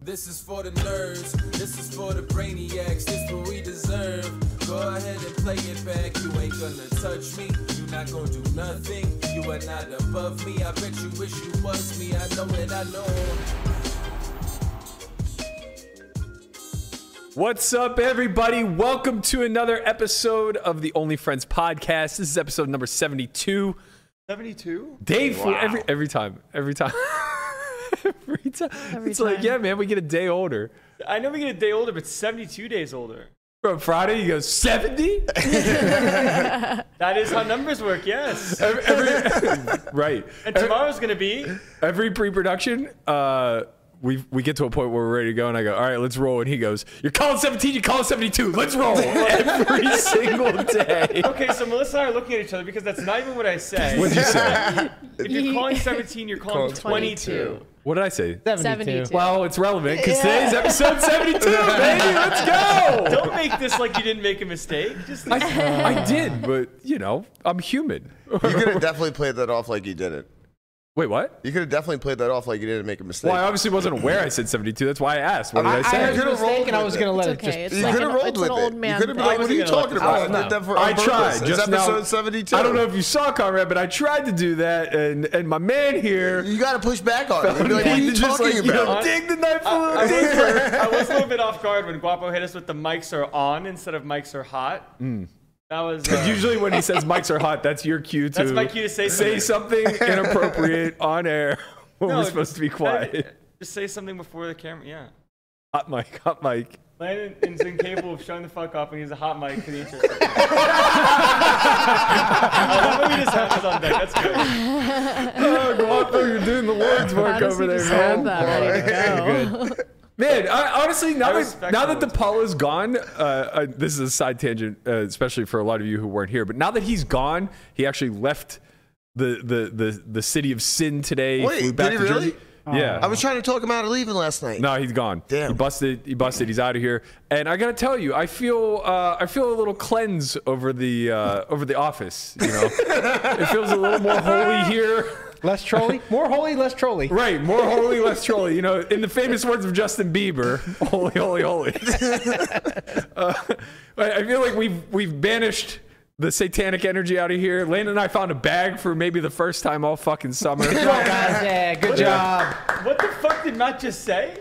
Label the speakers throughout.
Speaker 1: This is for the nerds, this is for the brainiacs, this what we deserve. Go ahead and play it back, you ain't gonna touch me, you not gonna do nothing, you are not above me. I bet you wish you was me, I know it, I know.
Speaker 2: What's up, everybody? Welcome to another episode of the Only Friends podcast. This is episode number 72.
Speaker 3: 72?
Speaker 2: Dave, Fle- every, every time, every time. every time. it's like, yeah, man, we get a day older.
Speaker 3: I know we get a day older, but 72 days older.
Speaker 2: From Friday, you go 70?
Speaker 3: That is how numbers work, yes.
Speaker 2: every, every, right.
Speaker 3: And tomorrow's going to be
Speaker 2: Every pre production, uh, we, we get to a point where we're ready to go, and I go, All right, let's roll. And he goes, You're calling 17, you're calling 72. Let's roll every single day.
Speaker 3: Okay, so Melissa and I are looking at each other because that's not even what I said.
Speaker 2: What did you say?
Speaker 3: If you're calling 17, you're calling 22.
Speaker 2: What did I say?
Speaker 4: 72.
Speaker 2: Well, it's relevant because today's episode 72, baby. Let's go.
Speaker 3: Don't make this like you didn't make a mistake. Just
Speaker 2: I, I did, but you know, I'm human.
Speaker 5: You could have definitely played that off like you didn't.
Speaker 2: Wait, what?
Speaker 5: You could have definitely played that off like you didn't make a mistake.
Speaker 2: Well, I obviously wasn't aware I said 72. That's why I asked. What did I,
Speaker 4: I
Speaker 2: say?
Speaker 4: heard
Speaker 5: could've
Speaker 4: a mistake
Speaker 5: rolled
Speaker 4: and I
Speaker 5: with
Speaker 4: was
Speaker 5: it.
Speaker 4: going to let it
Speaker 6: It's okay.
Speaker 4: just.
Speaker 6: It's
Speaker 5: you
Speaker 6: like
Speaker 5: could
Speaker 6: an,
Speaker 5: have rolled
Speaker 6: it's
Speaker 5: with
Speaker 6: an
Speaker 5: it.
Speaker 6: old man.
Speaker 5: you could have been
Speaker 6: thing.
Speaker 5: like, "What are
Speaker 3: I
Speaker 5: you
Speaker 3: wasn't
Speaker 5: talking
Speaker 3: gonna
Speaker 5: about?" I
Speaker 2: let
Speaker 5: did
Speaker 2: that
Speaker 5: that for
Speaker 2: I
Speaker 5: on purpose.
Speaker 2: tried
Speaker 5: It's
Speaker 2: just now.
Speaker 5: episode seventy-two.
Speaker 2: I don't know if you saw Conrad, but I tried to do that, and and my man here.
Speaker 5: you got to push back on it. You'd be like, what are
Speaker 2: he
Speaker 5: you
Speaker 2: just
Speaker 5: talking
Speaker 2: like,
Speaker 5: about?
Speaker 2: Yo, dig the knife a
Speaker 3: I was,
Speaker 2: little deeper.
Speaker 3: I was a little bit off guard when Guapo hit us with the mics are on instead of mics are hot.
Speaker 5: Mm.
Speaker 3: That was. uh,
Speaker 2: Usually, when he says mics are hot, that's your cue to
Speaker 3: That's my cue to say
Speaker 2: say something inappropriate on air when
Speaker 3: no,
Speaker 2: we're supposed to be quiet.
Speaker 3: Just say something before the camera. Yeah.
Speaker 2: Hot mic, hot mic.
Speaker 3: Landon is incapable of showing the fuck off when he's a hot mic for the interest. I love how he just had this on deck. That's good.
Speaker 2: Oh, Guapo, you're doing the Lord's work over
Speaker 6: Honestly,
Speaker 2: there,
Speaker 6: just
Speaker 2: man.
Speaker 6: hold that ready to go.
Speaker 2: Man, I, honestly, now
Speaker 3: I
Speaker 2: that
Speaker 3: respect
Speaker 2: now
Speaker 3: the
Speaker 2: that the
Speaker 3: Lord's
Speaker 2: Paul is gone, uh, I, this is a side tangent, uh, especially for a lot of you who weren't here. But now that he's gone, he actually left the the the, the city of sin today.
Speaker 5: Wait,
Speaker 2: flew back
Speaker 5: did
Speaker 2: to
Speaker 5: he
Speaker 2: Jersey.
Speaker 5: really?
Speaker 2: Yeah,
Speaker 5: I was trying to talk him out of leaving last night.
Speaker 2: No, he's gone.
Speaker 5: Damn.
Speaker 2: He busted. He busted. He's out of here. And I gotta tell you, I feel uh, I feel a little cleanse over the uh, over the office. You know, it feels a little more holy here.
Speaker 4: Less trolley? More holy, less trolley.
Speaker 2: Right, more holy, less trolley. You know, in the famous words of Justin Bieber, holy, holy, holy. Uh, I I feel like we've we've banished the satanic energy out of here. Lane and I found a bag for maybe the first time all fucking summer.
Speaker 4: Guys, yeah, good job.
Speaker 3: What the fuck did Matt just say?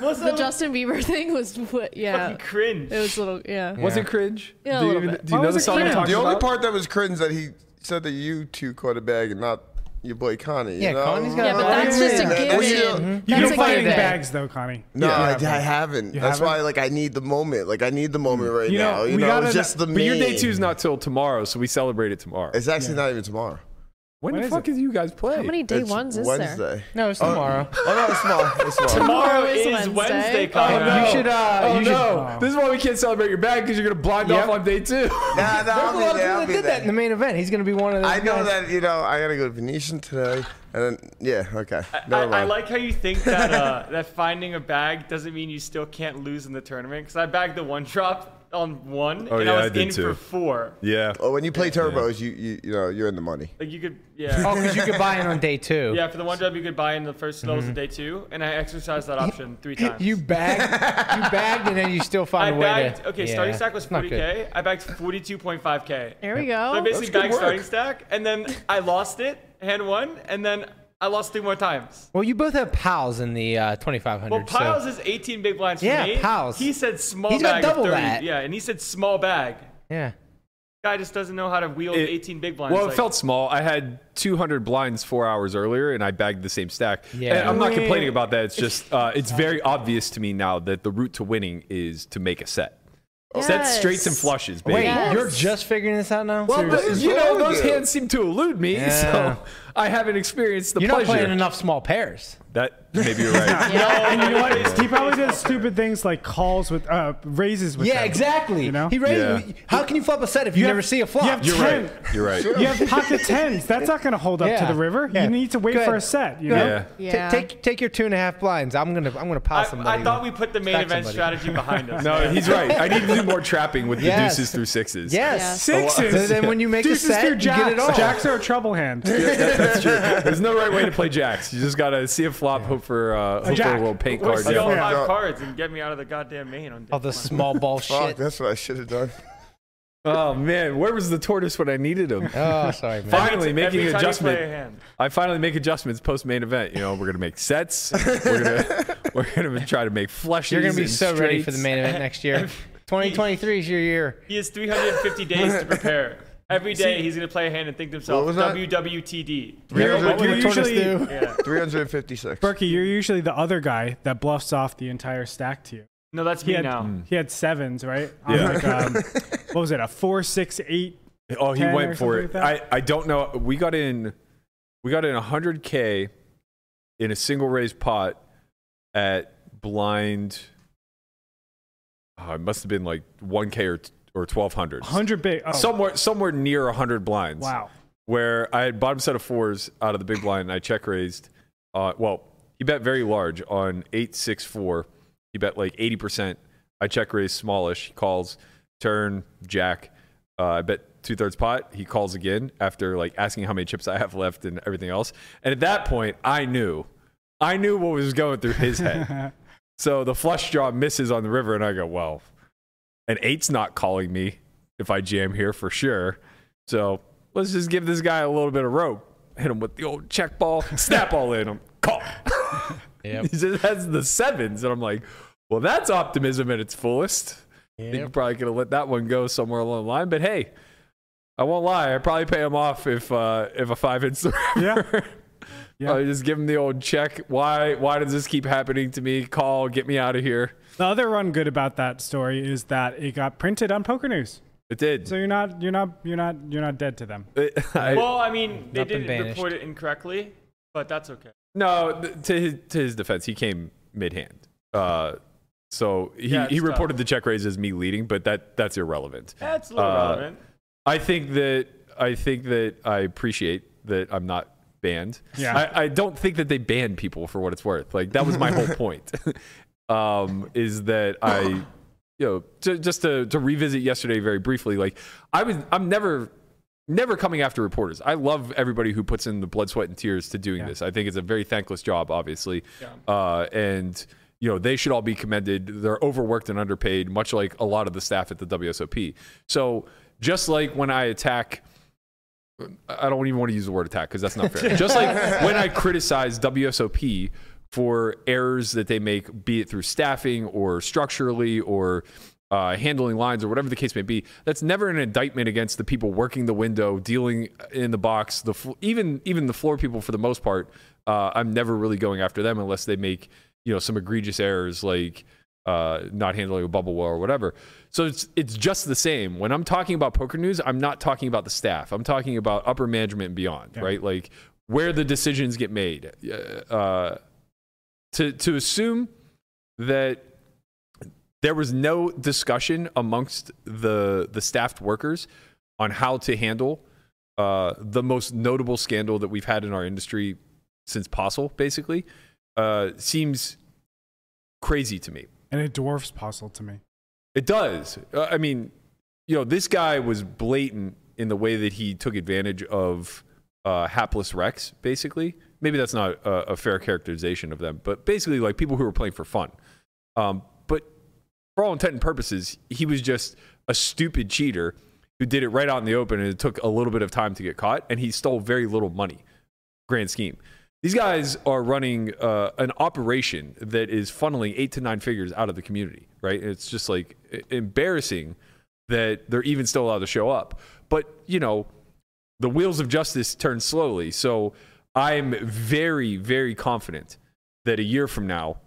Speaker 3: Melissa,
Speaker 6: The Justin Bieber thing was what? Yeah,
Speaker 3: fucking cringe.
Speaker 6: it was a little. Yeah.
Speaker 2: Was it cringe?
Speaker 6: Yeah, a
Speaker 2: do you,
Speaker 6: little bit.
Speaker 2: do you
Speaker 6: Why
Speaker 2: know
Speaker 6: was
Speaker 2: the
Speaker 6: it
Speaker 2: song I'm
Speaker 6: cringe?
Speaker 2: talking
Speaker 5: The only
Speaker 2: about?
Speaker 5: part that was cringe that he said that you two caught a bag and not your boy Connie.
Speaker 4: Yeah,
Speaker 5: you know?
Speaker 4: Connie's got
Speaker 6: Yeah, but that's just a
Speaker 5: That's-
Speaker 6: given.
Speaker 7: You
Speaker 6: That's
Speaker 7: don't
Speaker 6: a
Speaker 7: find any
Speaker 6: given.
Speaker 7: bags though, Connie.
Speaker 5: No,
Speaker 7: You
Speaker 5: I,
Speaker 7: haven't.
Speaker 5: I haven't.
Speaker 7: You
Speaker 5: That's why,
Speaker 7: haven't?
Speaker 5: like, I need the moment. Like, I need the moment
Speaker 2: Hmm.
Speaker 5: right
Speaker 7: You know,
Speaker 5: now. You
Speaker 7: we
Speaker 5: know,
Speaker 7: gotta-
Speaker 5: it's just the.
Speaker 2: But your day
Speaker 5: meme.
Speaker 2: two's not till tomorrow, so we celebrate it tomorrow.
Speaker 5: It's actually not even tomorrow.
Speaker 2: when,
Speaker 7: When
Speaker 2: the
Speaker 7: is
Speaker 2: fuck
Speaker 7: it?
Speaker 2: is you guys play? Uh,
Speaker 6: How many day
Speaker 5: It's
Speaker 6: ones is
Speaker 5: Wednesday.
Speaker 6: there?
Speaker 4: No, it's tomorrow.
Speaker 5: Oh no, it's tomorrow. It's tomorrow.
Speaker 3: Tomorrow
Speaker 6: Tomorrow
Speaker 3: is
Speaker 6: is
Speaker 3: Wednesday,
Speaker 6: Wednesday.
Speaker 3: Conrad.
Speaker 2: Oh, no.
Speaker 4: You should, uh,
Speaker 2: oh
Speaker 4: you should-
Speaker 2: no! This is why we can't celebrate your bag because you're gonna blind
Speaker 4: Yep.
Speaker 2: off on day
Speaker 5: Nah,
Speaker 2: two.
Speaker 5: nah,
Speaker 4: There's
Speaker 5: I'll
Speaker 4: a
Speaker 5: be
Speaker 4: lot of
Speaker 5: there,
Speaker 4: people
Speaker 5: I'll
Speaker 4: that
Speaker 5: be
Speaker 4: did
Speaker 5: there.
Speaker 4: that in the main event. He's going to be one of those
Speaker 5: I know
Speaker 4: guys.
Speaker 5: that you know I gotta go to Venetian today, and then yeah, okay.
Speaker 3: I,
Speaker 5: Never mind.
Speaker 3: I like how you think that uh, that finding a bag doesn't mean you still can't lose in the tournament. Because I bagged the one drop on one,
Speaker 2: Oh,
Speaker 3: and
Speaker 2: yeah,
Speaker 3: I
Speaker 2: I
Speaker 3: was
Speaker 2: did
Speaker 3: in for
Speaker 2: too.
Speaker 3: four.
Speaker 2: yeah.
Speaker 5: Well, Oh, when you play turbos, you, you you know you're in the money.
Speaker 3: Like you could, yeah.
Speaker 4: Oh, because you could buy it on day two.
Speaker 3: Yeah, for the one job you could buy in the first levels of day two, and I exercised that option three times.
Speaker 4: Mm-hmm. You bagged, you bagged, and then you still
Speaker 3: I
Speaker 4: find a way
Speaker 3: bagged.
Speaker 4: to.
Speaker 3: Okay,
Speaker 4: yeah,
Speaker 3: starting stack was
Speaker 4: it's not good.
Speaker 3: 40k. I bagged 42.5k. So
Speaker 6: There we
Speaker 3: I
Speaker 6: go.
Speaker 3: basically
Speaker 2: good
Speaker 3: bagged
Speaker 2: work.
Speaker 3: starting stack, and then I lost it, hand one, and then I lost three more times.
Speaker 4: Well, you both have pals in the uh, 2500.
Speaker 3: Well,
Speaker 4: so-
Speaker 3: piles is 18 big blinds for
Speaker 4: Yeah,
Speaker 3: me.
Speaker 4: piles.
Speaker 3: He said small
Speaker 4: He's got
Speaker 3: bag. of
Speaker 4: double
Speaker 3: 30.
Speaker 4: that.
Speaker 3: Yeah, and he said small bag.
Speaker 4: yeah.
Speaker 3: Guy just doesn't know how to wield
Speaker 2: It-
Speaker 3: 18 big blinds.
Speaker 2: Well, it
Speaker 3: like-
Speaker 2: felt small. I had 200 blinds four hours earlier, and I bagged the same stack.
Speaker 4: Yeah.
Speaker 2: And I'm not complaining about that. It's just uh, it's very obvious to me now that the route to winning is to make a set. Set
Speaker 6: Yes.
Speaker 2: straights and flushes, baby.
Speaker 4: Wait,
Speaker 6: Yes.
Speaker 4: you're just figuring this out now?
Speaker 2: Well,
Speaker 4: Seriously?
Speaker 2: but,
Speaker 5: is
Speaker 2: you know
Speaker 5: wrong
Speaker 2: those
Speaker 5: with you?
Speaker 2: hands seem to elude me,
Speaker 4: Yeah.
Speaker 2: so I haven't experienced the
Speaker 4: you're not
Speaker 2: pleasure.
Speaker 4: playing enough small pairs.
Speaker 2: That maybe you're right.
Speaker 3: and you know what?
Speaker 7: He probably does stupid things like calls with uh, raises with.
Speaker 4: Yeah,
Speaker 7: them,
Speaker 4: exactly.
Speaker 7: You know,
Speaker 4: He raised.
Speaker 2: Yeah.
Speaker 4: How can you flop a set if you,
Speaker 7: have-
Speaker 4: never see a flop?
Speaker 7: you have
Speaker 2: You're right.
Speaker 7: Trent.
Speaker 2: You're right.
Speaker 7: you have pocket tens. That's not gonna hold up
Speaker 4: Yeah.
Speaker 7: to the river.
Speaker 4: Yeah.
Speaker 7: You need to wait
Speaker 4: Good.
Speaker 7: for a set. You
Speaker 4: Good.
Speaker 7: know.
Speaker 2: Yeah.
Speaker 4: T-
Speaker 6: Yeah.
Speaker 4: take take your two and a half blinds. I'm gonna I'm gonna pile
Speaker 3: I,
Speaker 4: somebody.
Speaker 3: I thought we put the main
Speaker 4: Stack
Speaker 3: event
Speaker 4: somebody.
Speaker 3: strategy behind us.
Speaker 2: No,
Speaker 3: Yeah.
Speaker 2: he's right. I need to do more trapping with
Speaker 4: Yes.
Speaker 2: the deuces through sixes.
Speaker 4: Yes. Oh,
Speaker 7: Sixes.
Speaker 4: So then when you make a
Speaker 7: Deuces
Speaker 4: set,
Speaker 7: through
Speaker 4: you get it
Speaker 7: jacks.
Speaker 4: all.
Speaker 7: Jacks are a trouble hand.
Speaker 2: That's true. There's no right way to play jacks. You just gotta see a flop, hope for uh, hope for a
Speaker 7: jack.
Speaker 2: little paint
Speaker 3: Or
Speaker 2: card.
Speaker 3: steal
Speaker 2: Yeah.
Speaker 5: yeah.
Speaker 3: five
Speaker 5: Yeah.
Speaker 3: cards and get me out of the goddamn main on day
Speaker 4: All the
Speaker 3: one.
Speaker 4: small ball
Speaker 5: Fuck,
Speaker 4: shit.
Speaker 5: that's what I should have done.
Speaker 2: Oh man, where was the tortoise when I needed him?
Speaker 4: Oh, sorry, man.
Speaker 2: Finally making
Speaker 3: Every time
Speaker 2: an
Speaker 3: you play
Speaker 2: adjustment.
Speaker 3: a hand.
Speaker 2: I finally make adjustments post main event. You know, we're gonna make sets. We're gonna we're gonna try to make flushes.
Speaker 4: You're gonna be
Speaker 2: and
Speaker 4: so ready for the
Speaker 2: straights.
Speaker 4: main event next year. 2023 is your year.
Speaker 3: He has 350 days to prepare. Every day he's gonna play a hand and think to himself,
Speaker 5: What was that?
Speaker 3: WWTD.
Speaker 7: You're,
Speaker 5: What
Speaker 7: you're
Speaker 5: would
Speaker 7: usually,
Speaker 3: Yeah.
Speaker 5: 356.
Speaker 7: Berkey, you're usually the other guy that bluffs off the entire stack to you.
Speaker 3: No, that's
Speaker 7: He
Speaker 3: me
Speaker 7: had,
Speaker 3: now.
Speaker 7: he had sevens, right? On
Speaker 2: Hmm. Yeah.
Speaker 7: Like, um, what was it? A four, six, eight.
Speaker 2: Oh, he
Speaker 7: 10 or
Speaker 2: went for
Speaker 7: something
Speaker 2: it.
Speaker 7: like
Speaker 2: I, I don't know. We got in we got in 100k in a single raise pot at blind. Oh, it must have been like 1k or or 1200.
Speaker 7: 100 big. Oh,
Speaker 2: Somewhere somewhere near 100 blinds.
Speaker 7: wow.
Speaker 2: Where I had bottom set of fours out of the big blind and I check raised uh, well, he bet very large on 864. He bet like 80%. I check raise smallish. He calls, turn, jack. Uh, I bet two thirds pot. He calls again after like asking how many chips I have left and everything else. And at that point, I knew. I knew what was going through his head. so the flush draw misses on the river, and I go, well, an eight's not calling me if I jam here for sure. So let's just give this guy a little bit of rope. Hit him with the old check ball, snap all in him, call.
Speaker 4: Yep.
Speaker 2: He just has the sevens, and I'm like, well, that's optimism at its fullest. I think you're probably gonna let that one go somewhere along the line, but hey, I won't lie. I probably pay him off if uh, if a five hits the river. Yeah.
Speaker 7: Yeah.
Speaker 2: just give him the old check. Why? Why does this keep happening to me? Call. Get me out of here.
Speaker 7: The other run good about that story is that it got printed on Poker News,
Speaker 2: It did.
Speaker 7: so you're not you're not you're not you're not dead to them.
Speaker 2: It- I-
Speaker 3: Well, I mean, they
Speaker 4: Not been
Speaker 3: did
Speaker 4: banished.
Speaker 3: report it incorrectly, but that's okay.
Speaker 2: no. th- To his, to his defense, he came mid hand. Uh, so he,
Speaker 3: Yeah, it's
Speaker 2: he
Speaker 3: tough.
Speaker 2: reported the check raise as me leading, but that that's irrelevant.
Speaker 3: That's a little
Speaker 2: Uh,
Speaker 3: relevant.
Speaker 2: I think that I think that I appreciate that I'm not banned.
Speaker 7: Yeah.
Speaker 2: I, I don't think that they ban people for what it's worth. Like that was my whole point. um, is that I, you know, to, just to, to revisit yesterday very briefly. Like I was, I'm never, never coming after reporters. I love everybody who puts in the blood, sweat, and tears to doing this. I think it's a very thankless job, obviously. Uh, and you know they should all be commended. They're overworked and underpaid, much like a lot of the staff at the WSOP. So just like when I attack. I don't even want to use the word attack because that's not fair. Just like when I criticize WSOP for errors that they make, be it through staffing or structurally or uh, handling lines or whatever the case may be, that's never an indictment against the people working the window, dealing in the box, the fl- even even the floor people for the most part. Uh, I'm never really going after them unless they make you know some egregious errors like uh, not handling a bubble well or whatever. So it's it's just the same. When I'm talking about poker news, I'm not talking about the staff. I'm talking about upper management and beyond, right? Like where the decisions get made. Uh, to to assume that there was no discussion amongst the the staffed workers on how to handle uh, the most notable scandal that we've had in our industry since Possel, basically, uh, seems crazy to me.
Speaker 7: And it dwarfs puzzle to me.
Speaker 2: It does. Uh, I mean, you know, this guy was blatant in the way that he took advantage of uh, hapless Rex, basically. Maybe that's not a, a fair characterization of them, but basically, like people who were playing for fun. Um, but for all intent and purposes, he was just a stupid cheater who did it right out in the open, and it took a little bit of time to get caught, and he stole very little money, grand scheme. These guys are running uh, an operation that is funneling eight to nine figures out of the community, right? It's just like e- embarrassing that they're even still allowed to show up. But, you know, the wheels of justice turn slowly. So I'm very, very confident that a year from now,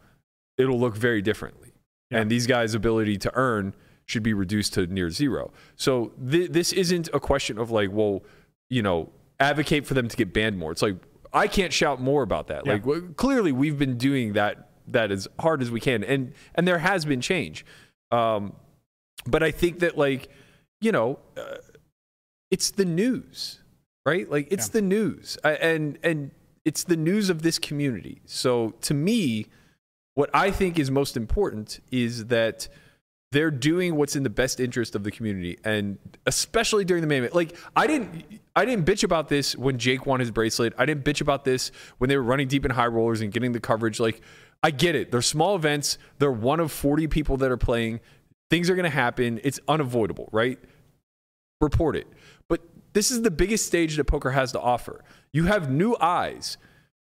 Speaker 2: it'll look very differently. And these guys' ability to earn should be reduced to near zero. So th- this isn't a question of like, well, you know, advocate for them to get banned more. It's like, I can't shout more about that. Like, w- clearly, we've been doing that that as hard as we can, and and there has been change. Um, but I think that like, you know, uh, it's the news, right? Like it's the news, I, and and it's the news of this community. So to me, what I think is most important is that they're doing what's in the best interest of the community, and especially during the main event. Like I didn't, I didn't bitch about this when Jake won his bracelet. I didn't bitch about this when they were running deep in high rollers and getting the coverage. Like I get it. They're small events. They're one of forty people that are playing. Things are going to happen. It's unavoidable, right? report it. But this is the biggest stage that poker has to offer. You have new eyes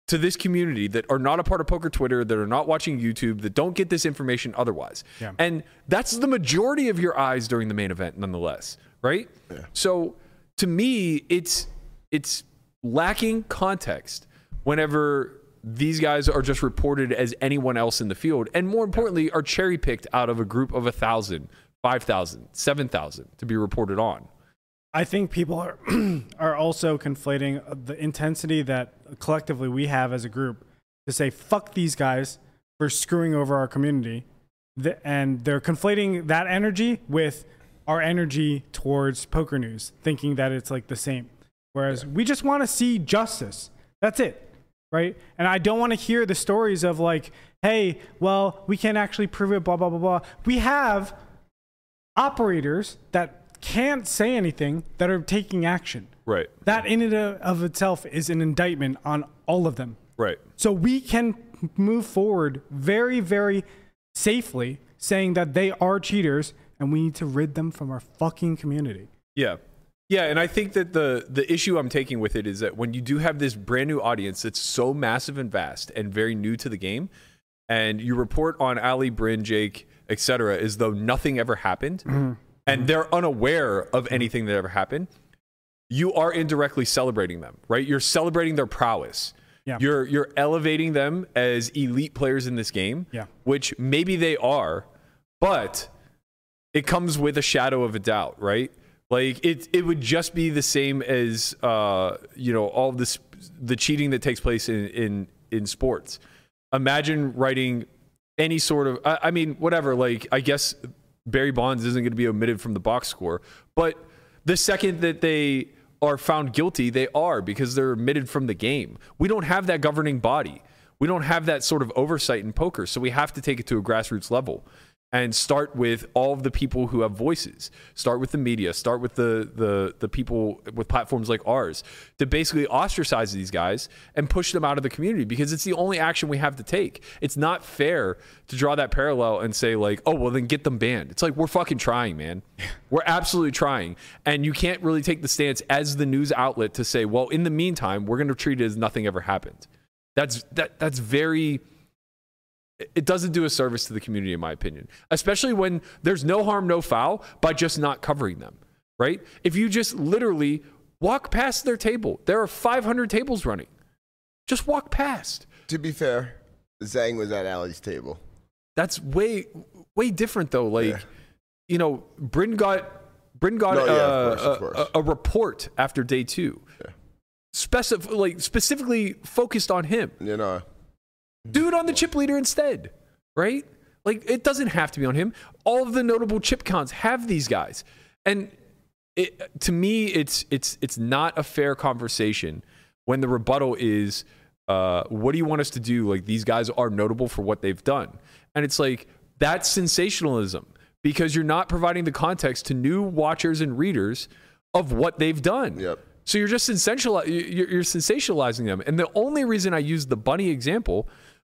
Speaker 2: to this community that are not a part of poker Twitter, that are not watching YouTube, that don't get this information otherwise. And that's the majority of your eyes during the main event, nonetheless, right? So to me, it's it's lacking context whenever these guys are just reported as anyone else in the field and more importantly are cherry picked out of a group of a thousand, five thousand, seven thousand to be reported on
Speaker 7: I think people are are also conflating the intensity that collectively we have as a group to say fuck these guys for screwing over our community, Th- and they're conflating that energy with our energy towards poker news, thinking that it's like the same. Whereas we just want to see justice. That's it, right? And I don't want to hear the stories of like, hey, well, we can't actually prove it, blah blah blah blah. We have operators that can't say anything that are taking action.
Speaker 2: Right.
Speaker 7: That in and of itself is an indictment on all of them.
Speaker 2: Right.
Speaker 7: So we can move forward very, very safely saying that they are cheaters and we need to rid them from our fucking community.
Speaker 2: Yeah. Yeah, and I think that the the issue I'm taking with it is that when you do have this brand new audience that's so massive and vast and very new to the game, and you report on Ali, Bryn, Jake, etc., as though nothing ever happened,
Speaker 7: Mm-hmm.
Speaker 2: and they're unaware of anything that ever happened, you are indirectly celebrating them, right? You're celebrating their prowess.
Speaker 7: Yeah.
Speaker 2: You're you're elevating them as elite players in this game.
Speaker 7: Yeah.
Speaker 2: Which maybe they are, but it comes with a shadow of a doubt, right? Like it, it would just be the same as uh, you know all this the cheating that takes place in in in sports. Imagine writing any sort of I, I mean whatever. Like I guess Barry Bonds isn't going to be omitted from the box score, but the second that they are found guilty, they are because they're omitted from the game. We don't have that governing body. We don't have that sort of oversight in poker, so we have to take it to a grassroots level and start with all of the people who have voices. Start with the media. Start with the the the people with platforms like ours to basically ostracize these guys and push them out of the community because it's the only action we have to take. It's not fair to draw that parallel and say like, oh well, then get them banned. It's like we're fucking trying, man. We're absolutely trying, and you can't really take the stance as the news outlet to say, well, in the meantime, we're going to treat it as nothing ever happened. That's that that's very it doesn't do a service to the community in my opinion especially when there's no harm no foul by just not covering them right if you just literally walk past their table there are 500 tables running just walk past
Speaker 5: To be fair, Zhang was at Ali's table.
Speaker 2: that's way way different though like
Speaker 5: Yeah.
Speaker 2: you know bryn got bryn got
Speaker 5: No, yeah,
Speaker 2: uh,
Speaker 5: of course, of
Speaker 2: a-
Speaker 5: course.
Speaker 2: a, a report after day two
Speaker 5: Yeah.
Speaker 2: Specif- like specifically focused on him
Speaker 5: You know,
Speaker 2: do it Mm-hmm. on the chip leader instead, right? Like it doesn't have to be on him. All of the notable chip cons have these guys, and it, to me, it's it's it's not a fair conversation when the rebuttal is, uh, "What do you want us to do?" Like these guys are notable for what they've done, and it's like that's sensationalism because you're not providing the context to new watchers and readers of what they've done.
Speaker 5: Yep.
Speaker 2: So you're just sensational. You're, you're sensationalizing them. And the only reason I used the bunny example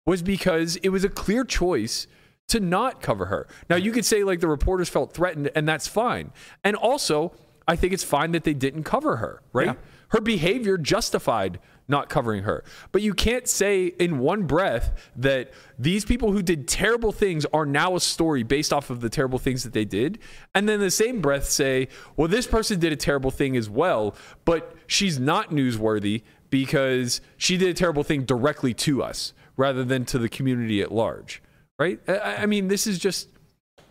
Speaker 2: was because it was a clear choice to not cover her. Now you could say like the reporters felt threatened, and that's fine. And also, I think it's fine that they didn't cover her. Right? Her behavior justified not covering her. But you can't say in one breath that these people who did terrible things are now a story based off of the terrible things that they did. And then the same breath say, well, this person did a terrible thing as well, but she's not newsworthy because she did a terrible thing directly to us rather than to the community at large. Right? I- I, I mean, this is just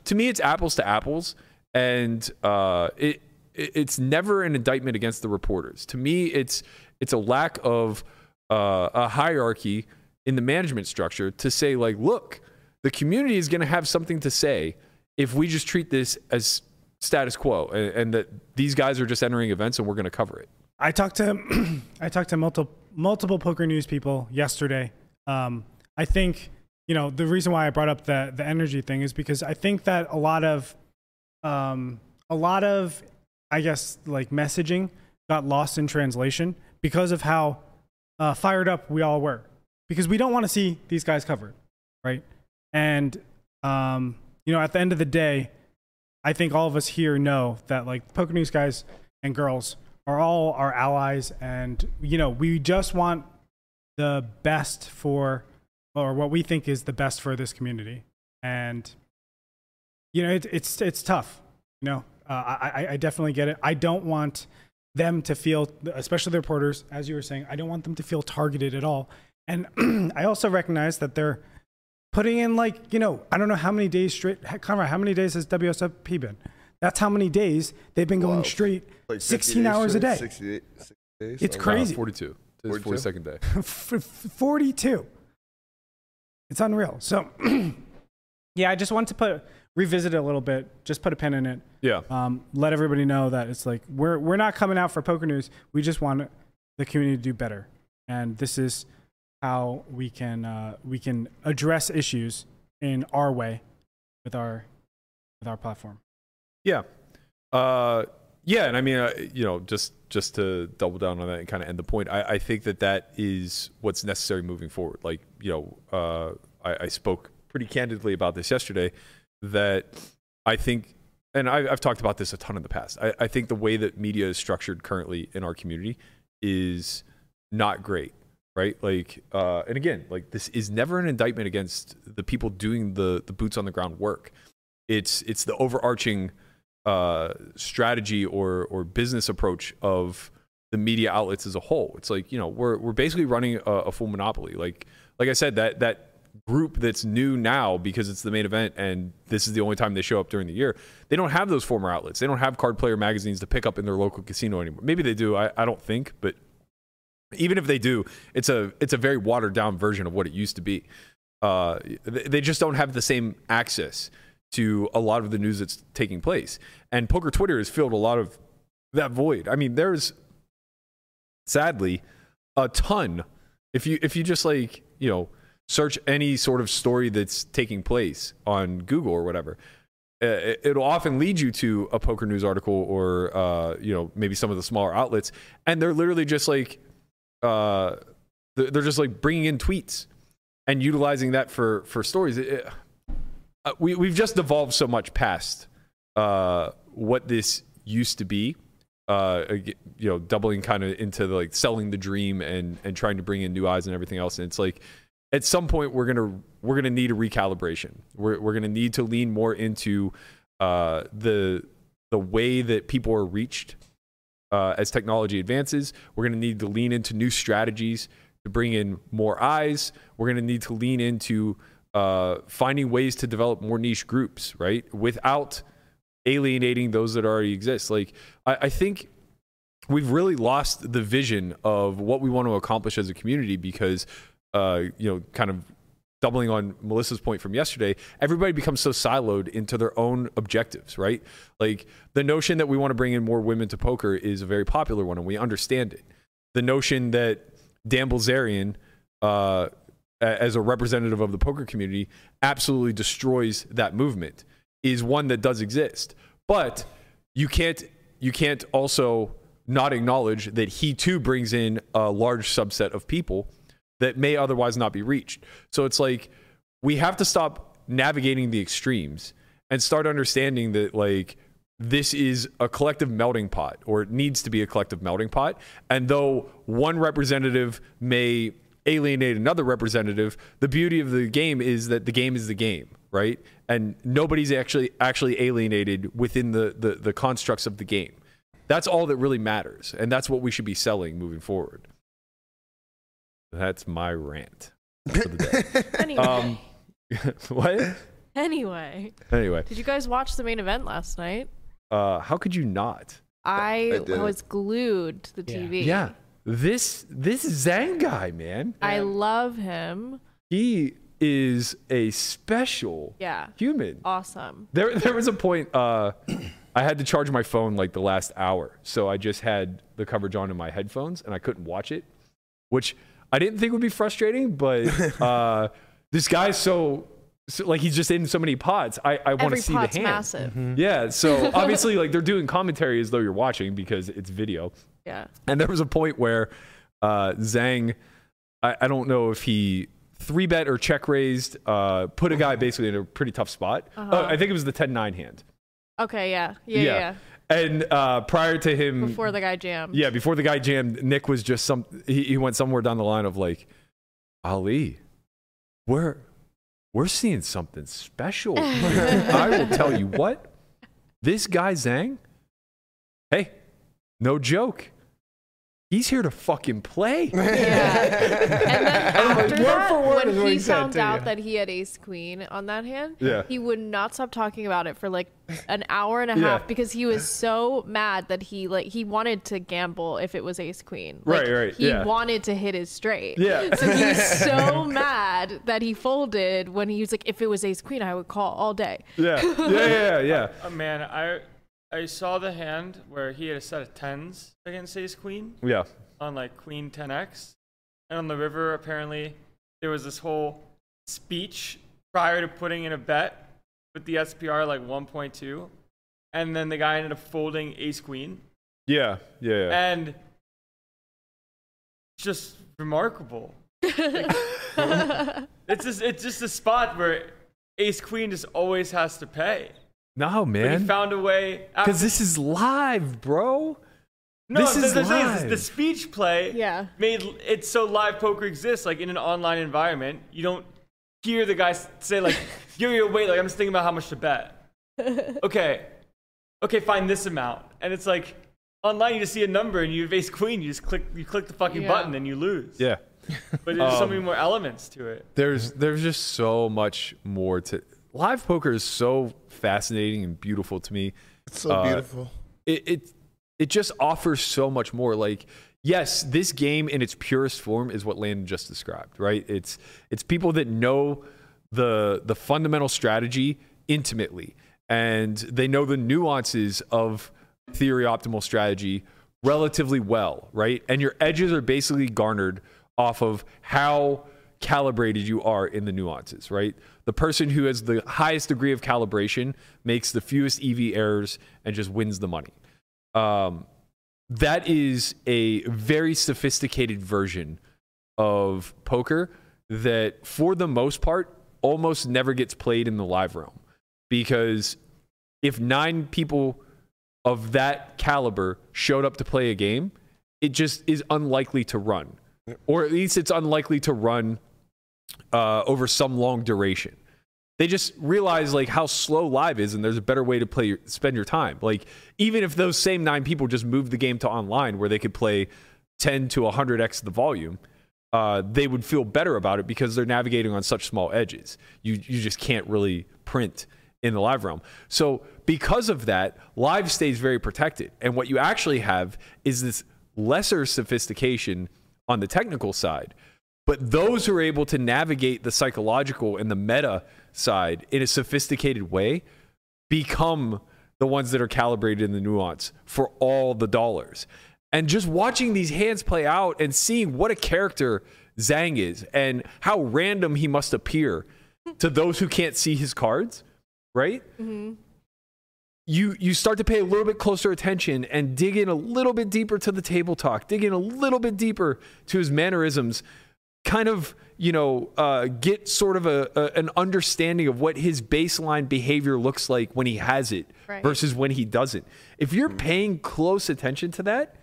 Speaker 2: to me, it's apples to apples, and uh, it it- it's never an indictment against the reporters. To me, it's it's a lack of uh, a hierarchy in the management structure to say like, look, the community is going to have something to say if we just treat this as status quo, and, and that these guys are just entering events and we're going to cover it.
Speaker 7: I talked to I talked to multiple multiple poker news people yesterday. Um, I think you know, the reason why I brought up the the energy thing is because I think that a lot of um a lot of I guess like messaging got lost in translation because of how uh, fired up we all were because we don't want to see these guys covered, right? And um, you know, at the end of the day, I think all of us here know that like poker news guys and girls are all our allies, and you know, we just want the best for or what we think is the best for this community. And you know, it, it's it's tough. You know, uh, I I- I definitely get it. I don't want them to feel, especially the reporters, as you were saying, I don't want them to feel targeted at all. And I also recognize that they're putting in like you know I don't know how many days straight. Heck, Conrad, how many days has WSFP been? That's how many days they've been going
Speaker 5: Wow.
Speaker 7: straight,
Speaker 5: Like 50
Speaker 7: sixteen
Speaker 5: days
Speaker 7: hours a
Speaker 5: straight,
Speaker 7: day.
Speaker 5: 68 60 days.
Speaker 7: It's
Speaker 5: Oh, wow.
Speaker 7: crazy.
Speaker 2: 42. This is
Speaker 5: 42?
Speaker 2: 42nd day.
Speaker 7: F- f- 42. It's unreal. So, yeah, I just wanted to put revisit it a little bit, just put a pin in it.
Speaker 2: Yeah.
Speaker 7: Um, let everybody know that it's like we're we're not coming out for poker news. We just want the community to do better, and this is how we can uh, we can address issues in our way with our with our platform.
Speaker 2: Yeah. Uh, yeah, and I mean, uh, you know, just just to double down on that and kind of end the point, I, I think that that is what's necessary moving forward. Like, you know, uh, I, I spoke pretty candidly about this yesterday. That I think, and I, I've talked about this a ton in the past. I, I think the way that media is structured currently in our community is not great, right? Like, uh, and again, like this is never an indictment against the people doing the the boots on the ground work. It's it's the overarching uh, strategy or or business approach of the media outlets as a whole. It's like you know we're we're basically running a, a full monopoly. Like like I said, that that group that's new now because it's the main event and this is the only time they show up during the year. They don't have those former outlets. They don't have card player magazines to pick up in their local casino anymore. Maybe they do. I, I don't think, but even if they do, it's a it's a very watered down version of what it used to be. Uh, they they just don't have the same access to a lot of the news that's taking place. And poker Twitter has filled a lot of that void. I mean, there's sadly a ton. If you if you just like you know search any sort of story that's taking place on Google or whatever, uh, it- it'll often lead you to a poker news article or uh, you know maybe some of the smaller outlets, and they're literally just like uh, they're they're just like bringing in tweets and utilizing that for for stories. It- it- uh, we we've just evolved so much past uh, what this used to be. Uh, ag- you know, doubling kind of into the, like selling the dream and and trying to bring in new eyes and everything else. And it's like at some point we're gonna we're gonna need a recalibration. We're we're gonna need to lean more into uh, the the way that people are reached uh, as technology advances. We're going to need to lean into new strategies to bring in more eyes. We're going to need to lean into uh, finding ways to develop more niche groups, right? Without alienating those that already exist. Like, I, I think we've really lost the vision of what we want to accomplish as a community because, uh, you know, kind of doubling on Melissa's point from yesterday, everybody becomes so siloed into their own objectives, right? Like the notion that we want to bring in more women to poker is a very popular one, and we understand it. The notion that Dan Bilzerian, uh, a- as a representative of the poker community, absolutely destroys that movement is one that does exist, but you can't you can't also not acknowledge that he too brings in a large subset of people that may otherwise not be reached. So it's like we have to stop navigating the extremes and start understanding that like this is a collective melting pot or it needs to be a collective melting pot and though one representative may alienate another representative the beauty of the game is that the game is the game right and nobody's actually actually alienated within the the, the constructs of the game that's all that really matters and that's what we should be selling moving forward that's my rant for the day
Speaker 6: Anyway,
Speaker 2: um, what?
Speaker 6: anyway,
Speaker 2: Anyway,
Speaker 6: did you guys watch the main event last night?
Speaker 2: uh, how could you not?
Speaker 6: I,
Speaker 5: did.
Speaker 6: was glued to the
Speaker 4: Yeah.
Speaker 6: TV.
Speaker 2: this this Zang guy, man,
Speaker 6: I love him.
Speaker 2: he is a special
Speaker 6: Yeah.
Speaker 2: human.
Speaker 6: Awesome.
Speaker 2: There, there was a point. Uh, I had to charge my phone like the last hour, so I just had the coverage on in my headphones, and I couldn't watch it, which I didn't think would be frustrating, but uh, this guy's so, so like he's just in so many pods. I, I want
Speaker 6: Every
Speaker 2: to see the
Speaker 6: pot's
Speaker 2: hand.
Speaker 6: massive.
Speaker 4: Mm-hmm.
Speaker 2: Yeah, so obviously like they're doing commentary as though you're watching because it's video.
Speaker 6: Yeah.
Speaker 2: And there was a point where uh, Zhang, I, I don't know if he three bet or check raised, uh, put a guy basically in a pretty tough spot. uh
Speaker 6: Uh-huh.
Speaker 2: I think it was the 10 9 hand.
Speaker 6: Okay. Yeah. Yeah. Yeah. yeah.
Speaker 2: And uh, prior to him,
Speaker 6: Before the guy jammed.
Speaker 2: yeah, before the guy jammed, Nick was just some, he, he went somewhere down the line of like, Ali, we're, we're seeing something special. I will tell you what, this guy Zhang, hey, no joke. He's here to fucking play.
Speaker 6: And then after
Speaker 4: word
Speaker 6: that,
Speaker 4: for word
Speaker 6: when
Speaker 4: is what
Speaker 6: he,
Speaker 4: he said
Speaker 6: found
Speaker 4: to
Speaker 6: out
Speaker 4: you.
Speaker 6: that he had ace queen on that hand,
Speaker 2: Yeah.
Speaker 6: he would not stop talking about it for like an hour and a
Speaker 2: Yeah.
Speaker 6: half because he was so mad that he like he wanted to gamble if it was ace queen. Like,
Speaker 2: Right, right,
Speaker 6: He
Speaker 2: yeah.
Speaker 6: wanted to hit his straight.
Speaker 2: Yeah.
Speaker 6: So he was so mad that he folded when he was like, if it was ace queen, I would call all day.
Speaker 2: Yeah, yeah, yeah, yeah.
Speaker 3: Oh, man, I I saw the hand where he had a set of tens against Ace Queen
Speaker 2: Yeah.
Speaker 3: on like Queen 10x, and on the river apparently there was this whole speech prior to putting in a bet with the SPR like 1.2, and then the guy ended up folding Ace Queen,
Speaker 2: Yeah. Yeah. yeah.
Speaker 3: and just remarkable. it's just it's just a spot where Ace Queen just always has to pay.
Speaker 2: No,
Speaker 3: But he
Speaker 2: Oh, man.
Speaker 3: found a way. after-
Speaker 2: Because this is live, bro.
Speaker 3: No,
Speaker 2: This
Speaker 3: the,
Speaker 2: is
Speaker 3: the thing is,
Speaker 2: live.
Speaker 3: the speech play
Speaker 6: Yeah.
Speaker 3: made l- it so live poker exists. Like in an online environment, you don't hear the guy s- say like, "Yo, yo, wait!" Like I'm just thinking about how much to bet. okay, okay, find this amount, and it's like online you just see a number and you have ace queen. You just click, you click the fucking
Speaker 6: Yeah.
Speaker 3: button and you lose.
Speaker 2: Yeah.
Speaker 3: But there's
Speaker 2: Um,
Speaker 3: so many more elements to it.
Speaker 2: There's there's just so much more to live poker is so fascinating and beautiful to me.
Speaker 5: It's so
Speaker 2: Uh,
Speaker 5: beautiful.
Speaker 2: it, it it just offers so much more like yes this game in its purest form is what landon just described right it's it's people that know the the fundamental strategy intimately and they know the nuances of theory optimal strategy relatively well right and your edges are basically garnered off of how calibrated you are in the nuances, right? The person who has the highest degree of calibration makes the fewest EV errors and just wins the money. Um, that is a very sophisticated version of poker that, for the most part, almost never gets played in the live realm. Because if nine people of that caliber showed up to play a game, it just is unlikely to run, or at least it's unlikely to run uh, over some long duration. They just realize like how slow live is, and there's a better way to play your, spend your time. Like even if those same nine people just moved the game to online where they could play 10 to 100x the volume, uh, they would feel better about it because they're navigating on such small edges. You you just can't really print in the live realm. So because of that, live stays very protected. And what you actually have is this lesser sophistication on the technical side. But those who are able to navigate the psychological and the meta side in a sophisticated way become the ones that are calibrated in the nuance for all the dollars. And just watching these hands play out and seeing what a character Zhang is and how random he must appear to those who can't see his cards, right? you you start to pay a little bit closer attention and dig in a little bit deeper to the table talk, dig in a little bit deeper to his mannerisms, kind of you know uh, get sort of a, a an understanding of what his baseline behavior looks like when he has it
Speaker 6: Right.
Speaker 2: versus when he doesn't. If you're paying close attention to that,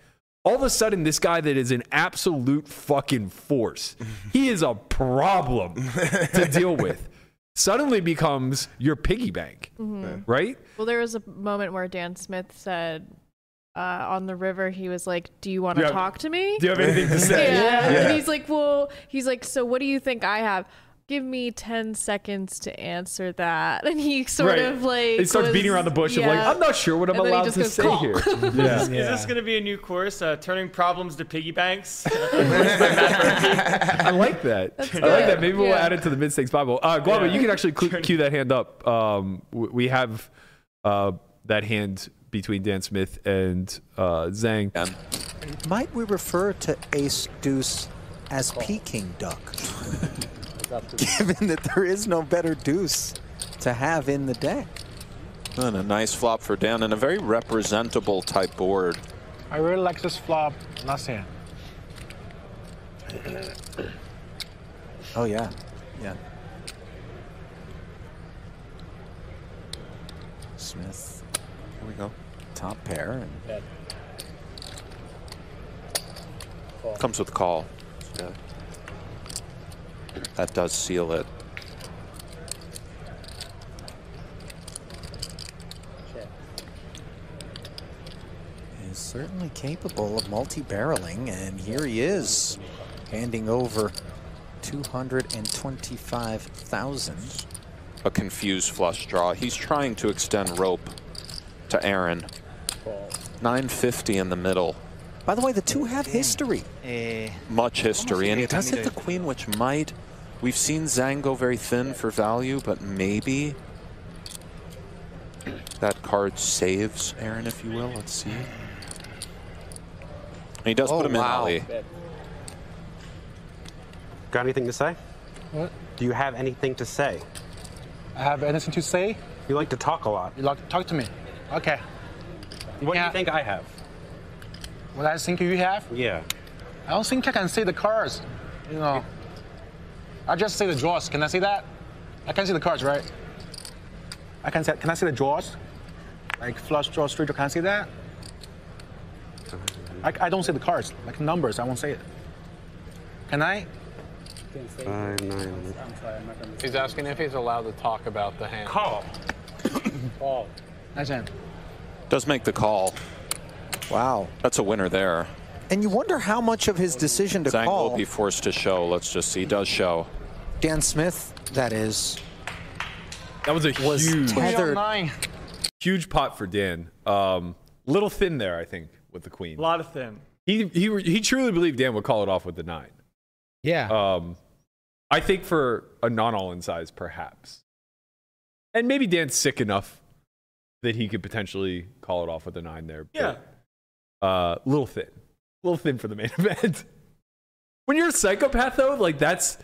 Speaker 2: all of a sudden this guy that is an absolute fucking force, he is a problem to deal with. Suddenly becomes your piggy bank,
Speaker 6: Mm-hmm.
Speaker 2: right?
Speaker 6: Well, there was a moment where Dan Smith said uh, on the river, he was like, "Do you want to
Speaker 2: Yeah.
Speaker 6: talk to me?"
Speaker 2: Do you have anything to say?
Speaker 6: Yeah. And he's like, well, he's like, so what do you think I have? Give me 10 seconds to answer that. And he sort of like.
Speaker 2: He starts
Speaker 6: was-
Speaker 2: beating around the bush of like,
Speaker 6: yeah.
Speaker 2: I'm not sure what I'm
Speaker 6: And then he
Speaker 2: allowed
Speaker 6: just
Speaker 2: to
Speaker 6: goes,
Speaker 2: say
Speaker 6: "Call."
Speaker 2: here.
Speaker 3: Is,
Speaker 2: yeah.
Speaker 3: is
Speaker 4: Yeah.
Speaker 3: this going to be a new course? Uh, turning problems to piggy banks.
Speaker 2: I like that. I like that.
Speaker 6: good.
Speaker 2: Maybe we'll
Speaker 6: Yeah.
Speaker 2: add it to the mid stakes Bible. Uh, Guava,
Speaker 3: Yeah.
Speaker 2: you can actually cl- cue that hand up. Um, w- we have uh, that hand between Dan Smith and uh, Zhang.
Speaker 8: Might we refer to ace deuce as Peking duck?
Speaker 4: up to
Speaker 8: given that there is no better deuce to have in the deck.
Speaker 9: And a nice flop for Dan and a very representable type board.
Speaker 10: I really like this flop last hand.
Speaker 8: Oh yeah, yeah. Smith,
Speaker 9: Here we go.
Speaker 8: top pair, and
Speaker 4: bed.
Speaker 9: Comes with call. Yeah. That does seal it.
Speaker 8: is certainly capable of multi-barreling, and here he is, handing over two hundred and twenty-five thousand.
Speaker 9: A confused flush draw. He's trying to extend rope to Aaron. 950 in the middle.
Speaker 8: By the way, the two have history.
Speaker 9: Much history. And he
Speaker 8: like they
Speaker 9: does hit
Speaker 8: need
Speaker 9: the queen, which might. We've seen Zhang go very thin for value, but maybe that card saves Aaron, if you will. Let's see. And he does put
Speaker 8: Oh,
Speaker 9: him
Speaker 8: wow.
Speaker 9: in alley.
Speaker 10: Got anything to say?
Speaker 4: What?
Speaker 10: Do you have anything to say? I have anything to say? You like to talk a lot. You like to talk to me? Okay.
Speaker 4: What
Speaker 10: do you think
Speaker 4: I
Speaker 10: have? What I think you have?
Speaker 4: Yeah.
Speaker 10: I don't think I can see the cards. You know. I just see the draws. Can I see that? I can see the cards, right? I can see. Can I see the draws? Like flush draw, straight draw. Can I see that? I, I don't see the cards. Like numbers, I won't say it. Can I?
Speaker 11: He's asking if he's allowed to talk about the hand.
Speaker 10: Call.
Speaker 4: Call.
Speaker 10: Nice hand.
Speaker 9: Does make the call.
Speaker 8: Wow.
Speaker 9: That's a winner there.
Speaker 8: And you wonder how much of his decision to
Speaker 9: Zhang
Speaker 8: call
Speaker 9: will be forced to show. Let's just see. He does show.
Speaker 8: Dan Smith, that is,
Speaker 2: That was a
Speaker 8: was
Speaker 2: huge,
Speaker 8: tethered.
Speaker 10: Nine.
Speaker 2: huge pot for Dan. Um, little thin there, I think, with the queen.
Speaker 3: A lot of thin.
Speaker 2: He he he truly believed Dan would call it off with the nine.
Speaker 4: Yeah.
Speaker 2: Um, I think for a non-all-in size, perhaps, and maybe Dan's sick enough that he could potentially call it off with a nine there.
Speaker 3: Yeah.
Speaker 2: but, uh, little thin, little thin for the main event. when you're a psychopath, though, like that's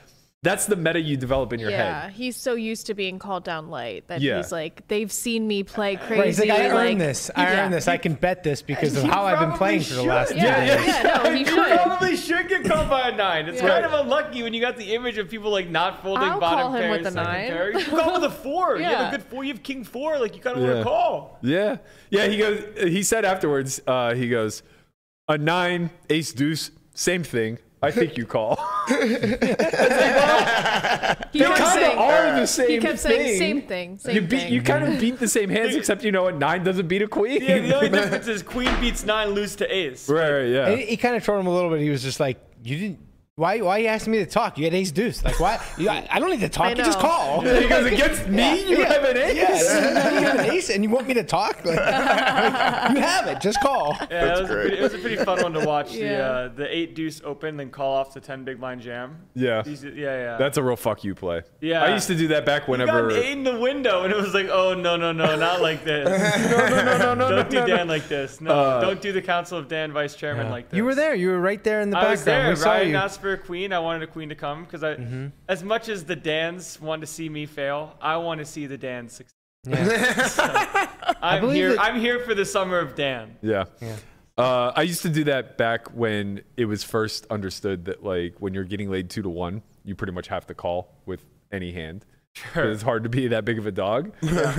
Speaker 2: that's the meta you develop in your
Speaker 6: yeah,
Speaker 2: head.
Speaker 6: he's so used to being called down late that
Speaker 2: Yeah.
Speaker 6: he's like, they've seen me play crazy.
Speaker 4: Right, he's like, I
Speaker 6: like-
Speaker 4: earned this. I
Speaker 6: Yeah.
Speaker 4: earned this. I can bet this because of how I've been playing for the last
Speaker 6: Yeah,
Speaker 4: two
Speaker 6: yeah,
Speaker 4: years.
Speaker 6: yeah. no, he
Speaker 3: you
Speaker 6: should.
Speaker 3: probably should get called by a nine. It's
Speaker 6: Yeah.
Speaker 3: kind of unlucky when you got the image of people like not folding
Speaker 6: I'll
Speaker 3: bottom
Speaker 6: call him
Speaker 3: pairs,
Speaker 6: with a
Speaker 3: second
Speaker 6: nine.
Speaker 3: pair. You call with a four. You have
Speaker 6: Yeah.
Speaker 3: a good four. You have king four. Like you kind of want
Speaker 2: Yeah.
Speaker 3: to call.
Speaker 2: Yeah, yeah. He goes. He said afterwards. Uh, he goes, a nine, ace, deuce, same thing. I think you call.
Speaker 6: He
Speaker 2: they
Speaker 6: kept
Speaker 2: kind of
Speaker 6: saying-
Speaker 2: are the same.
Speaker 6: He kept saying
Speaker 2: thing.
Speaker 6: same thing. Same
Speaker 2: you beat,
Speaker 6: thing.
Speaker 2: you kind of beat the same hands, except you know a nine doesn't beat a queen.
Speaker 3: Yeah, the only difference is queen beats nine, lose to ace.
Speaker 2: right, right, yeah.
Speaker 4: He, kind of trolled him a little bit. He was just like, "You didn't. Why? Why are you asking me to talk? You had ace deuce. Like, why? You, I, I don't need to talk. You just
Speaker 6: know.
Speaker 4: call.
Speaker 2: he goes against me. You have an ace.
Speaker 4: Yeah. you have an ace, and you want me to talk? Like, like, you have it. Just call.
Speaker 3: Yeah, that was a pretty, it was a pretty fun one to watch.
Speaker 6: Yeah.
Speaker 3: The uh, the eight deuce open, then call off the ten big blind jam.
Speaker 2: Yeah.
Speaker 3: These- yeah, yeah.
Speaker 2: That's a real fuck you play.
Speaker 3: Yeah.
Speaker 2: I used to do that back
Speaker 3: You got
Speaker 2: whenever.
Speaker 3: an eight in the window, and it was like, oh no, no, no, not like this.
Speaker 2: no, no,
Speaker 3: don't do Dan like this. No, don't do the Council of Dan Vice Chairman Uh, like this.
Speaker 4: You were there. You were right there in the
Speaker 3: I was
Speaker 4: background.
Speaker 3: there,
Speaker 4: we saw
Speaker 3: Ryan
Speaker 4: you.
Speaker 3: asked for a queen. I wanted a queen to come because I, as much as the Dans want to see me fail, I want to see the Dans succeed. So, I'm
Speaker 4: believe
Speaker 3: here.
Speaker 4: that-
Speaker 3: I'm here for the summer of Dan.
Speaker 2: Yeah. Uh, I used to do that back when it was first understood that like when you're getting laid two to one, you pretty much have to call with any hand. Sure. It's hard to be that big of a dog.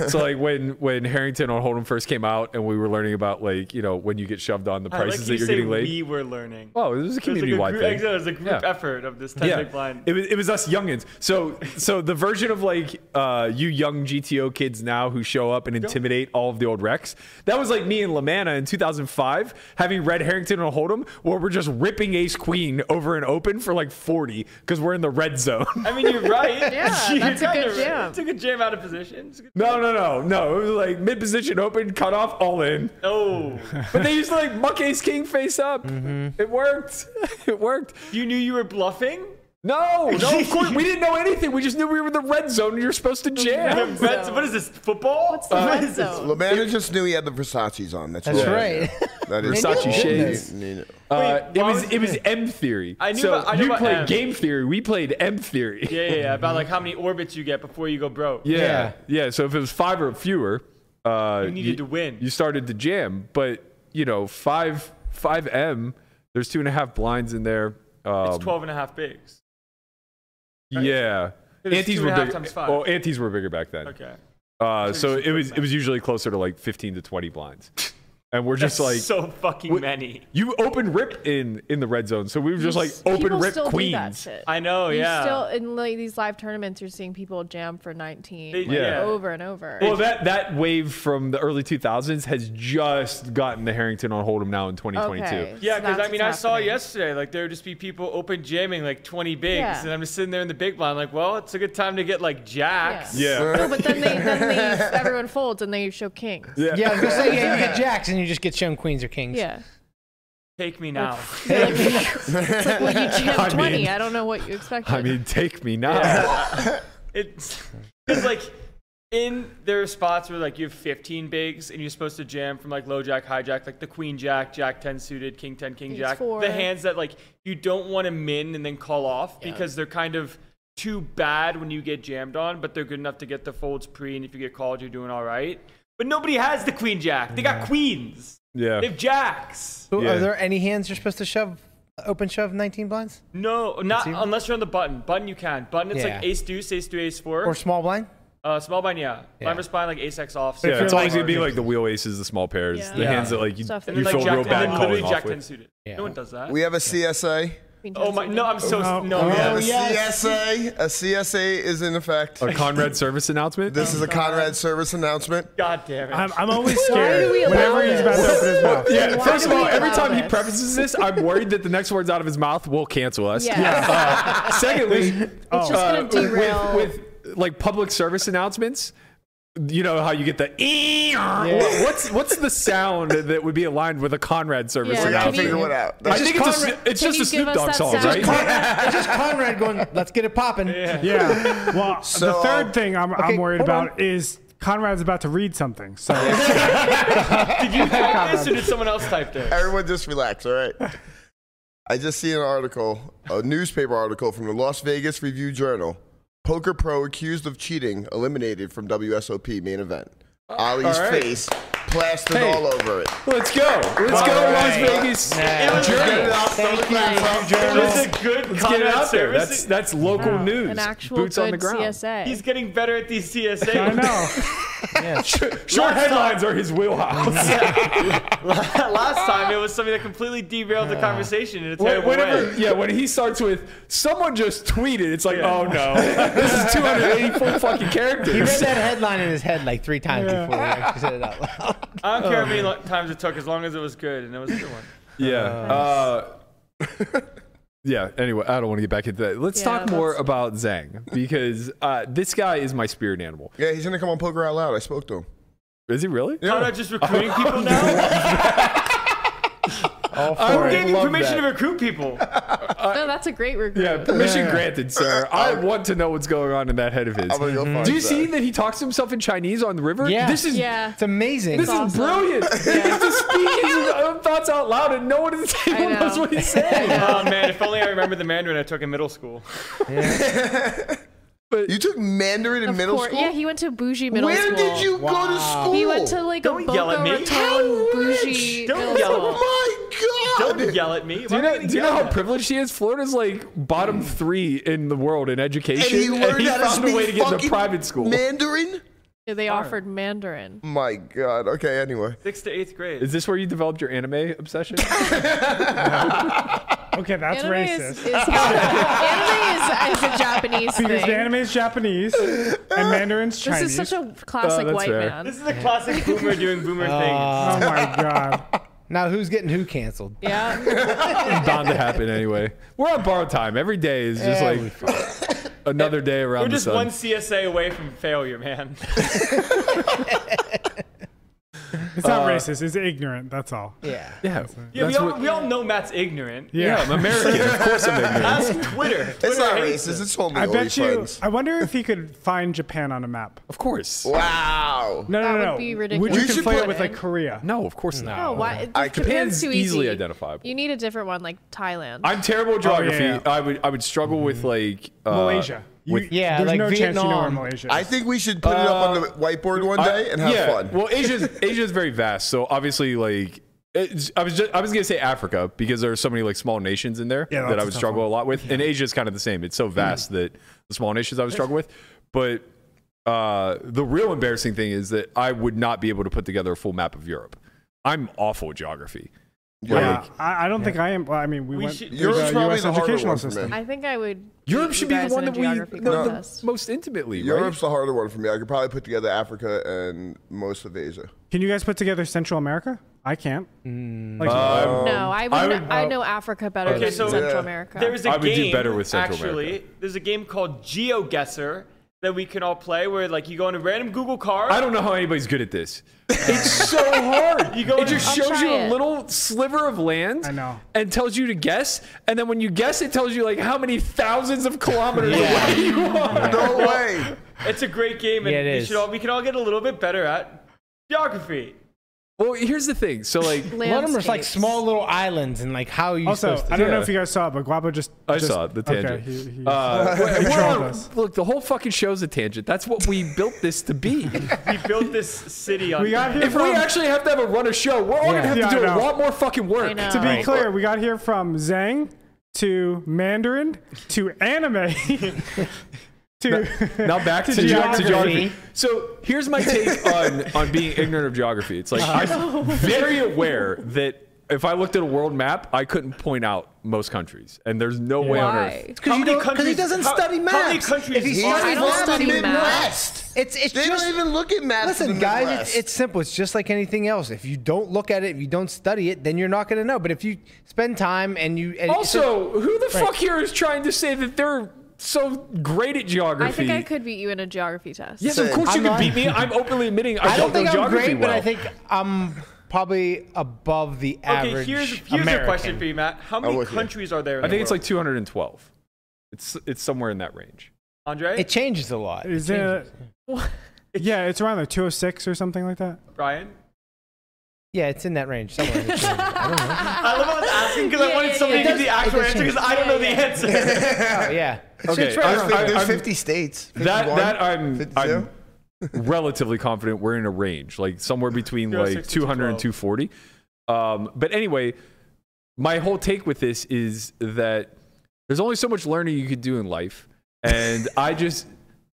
Speaker 2: so like when when Harrington on Hold'em first came out and we were learning about like you know when you get shoved on the
Speaker 3: I like
Speaker 2: prices
Speaker 3: you
Speaker 2: that you're
Speaker 3: say
Speaker 2: getting laid.
Speaker 3: We were learning.
Speaker 2: oh, it was a
Speaker 3: It was like a
Speaker 2: community wide
Speaker 3: group-
Speaker 2: thing.
Speaker 3: It was a group
Speaker 2: Yeah.
Speaker 3: effort of this ten big blind.
Speaker 2: It was, it was us youngins. So so the version of like uh, you young GTO kids now who show up and intimidate all of the old wrecks. That was like me and Lamanna in 2005 having Red Harrington and Hold'em where we're just ripping Ace Queen over an open for like 40 because we're in the red zone.
Speaker 3: I mean, you're right.
Speaker 6: Yeah,
Speaker 3: You're
Speaker 6: that's a
Speaker 3: kinda
Speaker 6: good
Speaker 3: right.
Speaker 6: jam.
Speaker 3: Took a jam out of position. It's a good-
Speaker 2: no no no no. It was like mid position open cut off all in.
Speaker 3: Oh,
Speaker 2: But they used to like muck Ace King face up. It worked. It worked.
Speaker 3: Mm-hmm. you knew you were bluffing.
Speaker 2: No no of course we didn't know anything. We just knew we were in the red zone and you're supposed to jam. Uh,
Speaker 3: The red- what is this football?
Speaker 6: What's the red zone?
Speaker 5: LaManna just knew he had the Versace's on. That's,
Speaker 4: That's
Speaker 5: all.
Speaker 4: right.
Speaker 5: That is
Speaker 2: Versace
Speaker 5: all
Speaker 2: shades.
Speaker 5: you need it.
Speaker 2: Uh,
Speaker 5: Wait,
Speaker 2: it
Speaker 5: why
Speaker 2: was
Speaker 5: was-
Speaker 2: it was M theory.
Speaker 3: I knew
Speaker 2: so
Speaker 3: about- I knew
Speaker 2: you
Speaker 3: about
Speaker 2: played
Speaker 3: M.
Speaker 2: game theory. We played M theory.
Speaker 3: Yeah, yeah, yeah. About like how many orbits you get before you go broke.
Speaker 2: Yeah. Yeah. So if it was five or fewer, uh,
Speaker 3: You needed to win.
Speaker 2: You started to jam, but you know five five M. There's two and a half blinds in there. Um,
Speaker 3: It's 12 and a half bigs.
Speaker 2: Yeah.
Speaker 3: It is
Speaker 2: Antes
Speaker 3: two and
Speaker 2: were
Speaker 3: a half
Speaker 2: bigger.
Speaker 3: times five.
Speaker 2: Well, antes were bigger back then.
Speaker 3: Okay.
Speaker 2: Uh, so it was it was usually closer to like 15 to 20 blinds, and we're just
Speaker 3: That's
Speaker 2: like
Speaker 3: so fucking many.
Speaker 2: You open rip in in the red zone, so we were just
Speaker 6: You
Speaker 2: like
Speaker 6: s-
Speaker 2: open
Speaker 6: people
Speaker 2: rip
Speaker 6: still do that
Speaker 2: queens.
Speaker 6: shit.
Speaker 3: I know,
Speaker 6: You
Speaker 3: yeah.
Speaker 6: Still in like these live tournaments, you're seeing people jam for 19
Speaker 2: They-
Speaker 6: like,
Speaker 2: yeah.
Speaker 6: over and over.
Speaker 2: Well, that that wave from the early 2000s has just gotten the Harrington on Hold'em now in 2022.
Speaker 6: Okay.
Speaker 3: Yeah, because
Speaker 6: That's
Speaker 3: I mean, I
Speaker 6: what's
Speaker 3: saw yesterday like there would just be people open jamming like 20 bigs,
Speaker 6: Yeah.
Speaker 3: and I'm just sitting there in the big blind like, well, it's a good time to get like jacks.
Speaker 2: Yeah. Yeah.
Speaker 6: No, but then they, then they, everyone folds and they show kings.
Speaker 4: Yeah, I was gonna say, yeah, you get jacks and you just get shown queens or kings.
Speaker 6: Yeah.
Speaker 3: Take me now.
Speaker 6: It's like, well, you jammed
Speaker 2: I
Speaker 6: 20.
Speaker 2: mean-
Speaker 6: I don't know what you expected.
Speaker 2: I mean, take me now.
Speaker 3: it's it's like in there are spots where like you have 15 bigs and you're supposed to jam from like low jack, high jack, like the queen jack, jack 10 suited, king 10, king
Speaker 12: King's
Speaker 3: jack.
Speaker 12: four.
Speaker 3: The hands that like you don't want to min and then call off
Speaker 12: Yeah.
Speaker 3: because they're kind of too bad when you get jammed on, but they're good enough to get the folds pre and if you get called you're doing all right. But nobody has the queen jack. They got queens.
Speaker 2: Yeah.
Speaker 3: They have jacks.
Speaker 4: So Are there any hands you're supposed to shove, open shove 19 blinds?
Speaker 3: no, not unless you're on the button. Button you can. Button it's like
Speaker 4: Yeah.
Speaker 3: ace deuce, ace three, ace four.
Speaker 4: Or small blind?
Speaker 3: Uh, small blind, yeah. yeah. Blind versus blind, like ace x off.
Speaker 2: yeah, it's always gonna be like the wheel aces, the small pairs,
Speaker 3: Yeah.
Speaker 2: the
Speaker 3: Yeah.
Speaker 2: hands that like you,
Speaker 3: Stuff that-
Speaker 2: you
Speaker 3: And then,
Speaker 2: feel
Speaker 3: like,
Speaker 2: real
Speaker 3: Jack-
Speaker 2: bad
Speaker 3: and then
Speaker 2: calling
Speaker 3: literally
Speaker 2: off
Speaker 3: Jack
Speaker 2: with.
Speaker 3: 10 suited. No one does that.
Speaker 5: We have a CSA.
Speaker 3: Oh my! No, I'm so no.
Speaker 2: oh,
Speaker 5: we have a
Speaker 3: yes.
Speaker 5: CSA. A CSA is in effect.
Speaker 2: A Conrad service announcement.
Speaker 5: This is a Conrad service announcement.
Speaker 3: Oh, God damn it!
Speaker 5: I'm,
Speaker 7: I'm always
Speaker 5: Why
Speaker 7: scared.
Speaker 5: do we allow
Speaker 7: Whenever he's about to
Speaker 5: this?
Speaker 7: open his mouth.
Speaker 2: Yeah,
Speaker 5: Why
Speaker 2: first
Speaker 5: do
Speaker 2: of all,
Speaker 5: we
Speaker 2: every
Speaker 5: allow
Speaker 2: time he
Speaker 5: this?
Speaker 2: prefaces this, I'm worried that the next words out of his mouth will cancel us.
Speaker 6: Yeah. Yeah.
Speaker 2: Uh, secondly,
Speaker 6: just gonna derail-
Speaker 2: With, with like public service announcements, you know how you get the
Speaker 6: Yeah.
Speaker 2: what's what's the sound that would be aligned with a Conrad service
Speaker 6: Yeah, We're gonna
Speaker 2: announcement?
Speaker 6: figure it out.
Speaker 2: I
Speaker 6: That's
Speaker 2: think
Speaker 6: just
Speaker 2: it's, a,
Speaker 6: Conrad-
Speaker 2: Sno- it's
Speaker 6: Can
Speaker 2: just
Speaker 6: you
Speaker 2: a
Speaker 6: give
Speaker 2: Snoop
Speaker 6: us
Speaker 2: Dogg
Speaker 6: that
Speaker 2: song,
Speaker 6: sound?
Speaker 2: right?
Speaker 6: Just
Speaker 4: Conrad- it's just Conrad going, let's get it popping.
Speaker 7: Yeah. Well,
Speaker 4: So,
Speaker 7: the third thing I'm,
Speaker 4: okay,
Speaker 7: I'm worried
Speaker 4: hold
Speaker 7: about is Conrad's about to read something. So
Speaker 3: Did you type this or did someone else type this?
Speaker 5: Everyone just relax, all right? I just seen an article, a newspaper article from the Las Vegas Review Journal. Poker pro accused of cheating eliminated from WSOP main event.
Speaker 3: Uh,
Speaker 5: Ali's
Speaker 2: all right.
Speaker 5: face plastered
Speaker 2: Hey.
Speaker 5: all over it.
Speaker 2: Let's go. Let's
Speaker 5: All
Speaker 2: go, Las
Speaker 5: right.
Speaker 2: Vegas.
Speaker 5: Yeah. It was
Speaker 2: Journal.
Speaker 5: good enough. Thank you,
Speaker 3: It was a good
Speaker 2: Let's get it
Speaker 3: Conrad
Speaker 2: out there.
Speaker 3: service.
Speaker 2: That's that's local news.
Speaker 6: An actual
Speaker 2: Boots
Speaker 6: good
Speaker 2: on the ground.
Speaker 6: CSA.
Speaker 3: He's getting better at these CSA.
Speaker 2: I
Speaker 7: know.
Speaker 2: Short headlines are his wheelhouse.
Speaker 3: Last time it was something that completely derailed the conversation in a
Speaker 2: When-
Speaker 3: terrible
Speaker 2: Whenever,
Speaker 3: way.
Speaker 2: yeah, when he starts with someone just tweeted, it's like, oh no, this is 284 fucking characters.
Speaker 4: He read that headline in his head like three times before he actually said it out loud.
Speaker 3: I don't care how
Speaker 4: Oh,
Speaker 3: many lo- times it took, as long as it was good and it was a good one.
Speaker 2: Yeah. Uh, yeah. Anyway, I don't want to get back into that. Let's
Speaker 3: Yeah,
Speaker 2: talk more about Zhang because uh, this guy is my spirit animal.
Speaker 5: Yeah, he's gonna come on Poker Out Loud. I spoke to him.
Speaker 2: Is he really?
Speaker 5: Yeah.
Speaker 3: Conrad just recruiting people now.
Speaker 2: Oh,
Speaker 3: I'm getting permission to recruit people.
Speaker 6: no, that's a great regret.
Speaker 2: Yeah, permission granted, sir. I want to know what's going on in that head of his.
Speaker 3: Mm-hmm.
Speaker 5: find
Speaker 2: Do you
Speaker 5: Zach.
Speaker 2: see that he talks to himself in Chinese on the river?
Speaker 4: Yeah.
Speaker 2: This is
Speaker 4: It's amazing.
Speaker 2: This is brilliant. He gets to speak his own thoughts out loud, and no one at the table
Speaker 3: know.
Speaker 2: knows what he's saying.
Speaker 3: oh man, if only I remembered the Mandarin I took in middle school.
Speaker 5: you took Mandarin in
Speaker 6: Of
Speaker 5: middle
Speaker 6: course-
Speaker 5: school?
Speaker 6: Yeah, he went to bougie middle
Speaker 5: Where
Speaker 6: school.
Speaker 5: did you go to Wow.
Speaker 6: He
Speaker 5: school?
Speaker 6: went to like a
Speaker 5: Don't yell at
Speaker 6: Boca
Speaker 5: me.
Speaker 6: Raton
Speaker 5: How
Speaker 6: bougie
Speaker 5: Don't
Speaker 6: middle
Speaker 5: yell.
Speaker 6: school.
Speaker 5: My
Speaker 3: Don't yell at me.
Speaker 2: Do you know, do you know how privileged he is? Florida's like bottom three in the world in education,
Speaker 5: And he learned how to
Speaker 2: found a way to
Speaker 5: speak
Speaker 2: get into
Speaker 5: fucking
Speaker 2: private school.
Speaker 5: Mandarin?
Speaker 6: Yeah, they offered Mandarin.
Speaker 5: My God. Okay. Anyway.
Speaker 3: Sixth to eighth grade.
Speaker 2: Is this where you developed your anime obsession?
Speaker 7: okay, that's
Speaker 6: Anime
Speaker 7: racist.
Speaker 6: is, is, anime is, is a Japanese
Speaker 7: because
Speaker 6: thing.
Speaker 7: the anime is Japanese and Mandarin's
Speaker 6: This
Speaker 7: Chinese. Oh,
Speaker 6: is such a
Speaker 3: Oh,
Speaker 6: classic white man.
Speaker 3: This is a classic boomer doing boomer
Speaker 4: Uh,
Speaker 3: things.
Speaker 7: my god.
Speaker 4: Now who's getting who canceled?
Speaker 2: It's bound to happen anyway. We're on borrowed time. Every day is just
Speaker 4: Yeah, we
Speaker 2: like another day around
Speaker 3: We're
Speaker 2: the
Speaker 3: just
Speaker 2: sun.
Speaker 3: one CSA away from failure, man.
Speaker 7: It's not
Speaker 2: Uh,
Speaker 7: racist. It's ignorant. That's all.
Speaker 4: Yeah.
Speaker 2: Yeah.
Speaker 3: Yeah, we
Speaker 2: That's
Speaker 3: all,
Speaker 2: what-
Speaker 3: we all know Matt's ignorant.
Speaker 7: Yeah. Yeah, I'm American. Of course I'm ignorant.
Speaker 3: Ask Twitter.
Speaker 7: It's
Speaker 3: Twitter
Speaker 5: not
Speaker 3: hates
Speaker 5: racist,
Speaker 3: it.
Speaker 5: it's homophobic.
Speaker 7: I bet
Speaker 5: only
Speaker 7: you.
Speaker 5: friends.
Speaker 7: I wonder if he could find Japan on a map.
Speaker 2: Of course.
Speaker 5: Wow.
Speaker 7: No, no,
Speaker 6: That
Speaker 7: no.
Speaker 6: would
Speaker 7: no.
Speaker 6: be
Speaker 7: Would you
Speaker 6: ridiculous.
Speaker 7: conflate
Speaker 6: put-
Speaker 7: it with like Korea? Hmm.
Speaker 2: No, of course not.
Speaker 6: No, Oh, why?
Speaker 2: I-
Speaker 6: Japan's
Speaker 2: Japan's
Speaker 6: too easy.
Speaker 2: easily identifiable.
Speaker 6: You need a different one, like Thailand.
Speaker 2: I'm terrible at
Speaker 6: Oh, yeah,
Speaker 2: geography. I would I would struggle with like uh,
Speaker 6: Malaysia.
Speaker 7: You-
Speaker 2: with-
Speaker 7: Yeah, there's like no chance you know where Vietnam. Malaysia
Speaker 5: I think we should put it up on the whiteboard one day and have
Speaker 2: Uh, yeah.
Speaker 5: fun.
Speaker 2: Well, Asia's Asia's very vast, so obviously like it's, I was just I was gonna say Africa because there are so many like small nations in there
Speaker 7: Yeah,
Speaker 2: that
Speaker 7: that's
Speaker 2: I
Speaker 7: a
Speaker 2: would
Speaker 7: tough Mm.
Speaker 2: struggle a lot with, and Asia's kind of the same. It's so vast that the small nations I would struggle with, but uh, the real embarrassing thing is that I would not be able to put together a full map of Europe. I'm awful at geography.
Speaker 7: Yeah,
Speaker 2: Like,
Speaker 7: I, I don't think I am. Well, I mean, we, went
Speaker 2: should-
Speaker 7: through
Speaker 2: Europe's
Speaker 7: the
Speaker 2: probably
Speaker 7: U.S.
Speaker 2: the harder
Speaker 7: educational
Speaker 2: one for me.
Speaker 7: system.
Speaker 6: I think I would.
Speaker 2: Europe
Speaker 6: beat
Speaker 2: should
Speaker 6: you
Speaker 2: be the
Speaker 6: guys
Speaker 2: one
Speaker 6: in a
Speaker 2: that we
Speaker 6: geography
Speaker 2: know the
Speaker 6: contest.
Speaker 2: most intimately.
Speaker 5: Europe's the harder one for me. I could probably put together Africa and most of Asia.
Speaker 7: Can you guys put together Central America? I can't.
Speaker 2: Mm.
Speaker 7: Like,
Speaker 5: Um,
Speaker 6: No, I would.
Speaker 5: I
Speaker 6: I,
Speaker 5: would-
Speaker 6: know Africa better
Speaker 3: Okay,
Speaker 6: than
Speaker 3: so
Speaker 6: Central America.
Speaker 3: There is a
Speaker 2: I would do
Speaker 3: game,
Speaker 2: better with Central
Speaker 3: actually, There's a game called GeoGuessr that we can all play where like you go on a random Google card.
Speaker 2: I don't know how anybody's good at this. It's so hard.
Speaker 3: You go
Speaker 2: it
Speaker 3: in-
Speaker 2: just
Speaker 3: I'll
Speaker 2: shows
Speaker 3: try
Speaker 2: you a
Speaker 3: it.
Speaker 2: little sliver of land. I know. And tells you to guess, and then when you guess, it tells you like how many thousands of kilometers away you are.
Speaker 5: No way.
Speaker 3: It's a great game, and
Speaker 2: Yeah, it
Speaker 3: we
Speaker 2: is.
Speaker 3: should all we can all get a little bit better at geography.
Speaker 2: Well, here's the thing. So like,
Speaker 4: A lot of them are like small little islands, and like how are you
Speaker 7: also,
Speaker 4: supposed to
Speaker 7: I don't know
Speaker 4: Yeah.
Speaker 7: if you guys saw, it, but Guapo just.
Speaker 2: I
Speaker 7: just-
Speaker 2: saw it, Uh, the tangent.
Speaker 7: Okay, he, he,
Speaker 2: Uh,
Speaker 7: he
Speaker 2: we're- we're
Speaker 7: controlled
Speaker 2: on-
Speaker 7: us.
Speaker 2: look, the whole fucking show's a tangent. That's what we built this to be.
Speaker 3: We built this city on.
Speaker 7: We got here
Speaker 2: if we
Speaker 7: from-
Speaker 2: actually have to have a run of show, we're all
Speaker 7: Yeah.
Speaker 2: gonna have
Speaker 7: Yeah,
Speaker 2: to do
Speaker 7: I
Speaker 2: a
Speaker 7: know.
Speaker 2: lot more fucking work.
Speaker 7: To be clear, we got here from Zhang to Mandarin to anime to.
Speaker 2: now back to,
Speaker 7: To
Speaker 2: geography.
Speaker 7: geography.
Speaker 2: So here's my take on on being ignorant of geography. It's like I'm very aware that if I looked at a world map, I couldn't point out most countries, and there's no way on
Speaker 6: Why?
Speaker 2: earth.
Speaker 3: How many
Speaker 4: Because he
Speaker 3: countries-
Speaker 4: doesn't
Speaker 3: how-
Speaker 4: study maps.
Speaker 3: How many countries?
Speaker 4: If he
Speaker 5: I
Speaker 4: studies
Speaker 5: don't
Speaker 4: maps,
Speaker 5: study
Speaker 4: he would know.
Speaker 5: maps.
Speaker 4: It's it's
Speaker 5: They don't
Speaker 4: just,
Speaker 5: even look at maps
Speaker 4: Listen,
Speaker 5: in the
Speaker 4: guys,
Speaker 5: Midwest.
Speaker 4: it's, it's simple. It's just like anything else. If you don't look at it, if you don't study it, then you're not going to know. But if you spend time and you and
Speaker 2: Also, who the
Speaker 4: Right.
Speaker 2: fuck here is trying to say that they're so great at geography?
Speaker 6: I think I could beat you in a geography test.
Speaker 2: Yes, of course
Speaker 4: I'm
Speaker 2: you can
Speaker 4: not-
Speaker 2: beat me. I'm openly admitting I,
Speaker 4: I don't
Speaker 2: know
Speaker 4: think I'm
Speaker 2: geography
Speaker 4: great,
Speaker 2: well.
Speaker 4: but I think I'm probably above the average.
Speaker 3: Okay, here's here's
Speaker 4: American.
Speaker 3: a question for you, Matt. How
Speaker 2: I'm
Speaker 3: many
Speaker 2: with you.
Speaker 3: countries are there? In
Speaker 2: I think
Speaker 3: the
Speaker 2: it's
Speaker 3: world?
Speaker 2: like 212. It's it's somewhere in that range.
Speaker 3: Andre.
Speaker 4: It changes a lot.
Speaker 7: Is it? Yeah, it's around like 206 or something like that.
Speaker 3: Brian.
Speaker 4: Yeah, it's in that range somewhere.
Speaker 3: I love how I was asking because I
Speaker 6: Yeah,
Speaker 3: wanted
Speaker 6: yeah,
Speaker 3: somebody
Speaker 6: yeah.
Speaker 3: to give
Speaker 6: It
Speaker 3: the
Speaker 6: does-
Speaker 3: actual
Speaker 6: it does
Speaker 3: answer because
Speaker 6: change.
Speaker 3: I don't know the
Speaker 6: Yeah,
Speaker 3: answer.
Speaker 4: Oh, yeah.
Speaker 2: Okay, I-
Speaker 5: There's,
Speaker 2: I-
Speaker 5: there's
Speaker 2: I'm-
Speaker 5: 50 states.
Speaker 2: that
Speaker 5: 51,
Speaker 2: that I'm,
Speaker 5: 52?
Speaker 2: I'm relatively confident we're in a range like somewhere between
Speaker 5: Yeah,
Speaker 2: like
Speaker 5: 60 to
Speaker 2: 200 and 240 um, but anyway my whole take with this is that there's only so much learning you could do in life and i just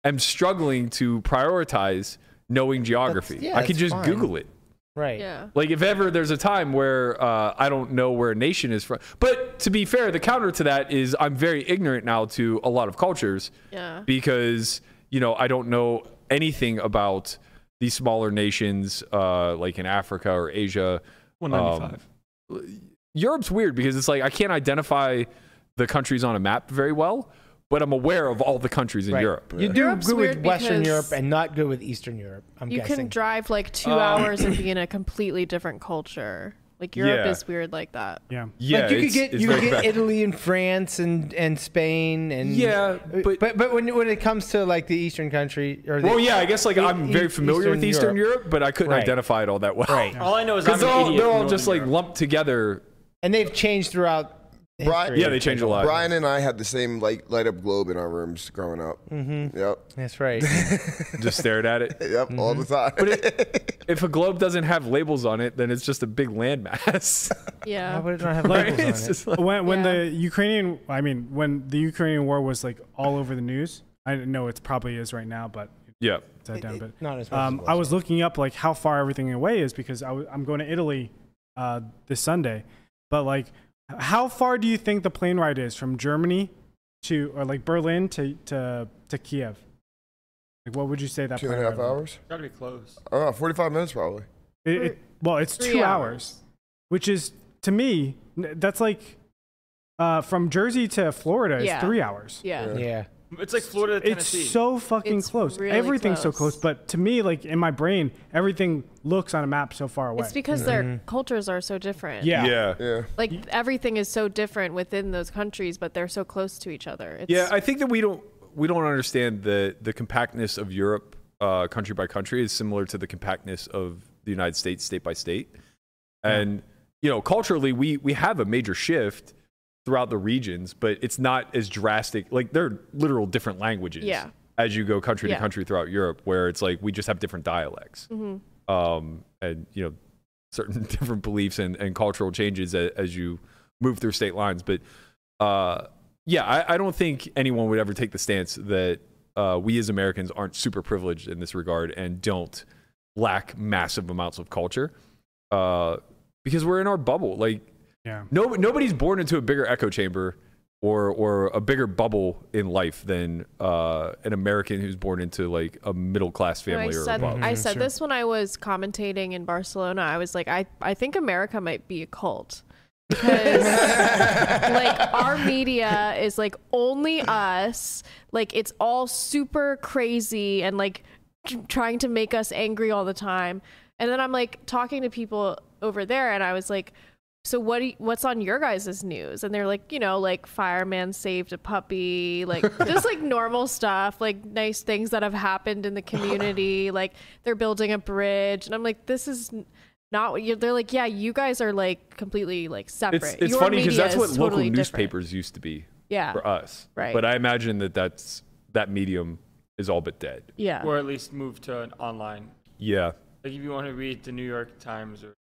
Speaker 2: am struggling to prioritize knowing geography
Speaker 4: yeah,
Speaker 2: i could
Speaker 4: that's
Speaker 2: just
Speaker 4: fine.
Speaker 2: google it
Speaker 4: Right.
Speaker 6: Yeah.
Speaker 2: like if ever there's a time where uh, I don't know where a nation is from, but to be fair, the counter to that is I'm very ignorant now to a lot of cultures.
Speaker 6: Yeah.
Speaker 2: Because you know I don't know anything about these smaller nations, uh, like in Africa or Asia. Um,
Speaker 3: 195.
Speaker 2: Europe's weird because it's like I can't identify the countries on a map very well, but I'm aware of all the countries in
Speaker 4: Right.
Speaker 2: Europe.
Speaker 4: You do
Speaker 6: Europe's
Speaker 4: good with
Speaker 6: weird
Speaker 4: Western
Speaker 6: because
Speaker 4: Europe and not good with Eastern Europe. I'm
Speaker 6: you
Speaker 4: guessing.
Speaker 6: can drive like two
Speaker 2: Um,
Speaker 6: hours and be in a completely different culture. Like Europe
Speaker 2: Yeah.
Speaker 6: is weird like that.
Speaker 7: Yeah.
Speaker 2: Yeah,
Speaker 4: like you could
Speaker 2: it's-
Speaker 4: get
Speaker 2: it's
Speaker 4: you could
Speaker 2: very
Speaker 4: get
Speaker 2: special.
Speaker 4: Italy and France and and Spain and
Speaker 2: Yeah,
Speaker 4: but but, when when it comes to like the Eastern country or the,
Speaker 2: Well, yeah, I guess like
Speaker 4: E-
Speaker 2: I'm
Speaker 4: E-
Speaker 2: very familiar with Eastern Europe, but I couldn't
Speaker 4: Right.
Speaker 2: identify it all that well.
Speaker 4: Right.
Speaker 3: All I know is I'm
Speaker 2: because they're
Speaker 3: an
Speaker 2: all,
Speaker 3: idiot
Speaker 2: they're
Speaker 3: in
Speaker 2: all
Speaker 3: Northern
Speaker 2: just like lumped together.
Speaker 4: and they've changed throughout.
Speaker 5: Brian,
Speaker 4: history.
Speaker 2: Yeah, they change a lot.
Speaker 5: Brian and I had the same light, light up globe in our rooms growing up. Mm-hmm. Yep.
Speaker 4: That's right.
Speaker 2: Just stared at it. Mm-hmm.
Speaker 5: Yep. All the time.
Speaker 2: But it, if a globe doesn't have labels on it, then it's just a big landmass.
Speaker 6: Yeah.
Speaker 4: Why would it not have
Speaker 2: Like,
Speaker 4: labels on
Speaker 2: it's
Speaker 4: it?
Speaker 2: just like-
Speaker 7: when when the Ukrainian, I mean, when the Ukrainian war was like all over the news, I know it probably is right now, but
Speaker 2: yeah.
Speaker 7: it's that down. But
Speaker 4: Not as much. as
Speaker 7: um,
Speaker 4: it
Speaker 7: I was looking up like how far everything away is because I w- I'm going to Italy uh, this Sunday, but like, h- how far do you think the plane ride is from Germany to or like Berlin to to to Kiev? Like, what would you say that
Speaker 5: Two
Speaker 7: plane
Speaker 5: and a half
Speaker 7: ride was?
Speaker 5: hours?
Speaker 3: Gotta be close.
Speaker 5: I don't know. 45 Uh, minutes probably.
Speaker 7: It, it, well, it's
Speaker 6: Three
Speaker 7: two
Speaker 6: hours.
Speaker 7: hours, which is to me n- that's like uh, from Jersey to Florida is
Speaker 6: Yeah.
Speaker 7: three hours.
Speaker 6: Yeah.
Speaker 4: Yeah.
Speaker 3: It's like Florida to
Speaker 7: It's
Speaker 3: Tennessee.
Speaker 7: so fucking close.
Speaker 3: really
Speaker 7: Everything's so
Speaker 3: close.
Speaker 7: close, but to me, like in my brain, everything looks on a map so far away.
Speaker 6: It's because
Speaker 2: Mm-hmm.
Speaker 6: their
Speaker 3: Mm-hmm.
Speaker 6: cultures are so different.
Speaker 7: Yeah. Yeah. Yeah.
Speaker 6: Like everything is so different within those countries, but they're so close to each other. It's,
Speaker 2: yeah, I think that we don't we don't understand the the compactness of Europe, uh, country by country, is similar to the compactness of the United States, state by state. And you know, culturally, we we have a major shift throughout the regions, but it's not as drastic. Like they're literal different languages
Speaker 6: Yeah.
Speaker 2: as you go country
Speaker 6: Yeah.
Speaker 2: to country throughout Europe, where it's like we just have different dialects
Speaker 6: Mhm.
Speaker 2: um, and you know certain different beliefs and, and cultural changes as, as you move through state lines but uh, yeah I, I don't think anyone would ever take the stance that uh, we as americans aren't super privileged in this regard and don't lack massive amounts of culture uh, because we're in our bubble like
Speaker 7: Yeah.
Speaker 2: no, nobody's born into a bigger echo chamber or, or a bigger bubble in life than uh, an American who's born into like a middle class
Speaker 6: No,
Speaker 2: family
Speaker 6: I
Speaker 2: or
Speaker 6: said,
Speaker 2: above.
Speaker 6: I said this when I was commentating in Barcelona. I was like, I, I think America might be a cult. Because like our media is like only us. Like it's all super crazy and like tr- trying to make us angry all the time. And then I'm like talking to people over there, and I was like, so what? Do you, what's on your guys' news? And they're like, you know, like fireman saved a puppy, like just like normal stuff, like nice things that have happened in the community, like they're building a bridge, and I'm like, this is n- not what you. They're like, yeah, you guys are like completely like separate.
Speaker 2: It's, it's
Speaker 6: Your
Speaker 2: funny because
Speaker 6: media
Speaker 2: that's what
Speaker 6: is
Speaker 2: local
Speaker 6: totally different.
Speaker 2: newspapers used to be
Speaker 6: Yeah.
Speaker 2: for us.
Speaker 6: Right.
Speaker 2: But I imagine that that's, that medium is all but dead.
Speaker 6: Yeah.
Speaker 3: Or at least move to an online.
Speaker 2: Yeah.
Speaker 3: Like if you want to read the New York Times or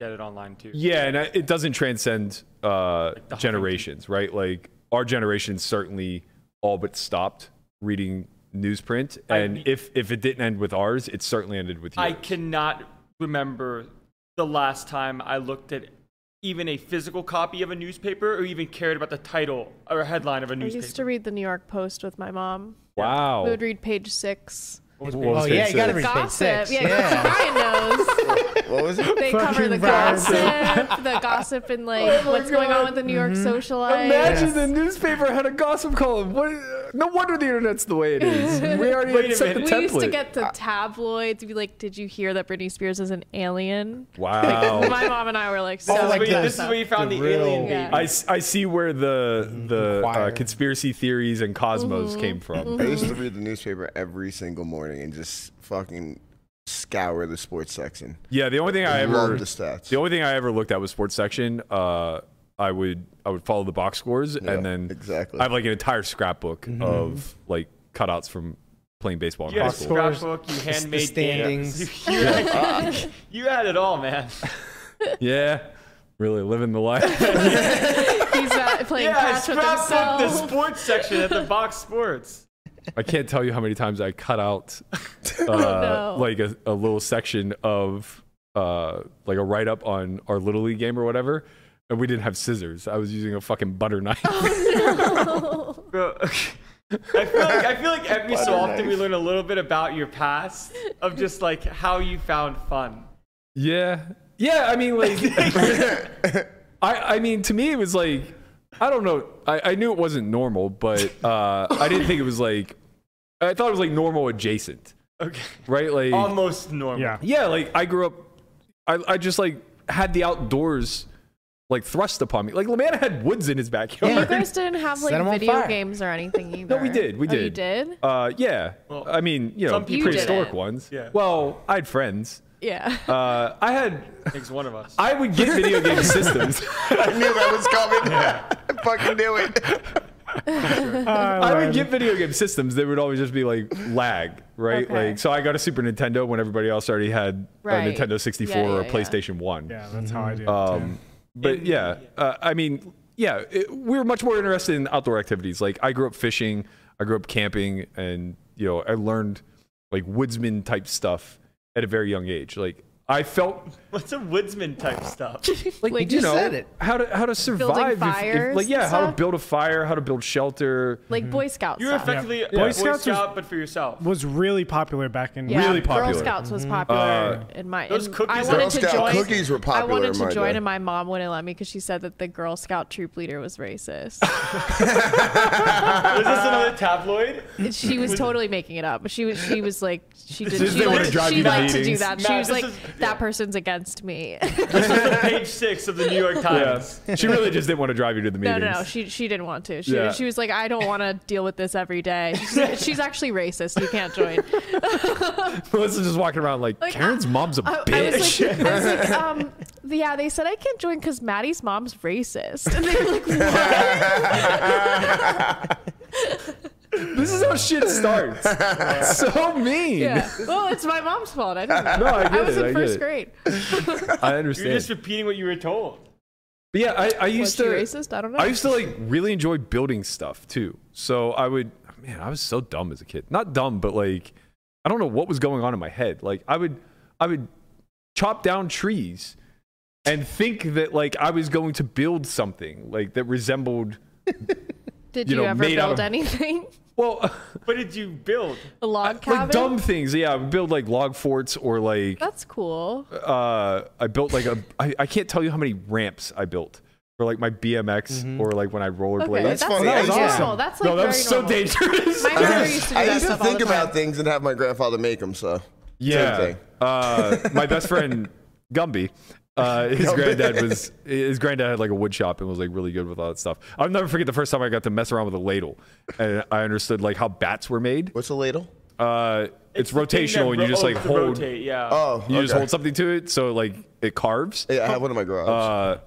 Speaker 3: get it online too.
Speaker 2: Yeah, and I- it doesn't transcend uh, generations, right? Like our generation certainly all but stopped reading newsprint,
Speaker 3: I-
Speaker 2: and if if it didn't end with ours, it certainly ended with
Speaker 3: I
Speaker 2: yours.
Speaker 3: cannot remember the last time I looked at even a physical copy of a newspaper or even cared about the title or headline of a
Speaker 6: I
Speaker 3: newspaper.
Speaker 6: used to read the New York Post with my mom.
Speaker 2: Wow.
Speaker 6: We would read page six.
Speaker 2: Oh. What was
Speaker 4: Oh, page yeah, you six? gotta read page six.
Speaker 6: Yeah,
Speaker 4: Yeah.
Speaker 6: Brian knows.
Speaker 5: What was it?
Speaker 6: They cover the gossip, the gossip, and like
Speaker 2: Oh my
Speaker 6: what's going on
Speaker 2: God.
Speaker 6: with the New York socialite.
Speaker 2: Mm-hmm. Imagine the newspaper had a gossip column. What, no wonder the internet's the way it is. We already
Speaker 3: Wait a
Speaker 2: set the
Speaker 3: minute.
Speaker 2: template. Uh,
Speaker 6: We used to get the tabloids. We'd be like, "Did you hear that Britney Spears is an alien?"
Speaker 2: Wow.
Speaker 6: Like, my mom and I were like,
Speaker 2: Oh
Speaker 5: Oh
Speaker 6: "So
Speaker 3: like
Speaker 6: upset.
Speaker 3: this is where you found the, alien baby.
Speaker 6: Yeah.
Speaker 2: I, s- I see where the the uh, conspiracy theories and cosmos
Speaker 6: Mm-hmm.
Speaker 2: came from.
Speaker 5: I used to read the newspaper every single morning and just fucking scour the sports section.
Speaker 2: Yeah, the only thing I
Speaker 5: I
Speaker 2: ever
Speaker 5: love the stats.
Speaker 2: the only thing I ever looked at was sports section. Uh, I would I would follow the box scores
Speaker 5: Yeah,
Speaker 2: and then
Speaker 5: exactly. Mm-hmm.
Speaker 2: I have like an entire scrapbook of like cutouts from playing baseball in
Speaker 3: You
Speaker 2: high
Speaker 3: had a
Speaker 2: school.
Speaker 3: scrapbook, you handmade
Speaker 4: standings.
Speaker 3: games. You, had, you had it all, man.
Speaker 2: Yeah, really living the life.
Speaker 6: He's uh, playing
Speaker 3: yeah, I
Speaker 6: catch with
Speaker 3: scrapbooked the
Speaker 6: himself.
Speaker 3: sports section at the Box Sports.
Speaker 2: I can't tell you how many times I cut out uh,
Speaker 6: no.
Speaker 2: like a, a little section of uh, like a write up on our little league game or whatever. And we didn't have scissors. I was using a fucking butter knife.
Speaker 3: Bro, I feel like I feel like every so often we learn a little bit about your past of just like how you found fun.
Speaker 2: Yeah. Yeah, I mean like I I mean to me it was like I don't know. I, I knew it wasn't normal, but uh I didn't think it was like I thought it was like normal adjacent.
Speaker 3: Okay.
Speaker 2: Right? Like
Speaker 3: Almost normal.
Speaker 7: Yeah.
Speaker 2: Yeah, like I grew up I I just like had the outdoors like thrust upon me. Like Lamanna had woods in his backyard.
Speaker 6: You guys didn't have like
Speaker 4: Set 'em on
Speaker 6: video
Speaker 4: fire.
Speaker 6: games or anything either.
Speaker 2: No, we did. We
Speaker 6: Oh,
Speaker 2: did.
Speaker 6: you did?
Speaker 2: Uh, yeah.
Speaker 3: Well,
Speaker 2: I mean, you know,
Speaker 3: some people
Speaker 2: prehistoric
Speaker 6: didn't.
Speaker 2: ones.
Speaker 3: Yeah.
Speaker 2: Well, I had friends.
Speaker 6: Yeah.
Speaker 2: Uh, I had.
Speaker 3: Makes one of us.
Speaker 2: I would get video game systems.
Speaker 5: I knew that was coming. I fucking knew it.
Speaker 2: I would get video game systems. They would always just be like lag, right?
Speaker 6: Okay.
Speaker 2: Like, so I got a Super Nintendo when everybody else already had a
Speaker 6: Right.
Speaker 2: Nintendo 64
Speaker 6: Yeah,
Speaker 2: or a
Speaker 6: yeah, yeah.
Speaker 2: PlayStation One.
Speaker 7: Yeah, that's how I do. it, too.
Speaker 2: Um, but yeah, uh, I mean, yeah, it, we were much more interested in outdoor activities. Like, I grew up fishing, I grew up camping, and you know, I learned like woodsman type stuff at a very young age. Like, I felt
Speaker 3: What's a woodsman type stuff?
Speaker 2: like, you know how to how to survive, if- if-
Speaker 6: fires
Speaker 2: like yeah,
Speaker 6: and
Speaker 2: how to
Speaker 6: stuff?
Speaker 2: build a fire, how to build shelter.
Speaker 6: Like Boy Scouts.
Speaker 3: You're effectively a
Speaker 7: Boy
Speaker 3: Boy
Speaker 7: Scouts was-
Speaker 3: Scout, but for yourself.
Speaker 7: was really popular back in
Speaker 6: Yeah,
Speaker 2: really
Speaker 6: Girl
Speaker 2: popular.
Speaker 6: Scouts was
Speaker 5: Mm-hmm.
Speaker 2: Mhm.
Speaker 6: popular
Speaker 2: Uh,
Speaker 6: in my.
Speaker 3: Those
Speaker 6: and
Speaker 3: cookies
Speaker 6: I
Speaker 3: were-
Speaker 6: wanted
Speaker 5: Girl
Speaker 6: to
Speaker 5: Scout
Speaker 6: join.
Speaker 5: cookies were
Speaker 6: I
Speaker 5: popular
Speaker 6: wanted
Speaker 5: in
Speaker 6: to
Speaker 5: my
Speaker 6: join,
Speaker 5: day.
Speaker 6: and my mom wouldn't let me because she said that the Girl Scout troop leader was racist.
Speaker 3: Was this another tabloid?
Speaker 6: And she was totally making it up, but she was she was like she did.
Speaker 2: is
Speaker 6: She
Speaker 2: they
Speaker 6: liked,
Speaker 2: wanna drive
Speaker 6: she
Speaker 2: you to
Speaker 6: liked to do
Speaker 2: meetings.
Speaker 6: that. she
Speaker 3: Matt,
Speaker 6: was
Speaker 3: this
Speaker 6: like,
Speaker 3: is-
Speaker 6: that person's against me.
Speaker 3: Page six of the New York
Speaker 2: Yeah.
Speaker 3: Times.
Speaker 2: she really just didn't want to drive you to the
Speaker 6: no,
Speaker 2: meetings.
Speaker 6: no, no. She she didn't want to. She
Speaker 2: Yeah.
Speaker 6: she was like, I don't want to deal with this every day. She's, like, "She's actually racist. You can't join.
Speaker 2: Melissa's just walking around like,
Speaker 6: Like,
Speaker 2: Karen's mom's a
Speaker 6: I, I was
Speaker 2: bitch.
Speaker 6: like, I was like um, yeah, they said I can't join because Maddie's mom's racist. And they were like, what?
Speaker 2: this is how shit starts. so mean.
Speaker 6: Yeah. Well, it's my mom's fault. I didn't.
Speaker 2: No, I get
Speaker 6: I was
Speaker 2: it.
Speaker 6: in
Speaker 2: I get
Speaker 6: first
Speaker 2: it.
Speaker 6: grade.
Speaker 2: I
Speaker 3: You're
Speaker 2: understand.
Speaker 3: just repeating what you were told.
Speaker 2: But yeah, I, I
Speaker 6: Was
Speaker 2: used
Speaker 6: she
Speaker 2: to.
Speaker 6: racist? I don't know.
Speaker 2: I used to like really enjoy building stuff too. So I would, man, I was so dumb as a kid. Not dumb, but like, I don't know what was going on in my head. Like, I would, I would chop down trees and think that like I was going to build something like that resembled.
Speaker 6: Did
Speaker 2: you
Speaker 6: you,
Speaker 2: know,
Speaker 6: ever
Speaker 2: made out
Speaker 6: build
Speaker 2: of-
Speaker 6: anything?
Speaker 2: Well,
Speaker 3: What did you build?
Speaker 6: A log cabin?
Speaker 2: like dumb things. Yeah, I would build like log forts or like
Speaker 6: That's cool.
Speaker 2: uh, I built like a. I, I can't tell you how many ramps I built for like my BMX or like when I rollerblade.
Speaker 6: Okay, that's,
Speaker 5: That's funny.
Speaker 6: That's
Speaker 5: That was
Speaker 6: normal.
Speaker 5: awesome.
Speaker 6: That's like
Speaker 2: no, that was
Speaker 6: very
Speaker 2: so
Speaker 6: normal.
Speaker 2: dangerous.
Speaker 6: My mother used to do
Speaker 5: I
Speaker 6: that
Speaker 5: used to
Speaker 6: stuff all
Speaker 5: think
Speaker 6: the time.
Speaker 5: about things and have my grandfather make them. So
Speaker 2: Yeah.
Speaker 5: thing.
Speaker 2: Uh, my best friend Gumby, uh, his granddad was his granddad had like a wood shop and was like really good with all that stuff. I'll never forget the first time I got to mess around with a ladle, and I understood like how bats were made.
Speaker 5: what's a ladle?
Speaker 2: Uh, it's,
Speaker 3: the thing that
Speaker 2: rotational, and
Speaker 3: ro-
Speaker 2: you just
Speaker 3: oh,
Speaker 2: like
Speaker 3: to
Speaker 2: hold.
Speaker 3: Rotate, yeah.
Speaker 5: Oh,
Speaker 2: You just
Speaker 5: okay.
Speaker 2: hold something to it, so like it carves.
Speaker 5: Yeah, I have one in my garage.
Speaker 2: Uh,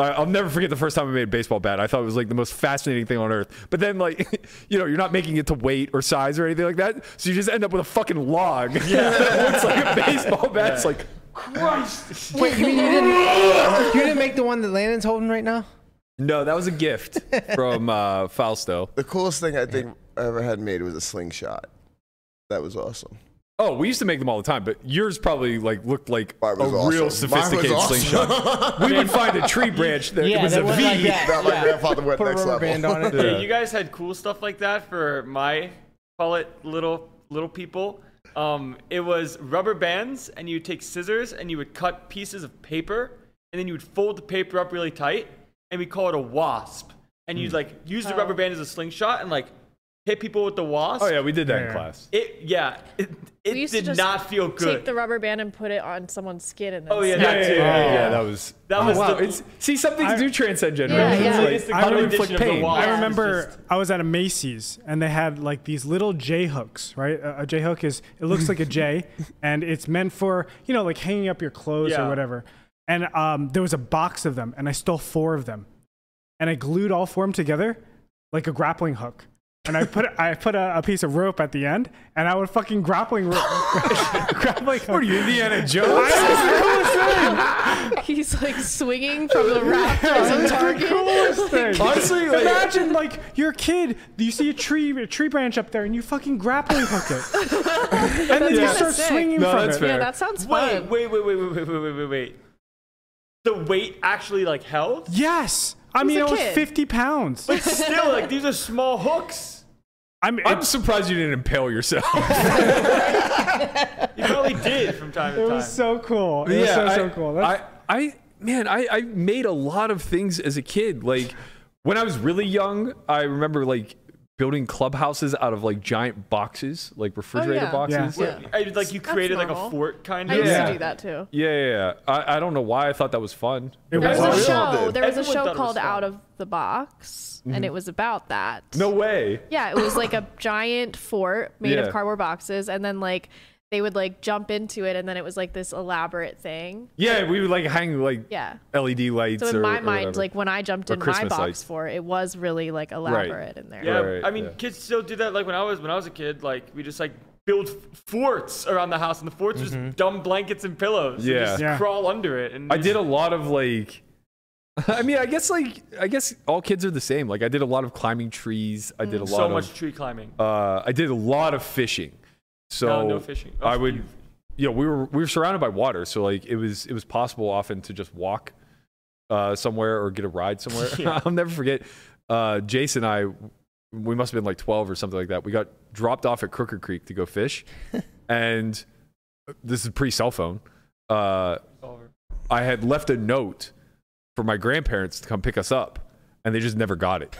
Speaker 2: I- I'll never forget the first time I made a baseball bat. I thought it was like the most fascinating thing on earth. But then, like, you know, you're not making it to weight or size or anything like that. So you just end up with a fucking log that looks like a baseball bat. It's like,
Speaker 4: Wait, you mean you didn't, you didn't make the one that Landon's holding right now?
Speaker 2: no, that was a gift from uh, Fausto.
Speaker 5: the coolest thing I think I ever had made was a slingshot. That was awesome.
Speaker 2: Oh, we used to make them all the time, but yours probably like looked like a
Speaker 5: Mine was awesome. Mine
Speaker 2: real
Speaker 5: was
Speaker 2: sophisticated
Speaker 5: awesome.
Speaker 2: slingshot. we would find a tree branch that was a V.
Speaker 5: That my grandfather went
Speaker 4: Put a
Speaker 5: next
Speaker 4: rubber
Speaker 5: level.
Speaker 4: band on it.
Speaker 3: Yeah, you guys had cool stuff like that for my call it little little people. Um, it was rubber bands, and you would take scissors and you would cut pieces of paper, and then you would fold the paper up really tight, and we call it a wasp. And
Speaker 2: Hmm.
Speaker 3: you'd like use
Speaker 4: Oh.
Speaker 3: the rubber band as a slingshot and like hit people with the wasp.
Speaker 2: Oh yeah, we did that in class.
Speaker 3: It yeah, it,
Speaker 6: We
Speaker 3: it
Speaker 6: used to
Speaker 3: did
Speaker 6: just
Speaker 3: not feel good.
Speaker 6: Take the rubber band and put it on someone's skin and then.
Speaker 3: oh yeah,
Speaker 6: snap.
Speaker 3: that too.
Speaker 2: Yeah, yeah, that was
Speaker 3: That was
Speaker 2: wow.
Speaker 3: the-
Speaker 2: it's, see, some things
Speaker 7: I-
Speaker 2: do transcend
Speaker 6: Yeah,
Speaker 2: generations.
Speaker 6: yeah.
Speaker 2: Like,
Speaker 3: It's the
Speaker 2: how do we
Speaker 3: contradiction
Speaker 2: inflict
Speaker 3: of the
Speaker 2: pain?
Speaker 3: wasp.
Speaker 7: I
Speaker 3: Yeah.
Speaker 7: remember
Speaker 3: It's just-
Speaker 7: I was at a Macy's and they had like these little J hooks, right? A, a J hook is it looks like a J, and it's meant for you know like hanging up your clothes
Speaker 3: Yeah.
Speaker 7: or whatever. And um, there was a box of them, and I stole four of them, and I glued all four of them together like a grappling hook. And I put I put a, a piece of rope at the end, and I would fucking grappling rope. grappling hook.
Speaker 2: What are you, Indiana Jones?
Speaker 6: He's like swinging from the rafters and target.
Speaker 2: Honestly, like,
Speaker 7: Imagine like you're a kid, you see a tree, a tree branch up there, and you fucking grappling hook it, and then you
Speaker 6: kinda
Speaker 7: start
Speaker 6: sick.
Speaker 7: swinging
Speaker 2: No,
Speaker 7: from
Speaker 2: that's
Speaker 7: it.
Speaker 2: fair.
Speaker 6: Yeah, that sounds
Speaker 3: Wait,
Speaker 6: fun.
Speaker 3: wait, wait, wait, wait, wait, wait, wait, wait. The weight actually like held.
Speaker 7: Yes, I mean
Speaker 6: a
Speaker 7: I was
Speaker 6: kid.
Speaker 7: 50 pounds.
Speaker 3: Still, like these are small hooks.
Speaker 7: I'm,
Speaker 2: I'm
Speaker 7: it,
Speaker 2: surprised you didn't impale yourself.
Speaker 3: You probably did from time to
Speaker 7: it
Speaker 3: time.
Speaker 7: was so cool. It was so
Speaker 2: I,
Speaker 7: so cool. That's,
Speaker 2: I, I, man, I, I made a lot of things as a kid. Like when I was really young, I remember like building clubhouses out of like giant boxes, like refrigerator
Speaker 6: Oh, yeah.
Speaker 2: boxes.
Speaker 6: Yeah.
Speaker 3: I, like you
Speaker 6: That's
Speaker 3: created like a
Speaker 6: normal.
Speaker 3: fort kind
Speaker 6: I
Speaker 3: of.
Speaker 6: used
Speaker 2: Yeah.
Speaker 6: to do that too.
Speaker 2: Yeah, yeah, yeah. I, I don't know why I thought that was fun.
Speaker 7: it
Speaker 6: There was
Speaker 7: was
Speaker 5: Wow.
Speaker 6: a
Speaker 5: Really?
Speaker 6: show. There was a
Speaker 3: Everyone thought
Speaker 6: show
Speaker 3: it was
Speaker 6: called
Speaker 3: fun.
Speaker 6: Out of the Box,
Speaker 2: Mm-hmm.
Speaker 6: and it was about that.
Speaker 2: No way.
Speaker 6: Yeah, it was like a giant fort made
Speaker 2: Yeah.
Speaker 6: of cardboard boxes, and then like they would like jump into it, and then it was like this elaborate thing.
Speaker 2: Yeah, we would like hang like
Speaker 6: Yeah.
Speaker 2: LED lights.
Speaker 6: So in
Speaker 2: or,
Speaker 6: my
Speaker 2: or
Speaker 6: mind,
Speaker 2: whatever.
Speaker 6: like when I jumped
Speaker 2: Or
Speaker 6: in my
Speaker 2: Christmas
Speaker 6: box
Speaker 2: lights.
Speaker 6: for it, it was really like elaborate in there.
Speaker 3: Yeah,
Speaker 2: Right,
Speaker 3: I mean,
Speaker 2: yeah.
Speaker 3: kids still do that. Like when I was when I was a kid, like we just like build f- forts around the house, and the forts were just dumb blankets and pillows. You
Speaker 2: Mm-hmm. Yeah.
Speaker 3: just
Speaker 7: Yeah.
Speaker 3: crawl under it. And
Speaker 2: I did a lot of like. I mean, I guess like I guess all kids are the same. Like I did a lot of climbing trees. I did a lot
Speaker 3: Mm. so
Speaker 2: of
Speaker 3: much tree climbing.
Speaker 2: uh, I did a lot of fishing. So
Speaker 3: no, no fishing. Oh,
Speaker 2: I would
Speaker 3: you-
Speaker 2: you know, we were we were surrounded by water, so like it was it was possible often to just walk uh, somewhere or get a ride somewhere.
Speaker 3: Yeah.
Speaker 2: I'll never forget. Uh, Jason and I, we must have been like twelve or something like that. We got dropped off at Crooker Creek to go fish, and uh, this is pre cell phone. Uh, I had left a note for my grandparents to come pick us up, and they just never got it.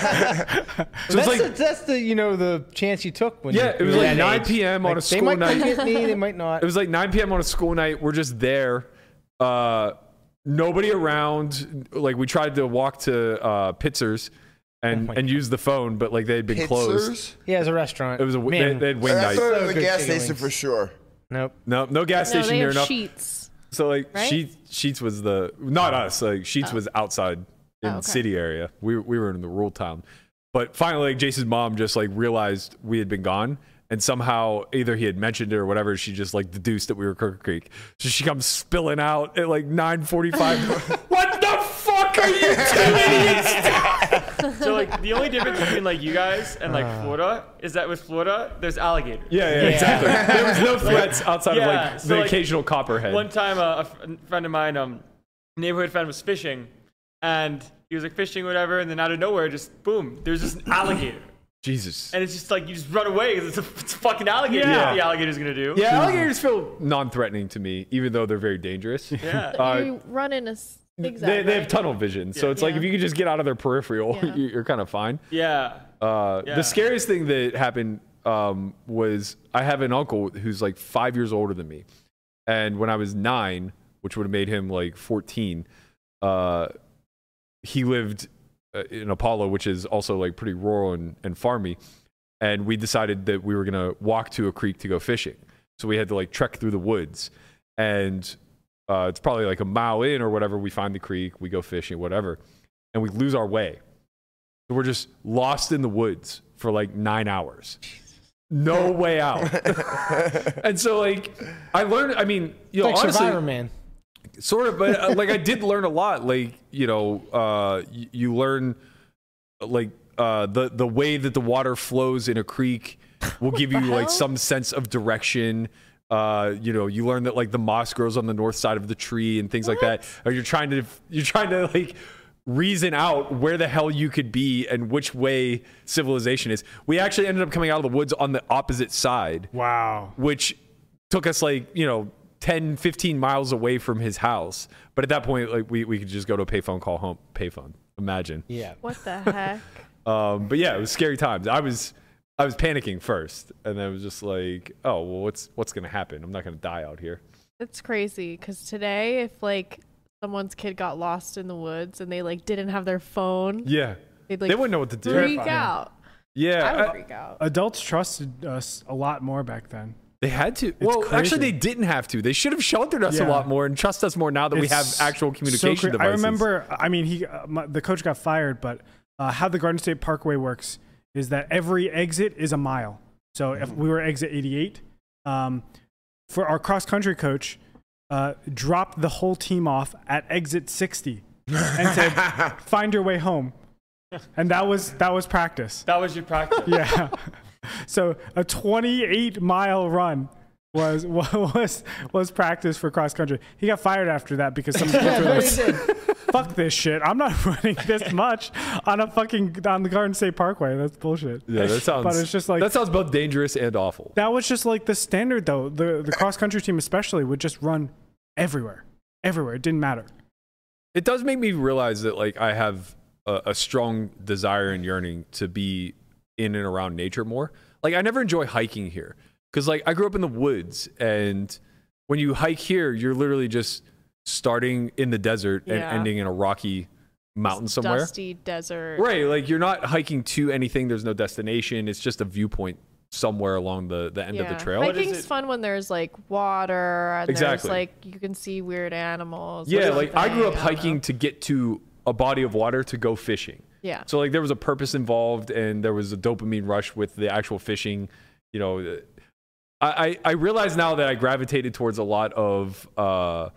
Speaker 4: that's, the, that's the you know the chance you took when
Speaker 2: Yeah,
Speaker 4: you-
Speaker 2: it was
Speaker 4: you were
Speaker 2: like
Speaker 4: that
Speaker 2: 9
Speaker 4: age.
Speaker 2: p.m. on
Speaker 4: Like,
Speaker 2: a school
Speaker 4: they might
Speaker 2: night.
Speaker 4: Come get me, they might not.
Speaker 2: It was like 9 p.m. on a school night. We're just there. Uh, nobody around. Like we tried to walk to uh, Pizzer's
Speaker 4: Oh
Speaker 2: and, and use the phone, but like they had been closed.
Speaker 4: Yeah, it's a restaurant.
Speaker 2: It was a w-
Speaker 4: Man.
Speaker 2: they, they had wing night.
Speaker 5: That's not
Speaker 4: So
Speaker 5: the
Speaker 4: good
Speaker 5: gas
Speaker 4: chicken
Speaker 5: station
Speaker 4: wings.
Speaker 5: for sure.
Speaker 4: Nope.
Speaker 2: No, no gas
Speaker 6: no,
Speaker 2: station
Speaker 6: they
Speaker 2: near
Speaker 6: have
Speaker 2: enough.
Speaker 6: sheets.
Speaker 2: So like
Speaker 6: right?
Speaker 2: Sheets, Sheets was the not us. Like Sheets was outside in
Speaker 6: Oh, okay.
Speaker 2: city area. We we were in the rural town. But finally, like Jason's mom just like realized we had been gone, and somehow either he had mentioned it or whatever, she just like deduced that we were Crooked Creek. So she comes spilling out at like nine forty-five. what the fuck are you doing?
Speaker 3: So like the only difference between like you guys and like Florida is that with Florida there's alligators.
Speaker 2: Uh. Yeah, yeah, exactly. There was no threats outside
Speaker 3: Yeah,
Speaker 2: of like
Speaker 3: so,
Speaker 2: the
Speaker 3: like,
Speaker 2: occasional copperhead.
Speaker 3: One time, uh, a f- friend of mine, um, neighborhood friend, was fishing, and he was like fishing, whatever, and then out of nowhere, just boom, there's just an alligator,
Speaker 2: Jesus.
Speaker 3: and it's just like you just run away because it's, a- it's a fucking alligator. Yeah.
Speaker 2: Yeah.
Speaker 3: What the alligator's gonna do?
Speaker 2: Yeah, alligators feel non-threatening to me, even though they're very dangerous.
Speaker 3: Yeah.
Speaker 2: Uh,
Speaker 6: you run in a s- zigzag.
Speaker 2: they, they have
Speaker 6: right?
Speaker 2: tunnel vision so it's like
Speaker 6: Yeah.
Speaker 2: if you can just get out of their peripheral
Speaker 6: Yeah.
Speaker 2: you- you're kind of fine
Speaker 3: Yeah.
Speaker 2: uh,
Speaker 3: Yeah.
Speaker 2: the scariest thing that happened um, was i have an uncle who's like five years older than me and when i was nine which would have made him like 14 uh, he lived uh, in apollo which is also like pretty rural and, and farmy and we decided that we were going to walk to a creek to go fishing so we had to like trek through the woods and uh, it's probably like a mile in or whatever. We find the creek, we go fishing, whatever, and we lose our way. So we're just lost in the woods for like nine hours. No way out. and so, like, I learned, I mean, you know,
Speaker 4: like
Speaker 2: honestly,
Speaker 4: Survivor Man.
Speaker 2: sort of but uh, like i did learn a lot like you know uh you, you learn like uh the the way that the water flows in a creek will give you
Speaker 6: the
Speaker 2: like
Speaker 6: hell?
Speaker 2: some sense of direction uh you know you learn that like the moss grows on the north side of the tree and things like that or you're trying to you're trying to like reason out where the hell you could be and which way civilization is we actually ended up coming out of the woods on the opposite side
Speaker 7: Wow.
Speaker 2: which took us like you know 10 15 miles away from his house but at that point like we, we could just go to a payphone call home payphone imagine
Speaker 4: Yeah.
Speaker 6: What the heck?
Speaker 2: um, but yeah it was scary times i was i was panicking first and then i was just like oh well what's what's gonna happen i'm not gonna die out here
Speaker 6: That's crazy. Because today, if like someone's kid got lost in the woods and they like didn't have their phone,
Speaker 2: yeah
Speaker 6: they'd like
Speaker 2: they wouldn't know what to do
Speaker 6: freak out. I would
Speaker 2: yeah Uh, I-
Speaker 6: freak out.
Speaker 7: Adults trusted us a lot more back then.
Speaker 2: they had to well actually they
Speaker 7: crazy.
Speaker 2: didn't have to they should have sheltered us a
Speaker 7: Yeah.
Speaker 2: lot more and trust us more now that we have
Speaker 7: It's
Speaker 2: actual
Speaker 7: so
Speaker 2: communication
Speaker 7: cra-
Speaker 2: devices
Speaker 7: I remember. I mean, he uh, my, the coach got fired, but uh, how the Garden State Parkway works is that every exit is a mile. So if
Speaker 2: Mm-hmm.
Speaker 7: we were exit 88, um, for our cross country coach, uh, dropped the whole team off at exit 60 and said, "Find your way home," and that was that was practice.
Speaker 3: That was your practice.
Speaker 7: Yeah. so a 28 mile run was was was practice for cross country. He got fired after that because some kids were like, "Fuck this shit! I'm not running this much on a fucking on the Garden State Parkway. That's bullshit."
Speaker 2: yeah that sounds
Speaker 7: But it's just like
Speaker 2: that sounds both dangerous and awful
Speaker 7: that was just like the standard though. The the cross country team especially would just run everywhere, everywhere. It didn't matter.
Speaker 2: it does make me realize that like I have a, a strong desire and yearning to be in and around nature more. Like I never enjoy hiking here because like I grew up in the woods, and when you hike here, you're literally just starting in the desert and
Speaker 6: Yeah.
Speaker 2: ending in a rocky mountain somewhere.
Speaker 6: Dusty desert.
Speaker 2: Right, like you're not hiking to anything. There's no destination. It's just a viewpoint somewhere along the the end of the
Speaker 6: Yeah.
Speaker 2: trail.
Speaker 3: is
Speaker 6: Hiking's
Speaker 3: it-
Speaker 6: fun when there's like water and
Speaker 2: Exactly.
Speaker 6: there's like you can see weird animals. or
Speaker 2: yeah, like I grew
Speaker 6: something. don't
Speaker 2: up
Speaker 6: know.
Speaker 2: hiking to get to a body of water to go fishing.
Speaker 6: Yeah.
Speaker 2: So like there was a purpose involved, and there was a dopamine rush with the actual fishing. You know, uh, I I, I realize now that I gravitated towards a lot of uh,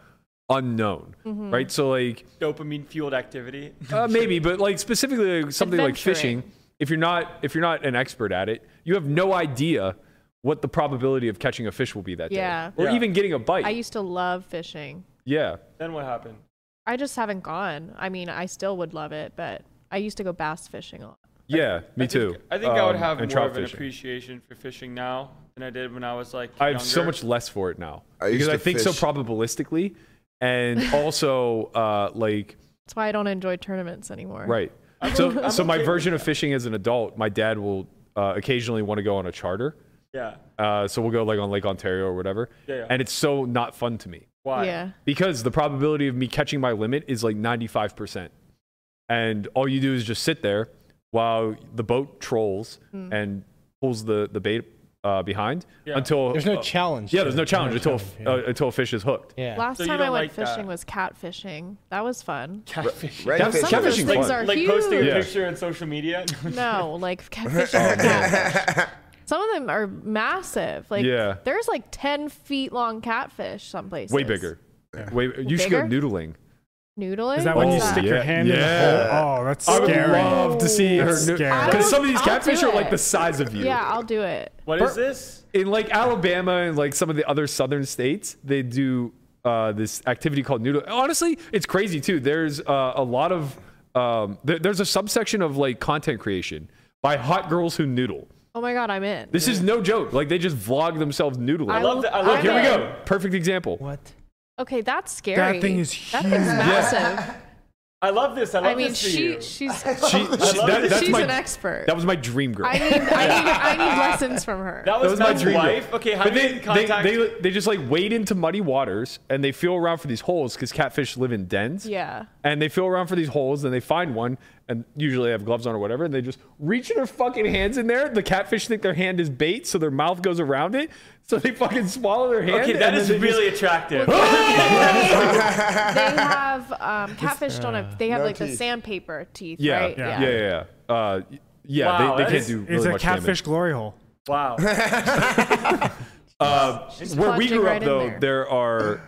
Speaker 2: unknown,
Speaker 6: Mm-hmm.
Speaker 2: right? So like
Speaker 3: Dopamine fueled activity.
Speaker 2: uh, maybe, but like specifically like, something like
Speaker 6: Adventuring.
Speaker 2: fishing. If you're not if you're not an expert at it, you have no idea what the probability of catching a fish will be that
Speaker 6: Yeah.
Speaker 2: day, or
Speaker 3: Yeah.
Speaker 2: even getting a bite.
Speaker 6: I used to love fishing.
Speaker 2: yeah,
Speaker 3: Then what happened?
Speaker 6: I just haven't gone. I mean, I still would love it, but I used to go bass fishing a lot.
Speaker 2: yeah, me too.
Speaker 3: I think I would
Speaker 2: Um,
Speaker 3: have
Speaker 2: and
Speaker 3: more
Speaker 2: trout
Speaker 3: of an
Speaker 2: fishing.
Speaker 3: appreciation for fishing now than I did when I was like.
Speaker 2: I have so
Speaker 3: younger.
Speaker 2: much less for it now
Speaker 5: I used
Speaker 2: because I
Speaker 5: to
Speaker 2: think so
Speaker 5: fish-
Speaker 2: probabilistically, and also uh, like
Speaker 6: That's why I don't enjoy tournaments anymore.
Speaker 2: right. So so my version of fishing as an adult, my dad will uh, occasionally want to go on a charter.
Speaker 3: Yeah.
Speaker 2: Uh, so we'll go like on Lake Ontario or whatever,
Speaker 3: Yeah, yeah.
Speaker 2: and it's so not fun to me.
Speaker 3: Why?
Speaker 6: Yeah.
Speaker 2: because the probability of me catching my limit is like 95% and all you do is just sit there while the boat trolls
Speaker 6: Hmm.
Speaker 2: and pulls the, the bait uh, behind
Speaker 3: Yeah.
Speaker 2: until
Speaker 4: There's no
Speaker 2: uh,
Speaker 4: challenge
Speaker 2: yeah
Speaker 4: to
Speaker 2: there's
Speaker 4: it.
Speaker 2: no challenge
Speaker 4: There's no
Speaker 2: until a f-
Speaker 4: challenge,
Speaker 2: uh, until a fish is hooked
Speaker 4: Yeah.
Speaker 6: Last
Speaker 3: So you
Speaker 6: time I
Speaker 3: don't
Speaker 6: went
Speaker 3: like uh, that.
Speaker 6: fishing was catfishing. That was fun.
Speaker 5: Right
Speaker 2: That's-
Speaker 5: fish.
Speaker 6: Some of those
Speaker 2: catfishing
Speaker 6: things
Speaker 2: fun.
Speaker 6: are
Speaker 3: Like
Speaker 6: huge.
Speaker 3: posting a
Speaker 2: Yeah.
Speaker 3: picture on social media.
Speaker 6: No, like catfishing. are catfish. Some of them are massive. Like
Speaker 2: Yeah.
Speaker 6: there's like ten feet long catfish some places.
Speaker 2: way bigger way you should go
Speaker 6: Bigger?
Speaker 2: noodling
Speaker 6: Noodling.
Speaker 7: Is that when you
Speaker 6: What's
Speaker 7: stick your
Speaker 2: Oh, yeah,
Speaker 7: hand in the
Speaker 2: yeah.
Speaker 7: hole? Oh, that's
Speaker 2: i would
Speaker 7: scary.
Speaker 2: love to see her
Speaker 7: That's scary.
Speaker 6: I would-
Speaker 2: because some of these
Speaker 6: I'll
Speaker 2: catfish
Speaker 6: do
Speaker 2: are like
Speaker 6: it.
Speaker 2: the size of you
Speaker 6: Yeah, I'll do it.
Speaker 3: What is this?
Speaker 2: in like Alabama and like some of the other southern states, they do uh, this activity called noodle. Honestly, it's crazy too. There's uh, a lot of um, there, there's a subsection of like content creation by hot girls who noodle.
Speaker 6: Oh my god, I'm in.
Speaker 2: This is no joke. Like they just vlog themselves noodling.
Speaker 6: I love
Speaker 3: that- I
Speaker 2: Look,
Speaker 3: love
Speaker 2: here we
Speaker 3: that.
Speaker 2: go. Perfect example.
Speaker 4: What?
Speaker 6: Okay, that's scary.
Speaker 7: That thing is
Speaker 6: That thing's massive.
Speaker 3: I love this. I love
Speaker 6: I mean,
Speaker 3: this for
Speaker 6: she
Speaker 3: you.
Speaker 6: she's
Speaker 2: She, she- that- that's
Speaker 6: she's
Speaker 2: my,
Speaker 6: an expert.
Speaker 2: That was my dream girl.
Speaker 6: I need I need I need lessons from her.
Speaker 3: that
Speaker 2: that
Speaker 3: was,
Speaker 2: was my
Speaker 3: Matt's
Speaker 2: dream. girl.
Speaker 3: wife. Okay, how
Speaker 2: But
Speaker 3: do
Speaker 2: they,
Speaker 3: you contact?
Speaker 2: They, they, they just like wade into muddy waters and they feel around for these holes because catfish live in dens.
Speaker 6: yeah.
Speaker 2: and they feel around for these holes and they find one and usually they have gloves on or whatever and they just reach their fucking hands in there the catfish think their hand is bait so their mouth goes around it so they fucking swallow their hand
Speaker 3: okay, that
Speaker 2: and
Speaker 3: is
Speaker 2: then they
Speaker 3: really attractive. Wait,
Speaker 6: They have um, catfish don't have they have
Speaker 5: no
Speaker 6: like the
Speaker 5: teeth.
Speaker 6: sandpaper teeth,
Speaker 2: just, uh, yeah,
Speaker 6: right?
Speaker 2: yeah yeah yeah yeah uh, yeah
Speaker 3: Wow,
Speaker 2: they,
Speaker 3: that
Speaker 2: they can't
Speaker 3: is-
Speaker 2: do really
Speaker 7: It's a
Speaker 2: much
Speaker 7: catfish
Speaker 2: damage.
Speaker 7: glory hole.
Speaker 3: Wow.
Speaker 6: Just
Speaker 2: Uh, where we
Speaker 6: plunging
Speaker 2: grew
Speaker 6: right
Speaker 2: up
Speaker 6: in
Speaker 2: though
Speaker 6: there.
Speaker 2: there. are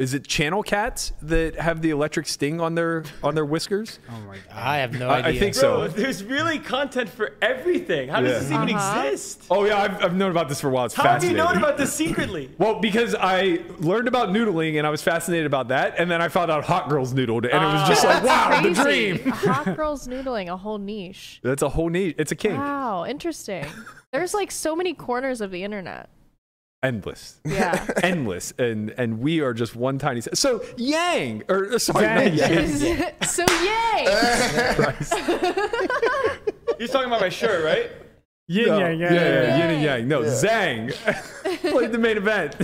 Speaker 2: is it channel cats that have the electric sting on their on their whiskers
Speaker 4: Oh I have no
Speaker 2: I- I
Speaker 4: idea.
Speaker 2: think so.
Speaker 3: Bro, there's really content for everything. How
Speaker 2: Yeah.
Speaker 3: does this even
Speaker 6: Uh-huh.
Speaker 3: exist?
Speaker 2: oh yeah I've, I've known about this for a while it's
Speaker 3: How have you
Speaker 2: fascinating
Speaker 3: known about this secretly?
Speaker 2: Well, because I learned about noodling and I was fascinated about that, and then I found out hot girls noodled, and it was just like, wow, the
Speaker 6: Ah, Crazy.
Speaker 2: dream.
Speaker 6: Hot girls noodling, a whole niche.
Speaker 2: That's a whole need. It's a kink.
Speaker 6: Wow, interesting. There's like so many corners of the internet.
Speaker 2: Endless,
Speaker 6: Yeah.
Speaker 2: endless, and and we are just one tiny. se- So Yang, or uh, sorry, not Yang.
Speaker 6: so yay!
Speaker 3: You're talking about my shirt, right?
Speaker 7: Yin
Speaker 2: No,
Speaker 7: yang,
Speaker 2: yeah,
Speaker 7: yang,
Speaker 2: yeah,
Speaker 7: yang.
Speaker 2: Yin and Yang. No, Zhang played the main event.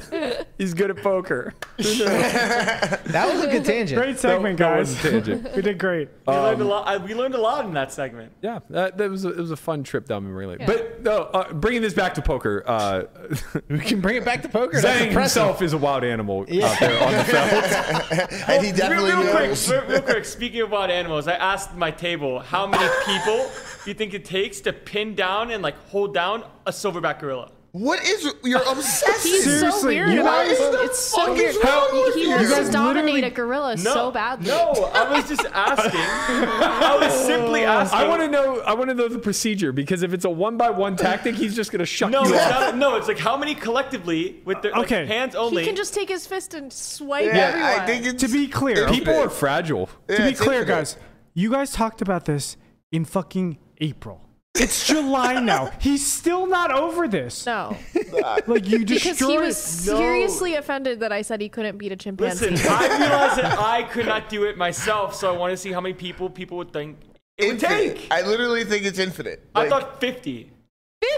Speaker 2: He's good at poker.
Speaker 4: that was a good tangent.
Speaker 7: Great segment,
Speaker 2: that
Speaker 7: guys.
Speaker 2: was a tangent. Um,
Speaker 7: we did great.
Speaker 3: We learned a lot. I, we learned a lot in that segment.
Speaker 2: Yeah, that, that was a, it was a fun trip down memory lane. But no, uh, bringing this back to poker, uh,
Speaker 4: We can bring it back to poker. That's
Speaker 2: Zhang
Speaker 4: impressive.
Speaker 2: himself is a wild animal out there on the field.
Speaker 6: Oh.
Speaker 5: And he definitely
Speaker 3: real, real
Speaker 5: knows.
Speaker 3: quick, real, real quick. Speaking about animals, I asked my table how many people do you think it takes to pin down and like hold down a silverback gorilla.
Speaker 5: What is you're obsessed?
Speaker 6: He's so
Speaker 7: Seriously,
Speaker 6: weird.
Speaker 7: you
Speaker 6: about
Speaker 5: guys-
Speaker 6: it.
Speaker 5: What the
Speaker 6: it's so
Speaker 5: fuck
Speaker 6: weird.
Speaker 5: is wrong
Speaker 6: He-
Speaker 5: with
Speaker 6: he
Speaker 5: you?
Speaker 6: wants
Speaker 5: You
Speaker 6: to
Speaker 5: guys
Speaker 6: dominate
Speaker 7: literally-
Speaker 6: a gorilla
Speaker 3: No,
Speaker 6: so badly.
Speaker 3: No, I was just asking. I was simply
Speaker 4: Oh.
Speaker 3: asking.
Speaker 2: I want to know. I want to know the procedure because if it's a one by one tactic, he's just gonna shut
Speaker 3: No, it's
Speaker 2: you up.
Speaker 3: not, no, it's like how many collectively with their like,
Speaker 7: Okay.
Speaker 3: hands
Speaker 6: He
Speaker 3: only.
Speaker 6: can just take his fist and swipe everyone.
Speaker 5: I think it's
Speaker 7: To be clear,
Speaker 2: People are fragile.
Speaker 7: to be
Speaker 5: it's
Speaker 7: clear,
Speaker 5: infinite.
Speaker 7: guys, you guys talked about this in fucking April. It's July now. He's still not over this.
Speaker 6: no,
Speaker 7: Like you
Speaker 6: because he
Speaker 7: destroyed.
Speaker 6: was seriously offended that I said he couldn't beat a chimpanzee.
Speaker 3: Listen, I realized that I could not do it myself, so I want to see how many people people would think it would
Speaker 5: infinite.
Speaker 3: take.
Speaker 5: I literally think it's infinite.
Speaker 3: I
Speaker 5: Like,
Speaker 3: thought 50.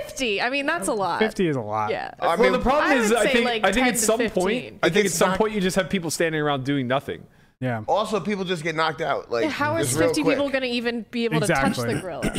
Speaker 6: 50. I mean, that's a lot.
Speaker 7: Fifty is a lot.
Speaker 6: Yeah.
Speaker 5: I
Speaker 2: Uh, well,
Speaker 5: mean,
Speaker 2: the problem
Speaker 6: I
Speaker 2: is,
Speaker 6: would
Speaker 2: I
Speaker 6: say,
Speaker 2: think,
Speaker 6: like,
Speaker 2: I think
Speaker 6: 10
Speaker 2: at
Speaker 6: to
Speaker 2: some
Speaker 6: 15.
Speaker 2: point,
Speaker 5: I
Speaker 2: I
Speaker 5: think
Speaker 2: think at
Speaker 5: it's
Speaker 2: some
Speaker 5: not-
Speaker 2: point you just have people standing around doing nothing.
Speaker 7: Yeah.
Speaker 5: also people just get knocked out. Like
Speaker 6: How is
Speaker 5: just real
Speaker 6: 50
Speaker 5: quick.
Speaker 6: people going to even be able to touch
Speaker 7: Exactly.
Speaker 6: the gorilla?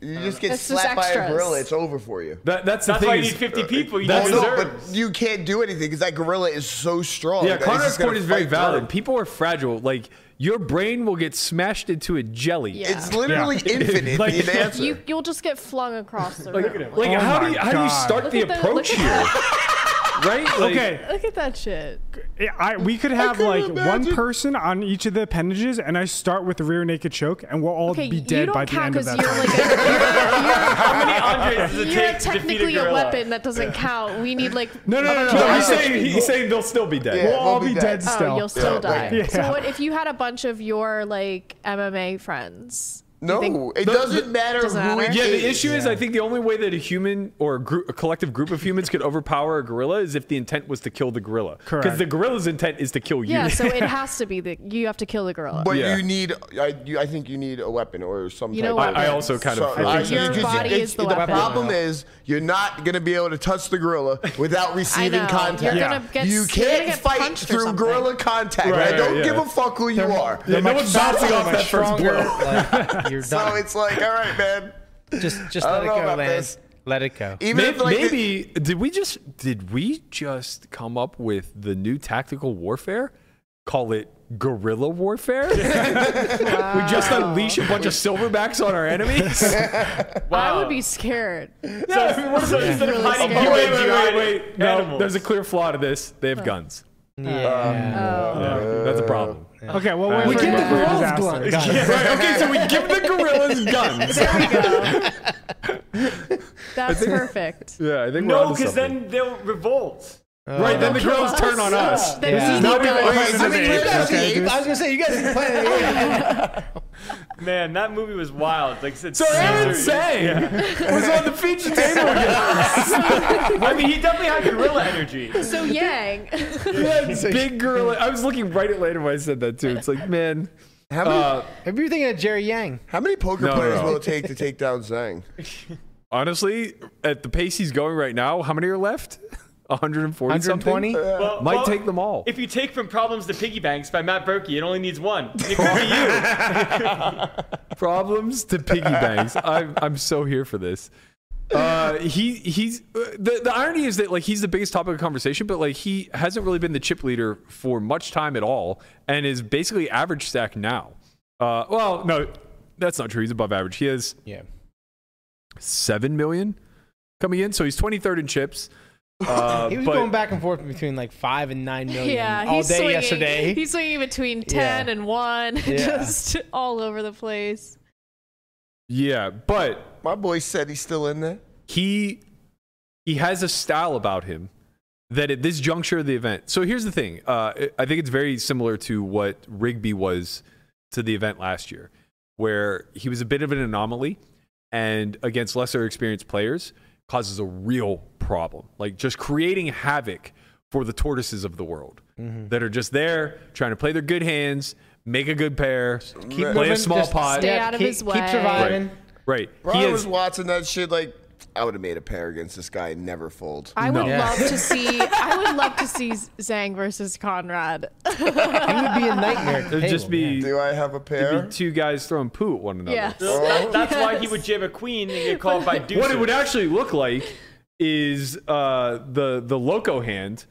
Speaker 5: You just get
Speaker 6: It's just
Speaker 5: slapped by a
Speaker 6: extras.
Speaker 5: gorilla. It's over for you. Uh,
Speaker 2: That, that's the
Speaker 3: That's
Speaker 2: thing.
Speaker 3: why you
Speaker 2: is- uh,
Speaker 3: need 50 people. You
Speaker 2: That's
Speaker 3: need
Speaker 5: No,
Speaker 2: the-
Speaker 5: but
Speaker 3: reserves.
Speaker 5: you can't do anything because that gorilla is so strong.
Speaker 2: Yeah,
Speaker 5: that it's
Speaker 2: Connor's
Speaker 5: just gonna
Speaker 2: point is very
Speaker 5: fight
Speaker 2: valid.
Speaker 5: through.
Speaker 2: People are fragile. Like your brain will get smashed into a jelly.
Speaker 6: Yeah.
Speaker 5: It's literally infinite.
Speaker 2: Like,
Speaker 5: the answer.
Speaker 6: You, you'll just get flung across the room.
Speaker 2: Like
Speaker 7: Oh
Speaker 2: how do
Speaker 7: my
Speaker 2: you, how do you
Speaker 7: God.
Speaker 2: start the
Speaker 6: at the-
Speaker 2: approach
Speaker 6: look
Speaker 2: here?
Speaker 6: at
Speaker 2: right? Like-
Speaker 7: okay.
Speaker 6: Look at that shit.
Speaker 7: Yeah, I, we could have
Speaker 6: couldn't
Speaker 7: like
Speaker 6: imagine.
Speaker 7: one person on each of the appendages, and I start with the rear naked choke, and we'll all
Speaker 6: Okay,
Speaker 7: be
Speaker 6: you
Speaker 7: dead
Speaker 6: don't
Speaker 7: by the
Speaker 6: count
Speaker 7: end of
Speaker 6: 'cause
Speaker 7: that.
Speaker 6: you're
Speaker 7: time.
Speaker 3: Andres does it
Speaker 6: You're
Speaker 3: take to defeat a
Speaker 6: technically a,
Speaker 3: gorilla?
Speaker 6: weapon that doesn't count. We need like Oh,
Speaker 7: No, no, no, no.
Speaker 2: No,
Speaker 7: I
Speaker 2: he's
Speaker 7: said-
Speaker 2: saying he's saying they'll still be dead.
Speaker 5: Yeah,
Speaker 7: we'll all
Speaker 5: we'll be
Speaker 7: be
Speaker 5: dead.
Speaker 7: dead
Speaker 5: Oh,
Speaker 7: still.
Speaker 6: you'll still
Speaker 5: Yeah,
Speaker 6: die.
Speaker 5: like-
Speaker 6: So
Speaker 7: Yeah.
Speaker 6: what if you had a bunch of your like MMA friends? Do you
Speaker 5: No,
Speaker 6: think-
Speaker 5: it doesn't matter
Speaker 6: Doesn't
Speaker 5: who it
Speaker 6: matter?
Speaker 2: Yeah,
Speaker 5: is.
Speaker 2: the issue is I think the only way that a human or a, group, a collective group of humans could overpower a gorilla is if the intent was to kill the gorilla. Because
Speaker 7: Correct.
Speaker 2: the gorilla's intent is to kill you.
Speaker 6: yeah, so it has to be the you have to kill the gorilla.
Speaker 5: But
Speaker 2: Yeah.
Speaker 5: you need, I, you, I think you need a weapon or some.
Speaker 6: You
Speaker 5: type
Speaker 6: know
Speaker 5: of
Speaker 6: what?
Speaker 2: I, I also kind of.
Speaker 5: So,
Speaker 2: feel-
Speaker 5: I-
Speaker 6: so. Your
Speaker 5: because you-
Speaker 6: body
Speaker 5: it's-
Speaker 6: is the weapon.
Speaker 5: problem is you're not going to be able to touch the gorilla without receiving
Speaker 6: know.
Speaker 5: contact.
Speaker 6: You're gonna get-
Speaker 5: you
Speaker 6: you're
Speaker 5: can't
Speaker 6: gonna get
Speaker 5: fight
Speaker 6: punched or
Speaker 5: through
Speaker 6: something.
Speaker 5: gorilla contact.
Speaker 2: Right,
Speaker 5: I don't
Speaker 2: yeah.
Speaker 5: give a fuck who you are.
Speaker 2: Yeah, no one's bouncing off
Speaker 4: Much
Speaker 2: that first
Speaker 4: stronger,
Speaker 2: blow.
Speaker 4: like, you're
Speaker 5: So
Speaker 4: done.
Speaker 5: it's like, all right, man.
Speaker 4: just just
Speaker 5: I
Speaker 4: let
Speaker 5: don't
Speaker 4: it
Speaker 5: know
Speaker 4: go,
Speaker 5: about
Speaker 4: man.
Speaker 5: this.
Speaker 4: Let it go.
Speaker 5: Even
Speaker 2: Maybe,
Speaker 5: if like the-
Speaker 2: maybe did we just did we just come up with the new tactical warfare? Call it guerrilla warfare. we just unleash a bunch of silverbacks on our enemies.
Speaker 6: I would be scared.
Speaker 3: So, so instead
Speaker 6: Really
Speaker 3: of hiding
Speaker 6: scary.
Speaker 3: humans,
Speaker 2: wait, wait,
Speaker 3: you're
Speaker 2: wait,
Speaker 3: hiding
Speaker 2: wait. No,
Speaker 3: animals.
Speaker 2: there's a clear flaw to this. They have guns.
Speaker 4: Yeah.
Speaker 2: Um, Yeah, that's a problem.
Speaker 7: Okay, well, we're
Speaker 2: We
Speaker 7: for
Speaker 2: get
Speaker 7: a
Speaker 2: the
Speaker 7: nuclear
Speaker 2: girls
Speaker 7: disaster.
Speaker 2: Right, okay, so we give the gorillas guns.
Speaker 6: That's perfect.
Speaker 2: Yeah, I think we're
Speaker 3: No,
Speaker 2: onto
Speaker 3: because
Speaker 2: something.
Speaker 3: then they'll revolt.
Speaker 2: Uh, right, then the gorillas turn on us.
Speaker 6: Then we need
Speaker 2: Now we
Speaker 6: guns.
Speaker 2: are
Speaker 4: I mean, you guys
Speaker 5: Okay,
Speaker 4: ape. I was gonna say you guys are playing.
Speaker 3: Man, that movie was wild. Like I said,
Speaker 2: So Aaron
Speaker 3: serious.
Speaker 2: Sang was on the feature table again.
Speaker 3: I mean, he definitely had gorilla energy.
Speaker 6: So Yang,
Speaker 2: Big gorilla. I was looking right at Landon when I said that too. It's like, man.
Speaker 5: how, many,
Speaker 2: Uh,
Speaker 4: If you're thinking of Jerry Yang,
Speaker 5: how many poker
Speaker 2: No, no,
Speaker 5: players
Speaker 2: no.
Speaker 5: will it take to take down Zhang?
Speaker 2: honestly, at the pace he's going right now, how many are left? 140
Speaker 4: 120.
Speaker 2: something?
Speaker 3: Well,
Speaker 2: Might
Speaker 3: Uh, well,
Speaker 2: take them all.
Speaker 3: If you take from Problems to Piggy Banks by Matt Berkey, it only needs one. It could be you.
Speaker 2: problems to piggy banks. I'm I'm so here for this. Uh, he he's uh, the the irony is that like he's the biggest topic of conversation, but like he hasn't really been the chip leader for much time at all, and is basically average stack now. Uh, well, no, that's not true. He's above average. He has
Speaker 4: Yeah.
Speaker 2: seven million coming in, so he's 23rd in chips. Uh,
Speaker 4: he was
Speaker 2: but-
Speaker 4: going back and forth between like five and nine million
Speaker 6: yeah,
Speaker 4: all
Speaker 6: he's
Speaker 4: day
Speaker 6: swinging,
Speaker 4: yesterday.
Speaker 6: He's swinging between
Speaker 4: Yeah.
Speaker 6: ten and one, just all over the place.
Speaker 2: Yeah, but
Speaker 5: My boy said he's still in there.
Speaker 2: he he has a style about him that at this juncture of the event. So here's the thing. Uh, I- I think it's very similar to what Rigby was to the event last year, where he was a bit of an anomaly, and against lesser experienced players causes a real problem, like just creating havoc for the tortoises of the world
Speaker 5: Mm-hmm.
Speaker 2: that are just there trying to play their good hands, make a good pair, play a
Speaker 4: moving,
Speaker 2: small
Speaker 4: just
Speaker 2: pot.
Speaker 6: Stay
Speaker 4: Yeah,
Speaker 6: out of
Speaker 4: keep,
Speaker 6: his
Speaker 4: Keep
Speaker 6: way.
Speaker 4: surviving.
Speaker 2: Right.
Speaker 5: Bro,
Speaker 2: He
Speaker 5: I
Speaker 2: is-
Speaker 5: was watching that shit like I would have made a pair against this guy and never fold.
Speaker 6: I would
Speaker 2: No.
Speaker 6: love to see. I would love to see Zhang versus Conrad.
Speaker 4: He would be a nightmare. at the
Speaker 2: it would just
Speaker 4: table,
Speaker 2: be.
Speaker 4: yeah.
Speaker 5: Do I have a
Speaker 2: It'd
Speaker 5: pair?
Speaker 2: be two guys throwing poo at one another.
Speaker 6: Yes.
Speaker 3: That- that's why he would jib a queen and get called by Deuce.
Speaker 2: Oh. What it would actually look like is uh, the the loco hand,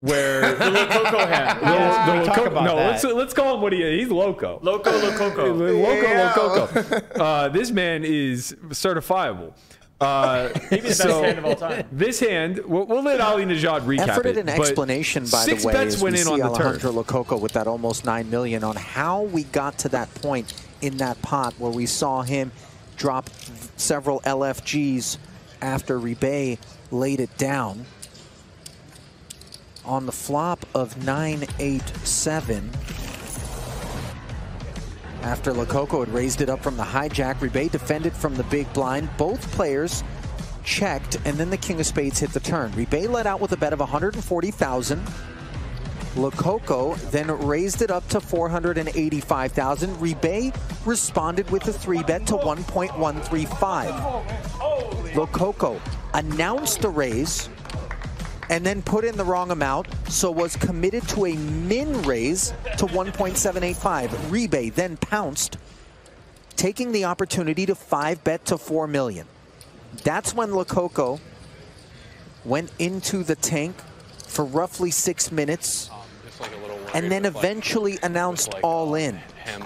Speaker 2: where the,
Speaker 3: Little Coco hand.
Speaker 7: Ah,
Speaker 2: the
Speaker 4: we talk
Speaker 2: loco-
Speaker 4: about
Speaker 2: no,
Speaker 4: that.
Speaker 2: let's let's call him what he is. He's loco.
Speaker 3: Loco Lococo.
Speaker 2: Loco,
Speaker 5: Yeah.
Speaker 2: loco. Uh, this man is certifiable. Uh,
Speaker 3: Maybe the best
Speaker 2: so-
Speaker 3: hand of all time.
Speaker 2: This hand, we'll, we'll let Ali Najad recap
Speaker 8: Efforted
Speaker 2: it.
Speaker 8: an
Speaker 2: but
Speaker 8: explanation, by
Speaker 2: six
Speaker 8: the way,
Speaker 2: bets
Speaker 8: as
Speaker 2: went
Speaker 8: we
Speaker 2: in
Speaker 8: see
Speaker 2: on the turn.
Speaker 8: Alejandro Lococo with that almost nine million on how we got to that point in that pot where we saw him drop several LFGs after Rebay laid it down. On the flop of nine eight seven. After Lococo had raised it up from the hijack, Rebay defended from the big blind. Both players checked, and then the king of spades hit the turn. Rebay led out with a bet of 140,000. Lococo then raised it up to 485,000. Rebay responded with a three bet to 1.135. Lococo announced the raise and then put in the wrong amount, so was committed to a min raise to 1.785. Rebay then pounced, taking the opportunity to five bet to 4 million. That's when Lococo went into the tank for roughly six minutes
Speaker 11: Just like a little worried
Speaker 8: and then
Speaker 11: with, like,
Speaker 8: eventually announced all in,
Speaker 11: him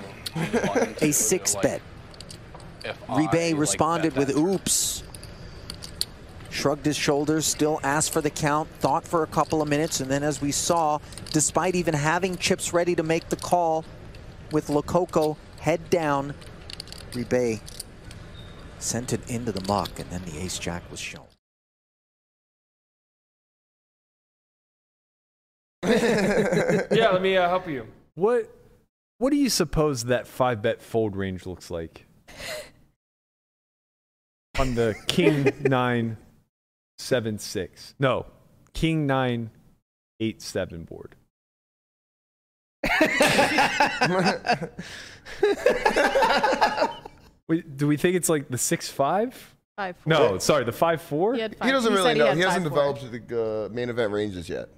Speaker 11: wanting to,
Speaker 8: a six
Speaker 11: like,
Speaker 8: bet.
Speaker 11: if I,
Speaker 8: Rebay
Speaker 11: like,
Speaker 8: responded
Speaker 11: bet
Speaker 8: with
Speaker 11: that-
Speaker 8: oops. shrugged his shoulders, still asked for the count, thought for a couple of minutes, and then as we saw, despite even having chips ready to make the call with Lococo head down, Rebay sent it into the muck, and then the ace jack was shown.
Speaker 3: yeah, let me uh, help you.
Speaker 2: What what do you suppose that five bet fold range looks like? On the King nine seven six. No. King nine eight seven board. Wait, do we think it's like the six five?
Speaker 6: Five, four.
Speaker 2: No, sorry, the five four?
Speaker 6: He had five.
Speaker 5: He doesn't
Speaker 6: said
Speaker 5: really know.
Speaker 6: had
Speaker 5: He hasn't
Speaker 6: five
Speaker 5: developed the uh, main event ranges yet.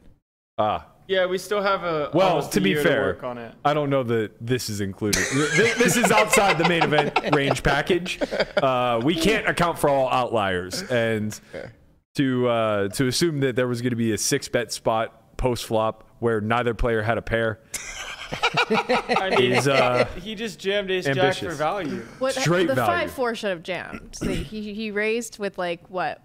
Speaker 2: Ah.
Speaker 3: Yeah, we still have a
Speaker 2: Well,
Speaker 3: almost
Speaker 2: to
Speaker 3: a
Speaker 2: be
Speaker 3: year
Speaker 2: fair,
Speaker 3: work on it.
Speaker 2: I don't know that this is included. this, this is outside the main event range package. Uh, we can't account for all outliers, and to uh, to assume that there was going to be a six bet spot post flop where neither player had a pair
Speaker 3: I mean,
Speaker 2: is uh,
Speaker 3: he just jammed ace jack for
Speaker 2: ambitious.
Speaker 3: value.
Speaker 6: What,
Speaker 2: Straight
Speaker 6: the
Speaker 2: value.
Speaker 6: five four should have jammed. So he he raised with like what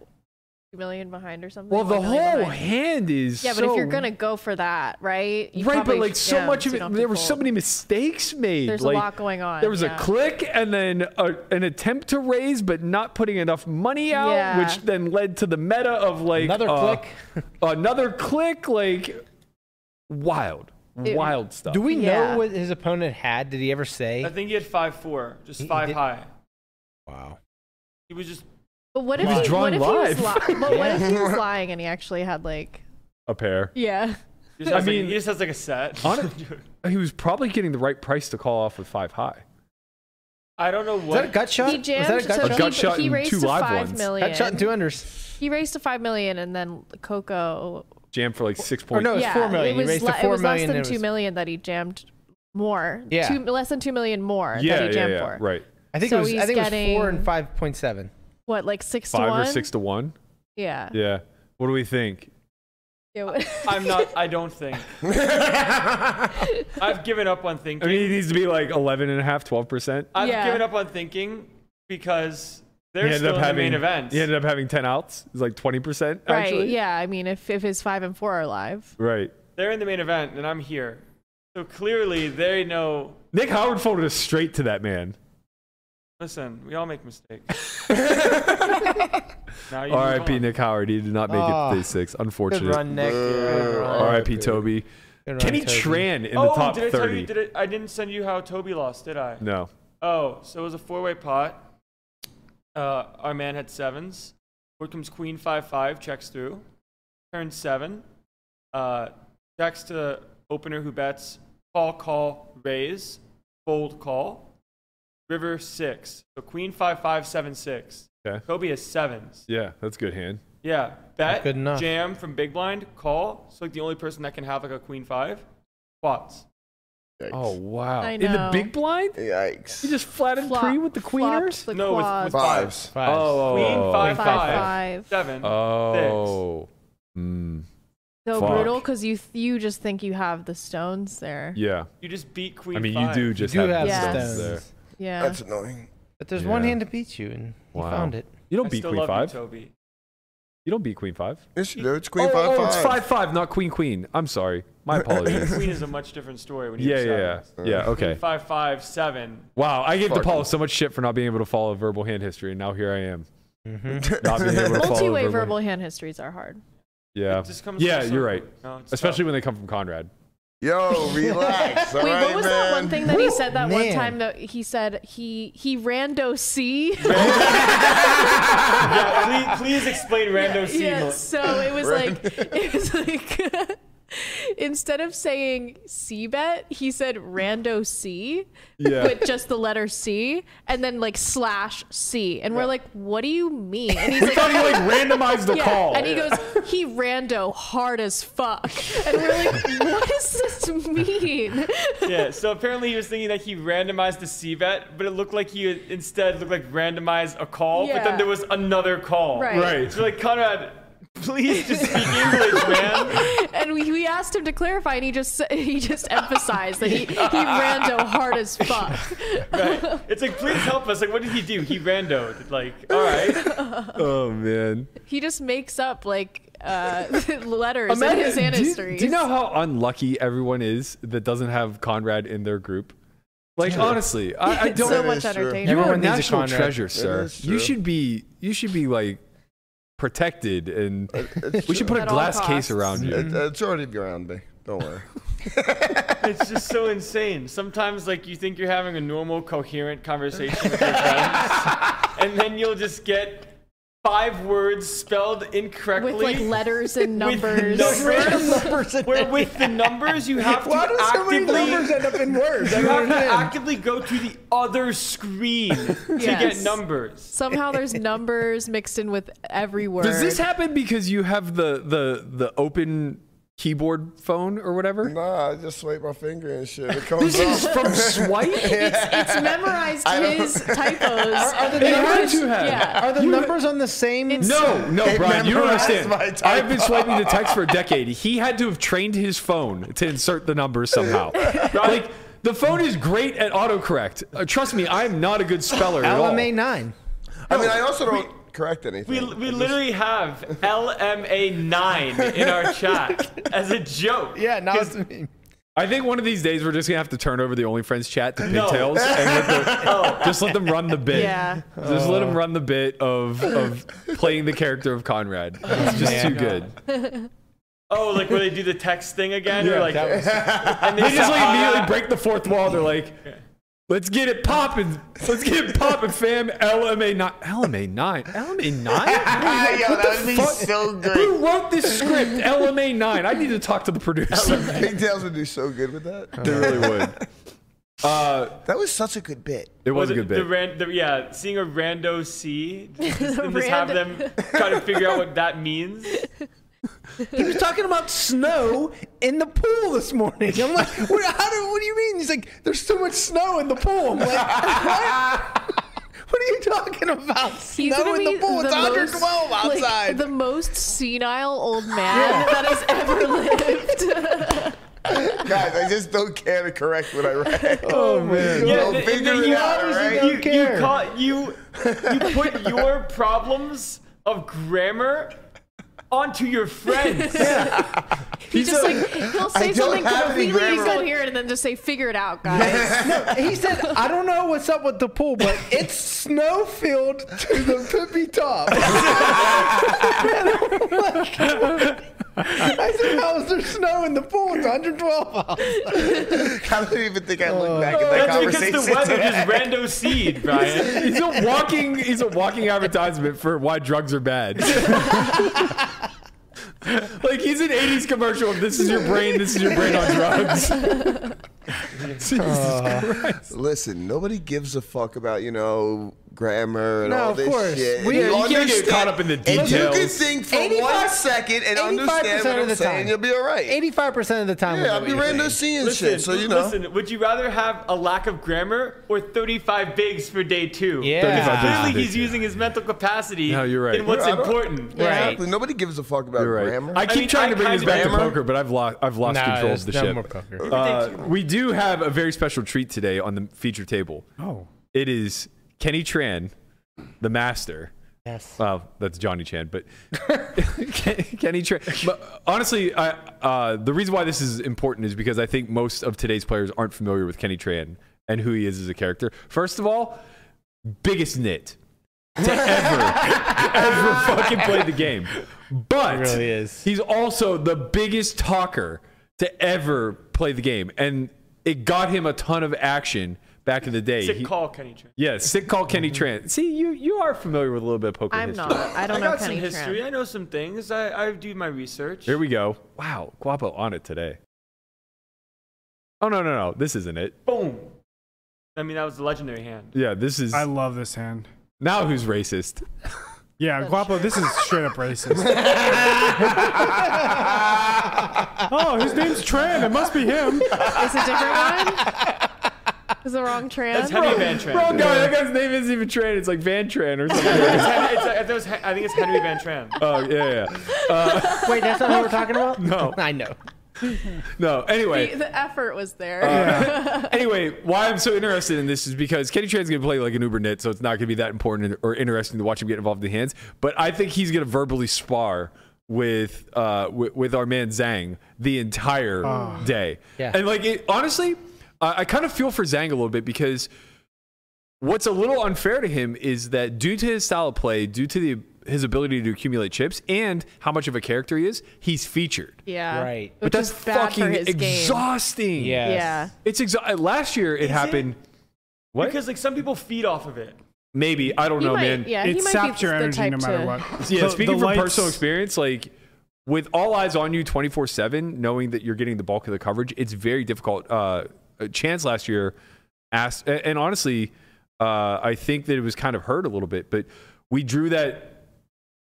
Speaker 6: two million behind or something.
Speaker 2: well the
Speaker 6: One million
Speaker 2: whole
Speaker 6: behind.
Speaker 2: hand is
Speaker 6: Yeah, but if you're
Speaker 2: so-
Speaker 6: gonna go for that, right? you
Speaker 2: right,
Speaker 6: probably
Speaker 2: but like
Speaker 6: should
Speaker 2: so
Speaker 6: jam,
Speaker 2: much of
Speaker 6: you
Speaker 2: it,
Speaker 6: don't have to
Speaker 2: there were so
Speaker 6: fold.
Speaker 2: many mistakes made.
Speaker 6: There's a
Speaker 2: like,
Speaker 6: lot going on,
Speaker 2: There was
Speaker 6: yeah.
Speaker 2: a click and then a, an attempt to raise, but not putting enough money out,
Speaker 6: Yeah.
Speaker 2: which then led to the meta of like
Speaker 4: Another
Speaker 2: uh,
Speaker 4: click.
Speaker 2: another click, like wild,
Speaker 6: It-
Speaker 2: wild stuff.
Speaker 4: Do we
Speaker 6: Yeah.
Speaker 4: know what his opponent had? Did he ever say?
Speaker 3: I think he had five four, just
Speaker 4: He- he
Speaker 3: five
Speaker 4: did-
Speaker 3: high.
Speaker 4: Wow.
Speaker 3: He was just
Speaker 6: But what if
Speaker 2: He was
Speaker 6: he, what
Speaker 2: drawing
Speaker 6: if he was
Speaker 2: live.
Speaker 6: lying? But what if he was lying and he actually had like
Speaker 2: a pair?
Speaker 6: yeah?
Speaker 3: He just
Speaker 2: I
Speaker 3: has, like-
Speaker 2: mean-
Speaker 3: he just has like a set.
Speaker 2: Hon- He was probably getting the right price to call off with five high.
Speaker 3: I don't know
Speaker 4: Was that a
Speaker 3: what.
Speaker 4: gut shot?
Speaker 6: He jammed.
Speaker 4: Was that a
Speaker 6: so
Speaker 4: gut shot?
Speaker 2: A
Speaker 6: he,
Speaker 2: gut shot
Speaker 6: he
Speaker 2: and
Speaker 6: raised
Speaker 2: two
Speaker 6: to
Speaker 2: live
Speaker 6: five
Speaker 2: ones.
Speaker 6: million.
Speaker 4: Gut shot and two unders.
Speaker 6: He raised to five million, and then Coco.
Speaker 2: Jammed for like six
Speaker 4: Or
Speaker 2: point.
Speaker 4: no, it was
Speaker 6: yeah,
Speaker 4: four million.
Speaker 6: It was,
Speaker 4: he raised
Speaker 6: le-
Speaker 4: to four
Speaker 6: it was
Speaker 4: million.
Speaker 6: less
Speaker 4: and
Speaker 6: than two
Speaker 4: was-
Speaker 6: million that he jammed more.
Speaker 4: Yeah.
Speaker 6: Two, less than two million more that
Speaker 2: yeah,
Speaker 6: he
Speaker 2: yeah,
Speaker 6: jammed
Speaker 2: yeah,
Speaker 6: for.
Speaker 2: right.
Speaker 4: I think
Speaker 6: So
Speaker 4: it was.
Speaker 6: he's
Speaker 4: I think it was four
Speaker 6: getting-
Speaker 4: and five point seven.
Speaker 6: What like six to
Speaker 2: Five
Speaker 6: one?
Speaker 2: or six to one.
Speaker 6: Yeah.
Speaker 2: Yeah. What do we think?
Speaker 6: Yeah, what-
Speaker 3: I'm not. I don't think. I've given up on
Speaker 2: I
Speaker 3: thinking.
Speaker 2: mean, it needs to be like 11 and a half, 12 percent.
Speaker 3: I've
Speaker 6: Yeah.
Speaker 3: given up on thinking because
Speaker 2: He
Speaker 3: Uh, they're
Speaker 2: ended
Speaker 3: still
Speaker 2: up
Speaker 3: in the
Speaker 2: having
Speaker 3: main events.
Speaker 2: He ended up having ten outs. It's like twenty percent
Speaker 6: right.
Speaker 2: actually.
Speaker 6: Yeah. I mean, if if his five and four are live,
Speaker 2: Right.
Speaker 3: They're in the main event, and I'm here. So clearly, they know.
Speaker 2: Nick Howard folded us straight to that man.
Speaker 3: Listen, we all make mistakes. now you move
Speaker 2: R.I.P.
Speaker 3: on.
Speaker 2: Nick Howard. He did not make it
Speaker 4: Ah.
Speaker 2: to day six.
Speaker 4: Good
Speaker 2: Unfortunate.
Speaker 4: run, Nick. Good run.
Speaker 2: R.I.P. Toby.
Speaker 4: Good run,
Speaker 2: Kenny
Speaker 4: Toby.
Speaker 2: Tran in
Speaker 3: oh,
Speaker 2: the top
Speaker 3: did I tell
Speaker 2: thirty.
Speaker 3: you? Did I, I didn't send you how Toby lost, did I?
Speaker 2: no.
Speaker 3: Oh, so it was a four-way pot. Uh, our man had sevens. Here comes queen five five, checks through, turns seven, uh, checks to opener who bets call call raise, fold call, river six. So queen five five seven six.
Speaker 2: Okay.
Speaker 3: Kobe has sevens.
Speaker 2: Yeah, that's a good hand.
Speaker 3: Yeah, bet
Speaker 4: good enough.
Speaker 3: jam from big blind call. So like the only person that can have like a queen five, quads.
Speaker 5: Yikes.
Speaker 2: Oh wow.
Speaker 6: I
Speaker 2: In the
Speaker 6: know.
Speaker 2: big blind,
Speaker 5: Yikes.
Speaker 2: he just flattened
Speaker 6: Flop-
Speaker 2: three with the queeners.
Speaker 6: flopped the
Speaker 3: No, with-
Speaker 6: quads.
Speaker 3: with
Speaker 5: Fives.
Speaker 4: Five.
Speaker 2: Oh.
Speaker 3: Queen five five
Speaker 6: Five,
Speaker 3: seven.
Speaker 6: five.
Speaker 2: Oh. Hmm.
Speaker 6: So
Speaker 2: Fuck.
Speaker 6: brutal because you you just think you have the stones there.
Speaker 2: Yeah.
Speaker 3: You just beat queen.
Speaker 2: I mean, you
Speaker 3: five.
Speaker 2: do just
Speaker 4: You do have
Speaker 2: have,
Speaker 6: the
Speaker 2: the
Speaker 6: Yes.
Speaker 2: stones there.
Speaker 6: Yeah.
Speaker 5: That's annoying.
Speaker 4: But there's
Speaker 2: Yeah.
Speaker 4: one hand to beat you, and he
Speaker 2: Wow.
Speaker 4: found it.
Speaker 2: You don't
Speaker 3: I
Speaker 2: beat
Speaker 3: still
Speaker 2: queen
Speaker 3: love you,
Speaker 2: five.
Speaker 3: Toby.
Speaker 2: You don't beat queen five.
Speaker 5: Yes, you do. It's queen
Speaker 2: oh,
Speaker 5: five
Speaker 2: oh,
Speaker 5: five.
Speaker 2: it's five five, not queen queen. I'm sorry. My apologies.
Speaker 3: Queen is a much different story when you
Speaker 2: Yeah,
Speaker 3: have
Speaker 2: yeah,
Speaker 3: sevens.
Speaker 2: yeah. Yeah, okay.
Speaker 3: Five five seven.
Speaker 2: Wow, I gave
Speaker 5: Fucking-
Speaker 2: DePaul so much shit for not being able to follow verbal hand history, and now here I am.
Speaker 4: Mm-hmm.
Speaker 2: Not being able to follow
Speaker 6: Multi-way
Speaker 2: verbal-
Speaker 6: verbal hand histories are hard.
Speaker 2: Yeah.
Speaker 3: It just comes
Speaker 2: yeah,
Speaker 3: full
Speaker 2: you're right.
Speaker 3: circle. No, it's
Speaker 2: Especially when they come from Conrad.
Speaker 5: Yo, relax. all
Speaker 6: Wait,
Speaker 5: right,
Speaker 6: what was that one
Speaker 5: man?
Speaker 6: thing that he said that one
Speaker 4: man.
Speaker 6: time that he said he he rando C?
Speaker 3: tough. Yeah, please, please explain random C.
Speaker 6: yeah,
Speaker 3: Mil-
Speaker 6: so it was like it was like instead of saying C bet, he said rando C
Speaker 2: Yeah.
Speaker 6: with just the letter C and then like slash C. And we're like, what do you mean? And he's
Speaker 2: I thought he
Speaker 6: like
Speaker 2: like randomized the
Speaker 6: yeah,
Speaker 2: call.
Speaker 6: and he goes, he rando hard as fuck, and we're like, what does this mean?
Speaker 3: Yeah. So apparently he was thinking that he randomized the C bet, but it looked like he instead looked like randomized a call, but
Speaker 6: Yeah.
Speaker 3: then there was another call.
Speaker 6: Right.
Speaker 2: Right.
Speaker 3: So like Conrad please just speak English, man.
Speaker 6: and we, we asked him to clarify, and he just he just emphasized that he he rando hard as fuck.
Speaker 3: Right. It's like, please help us. Like, what did he do? He randoed. Like, all right.
Speaker 2: Oh man.
Speaker 6: He just makes up like uh, letters in his
Speaker 2: do, you,
Speaker 6: ancestries.
Speaker 2: do you know how unlucky everyone is that doesn't have Conrad in their group? Like honestly, I, I
Speaker 6: It's
Speaker 2: don't.
Speaker 6: so
Speaker 5: That
Speaker 6: much
Speaker 5: is true.
Speaker 6: entertainment.
Speaker 2: you are a
Speaker 4: Everyone needs a
Speaker 2: national
Speaker 4: Conrad.
Speaker 2: treasure,
Speaker 5: That
Speaker 2: sir.
Speaker 5: is
Speaker 2: You
Speaker 5: true.
Speaker 2: should be. You should be like protected, and we should put a
Speaker 6: At all
Speaker 2: glass case
Speaker 6: costs.
Speaker 2: around you.
Speaker 5: It, Uh, it's already around me. Don't worry.
Speaker 3: It's just so insane. Sometimes, like, you think you're having a normal, coherent conversation with your friends, and then you'll just get five words spelled incorrectly.
Speaker 6: with like letters and
Speaker 3: with the
Speaker 6: numbers.
Speaker 3: numbers- where with the numbers you have to
Speaker 4: Why do so many
Speaker 3: actively
Speaker 4: numbers end up in words? I
Speaker 3: you have
Speaker 4: don't
Speaker 3: to
Speaker 4: understand.
Speaker 3: actively go to the other screen to
Speaker 6: Yes.
Speaker 3: get numbers.
Speaker 6: Somehow there's numbers mixed in with every word.
Speaker 2: Does this happen because you have the the the open keyboard phone or whatever?
Speaker 5: nah, I just swipe my finger and shit. It comes
Speaker 2: This is
Speaker 5: up.
Speaker 2: from swipe.
Speaker 6: It's, it's memorized
Speaker 5: I don't-
Speaker 6: his typos.
Speaker 4: are the
Speaker 6: They
Speaker 4: numbers-
Speaker 2: had to have.
Speaker 6: Yeah.
Speaker 4: Are the numbers on the same?
Speaker 2: No, no,
Speaker 5: It
Speaker 2: Brian, you don't
Speaker 5: memorized
Speaker 2: understand.
Speaker 5: my typo.
Speaker 2: I've been swiping the text for a decade. He had to have trained his phone to insert the numbers somehow. like the phone is great at autocorrect. Uh, trust me, I'm not a good speller at all.
Speaker 4: LMA nine.
Speaker 5: I mean, I also don't correct anything.
Speaker 3: We, we literally have LMA9 in our chat as a joke.
Speaker 4: Yeah, now it's
Speaker 3: 'Cause-
Speaker 4: me.
Speaker 2: I think one of these days we're just gonna have to turn over the OnlyFriends chat to
Speaker 3: No.
Speaker 2: pigtails and let the, just let them run the bit.
Speaker 6: Yeah.
Speaker 2: Just let
Speaker 5: Oh.
Speaker 2: them run the bit of of playing the character of Conrad.
Speaker 5: Oh,
Speaker 2: It's just too good.
Speaker 3: Oh, like where they do the text thing again?
Speaker 2: Yeah,
Speaker 3: or like,
Speaker 2: that
Speaker 3: and
Speaker 2: They just like
Speaker 3: say,
Speaker 2: immediately
Speaker 3: "Ah."
Speaker 2: break the fourth wall. They're like, let's get it poppin'. Let's get it poppin', fam. LMA nine. LMA nine. LMA nine.
Speaker 5: Yo, that would be
Speaker 2: fuck?
Speaker 5: so good.
Speaker 2: Who wrote this script? LMA nine. I need to talk to the producer.
Speaker 5: Pigtails would do so good with that.
Speaker 2: they really would. Uh,
Speaker 5: That was such a good bit.
Speaker 2: it was a
Speaker 3: the-
Speaker 2: good
Speaker 3: the
Speaker 2: bit.
Speaker 3: ran- the- yeah, seeing a rando C, just, and just have
Speaker 6: Random-
Speaker 3: them try to figure out what that means.
Speaker 4: He was talking about snow in the pool this morning. I'm like, what, how do, what do you mean? He's like, there's so much snow in the pool. I'm like, what? What are you talking about?
Speaker 6: He's
Speaker 4: Snow
Speaker 6: gonna
Speaker 4: in
Speaker 6: be
Speaker 4: the pool. It's
Speaker 6: the
Speaker 4: 112
Speaker 6: most, like,
Speaker 4: outside.
Speaker 6: the most senile old man that has ever lived.
Speaker 5: Guys, I just don't care to correct what I write. Oh, man.
Speaker 3: Yeah,
Speaker 5: I'll
Speaker 3: and then- and
Speaker 5: figure
Speaker 3: then
Speaker 5: it
Speaker 3: you-
Speaker 5: out,
Speaker 3: you-
Speaker 5: right?
Speaker 3: you,
Speaker 4: don't care.
Speaker 3: You, call, you, you put your problems of grammar onto your friends.
Speaker 6: He just like he'll say
Speaker 5: don't
Speaker 6: something
Speaker 5: have any
Speaker 6: completely
Speaker 5: grammar.
Speaker 6: incoherent and then just say, "Figure it out, guys."
Speaker 4: he said, I don't know what's up with the pool, but it's snow filled to the tippy top. And I'm like- I said, how is there snow in the pool? It's 112 out.
Speaker 5: I don't even think I
Speaker 4: Oh.
Speaker 5: look back at that
Speaker 3: That's
Speaker 5: conversation.
Speaker 3: because the weather
Speaker 5: today.
Speaker 3: just rando seed, Brian.
Speaker 2: He's a walking. He's a walking advertisement for why drugs are bad. like he's an '80s commercial. Of this is your brain. This is your brain on drugs. Jesus Oh. Christ.
Speaker 5: Listen, nobody gives a fuck about you know grammar and
Speaker 4: No,
Speaker 5: all
Speaker 4: of
Speaker 5: this
Speaker 4: course.
Speaker 5: shit.
Speaker 4: We-
Speaker 5: And
Speaker 4: you
Speaker 2: can't get
Speaker 5: understand-
Speaker 2: caught up in the
Speaker 5: And you can
Speaker 2: details.
Speaker 5: think for
Speaker 4: 85
Speaker 5: one second and
Speaker 4: 85%
Speaker 5: understand what
Speaker 4: of
Speaker 5: I'm
Speaker 4: the
Speaker 5: saying.
Speaker 4: time.
Speaker 5: You'll be all right.
Speaker 4: 85% of the time. we know
Speaker 5: yeah, I'll
Speaker 4: what
Speaker 5: be
Speaker 4: you're
Speaker 5: random
Speaker 4: saying.
Speaker 5: seeing
Speaker 3: Listen,
Speaker 5: shit. So you know.
Speaker 3: listen, would you rather have a lack of grammar or 35 bigs for day two?
Speaker 4: Yeah.
Speaker 2: 35 bigs for
Speaker 3: Clearly,
Speaker 2: day
Speaker 3: he's
Speaker 2: two.
Speaker 3: using his mental capacity
Speaker 2: No, you're right.
Speaker 3: in what's
Speaker 5: Yeah, I don't-
Speaker 3: important.
Speaker 5: Yeah,
Speaker 4: Right.
Speaker 5: Exactly. Nobody gives a fuck about
Speaker 2: You're right.
Speaker 5: grammar.
Speaker 2: I keep
Speaker 3: I mean,
Speaker 2: trying
Speaker 3: I
Speaker 2: to bring this
Speaker 3: kinda-
Speaker 2: back to
Speaker 5: Grammar?
Speaker 2: poker, but I've lost. I've lost
Speaker 4: Nah,
Speaker 2: control of
Speaker 4: there's
Speaker 2: the
Speaker 4: no
Speaker 2: ship.
Speaker 4: more poker.
Speaker 2: Uh, we do have a very special treat today on the feature table.
Speaker 7: Oh.
Speaker 2: It is Kenny Tran, the master.
Speaker 4: Yes.
Speaker 2: Well, that's Johnny Chan, but Ken- Kenny Tran. But honestly, I, uh, the reason why this is important is because I think most of today's players aren't familiar with Kenny Tran and who he is as a character. First of all, biggest nit to ever, ever fucking play the game. But
Speaker 4: really is.
Speaker 2: he's also the biggest talker to ever play the game. And it got him a ton of action back in the day.
Speaker 3: Sick
Speaker 2: He-
Speaker 3: call, Kenny Tran.
Speaker 2: yeah, sick call Kenny
Speaker 7: Mm-hmm.
Speaker 2: Tran. See, you you are familiar with a little bit of poker
Speaker 6: I'm
Speaker 2: history.
Speaker 6: not. I don't
Speaker 3: I
Speaker 6: know
Speaker 3: got some
Speaker 6: Kenny
Speaker 3: history.
Speaker 6: Tran.
Speaker 3: I know some things. I, I do my research.
Speaker 2: Here we go. Wow, Guapo on it today. Oh no no no, this isn't it.
Speaker 3: Boom. I mean, that was the legendary hand.
Speaker 2: Yeah, this is
Speaker 7: I love this hand.
Speaker 2: now who's racist?
Speaker 7: Yeah, Guapo, this is straight up racist. oh, his name's Tran. It must be him.
Speaker 6: It's a different one. It's the wrong
Speaker 3: That's
Speaker 6: trans.
Speaker 3: Henry Van Tran.
Speaker 2: Wrong guy. That guy's name isn't even Tran. It's like Van Tran or something.
Speaker 3: It's Hen- it's- I, thought it was Hen- I think it's Henry Van Tran.
Speaker 2: oh yeah, yeah. Uh,
Speaker 4: Wait, that's not what we're talking about?
Speaker 2: No.
Speaker 4: I know.
Speaker 2: No. Anyway,
Speaker 6: The, the effort was there.
Speaker 2: Uh, anyway, why I'm so interested in this is because Kenny Tran's going to play like an Uber Nit, so it's not going to be that important or interesting to watch him get involved in the hands. But I think he's going to verbally spar with uh with, with our man Zhang the entire day.
Speaker 4: Yeah.
Speaker 2: And like it, honestly, I, I kind of feel for Zhang a little bit because what's a little unfair to him is that due to his style of play, due to the his ability to accumulate chips and how much of a character he is, he's featured.
Speaker 6: yeah.
Speaker 4: Right.
Speaker 6: Which
Speaker 2: But that's
Speaker 6: is bad for
Speaker 2: fucking
Speaker 6: his game.
Speaker 2: exhausting.
Speaker 4: Yeah.
Speaker 6: Yeah.
Speaker 2: It's exa- last year it happened. What?
Speaker 3: Because like some people feed off of it.
Speaker 2: Maybe I don't
Speaker 6: He
Speaker 2: know,
Speaker 6: might-
Speaker 2: man.
Speaker 6: Yeah, he
Speaker 7: it
Speaker 6: might be
Speaker 7: sapped your
Speaker 6: the
Speaker 7: energy
Speaker 6: type
Speaker 7: no matter
Speaker 6: to-
Speaker 7: what.
Speaker 2: Yeah,
Speaker 7: The-
Speaker 2: speaking
Speaker 7: the
Speaker 2: from
Speaker 7: lights-
Speaker 2: personal experience, like with all eyes on you 24 7, knowing that you're getting the bulk of the coverage, it's very difficult. Uh, Chance last year asked, a- and honestly, uh, I think that it was kind of hurt a little bit, but we drew that.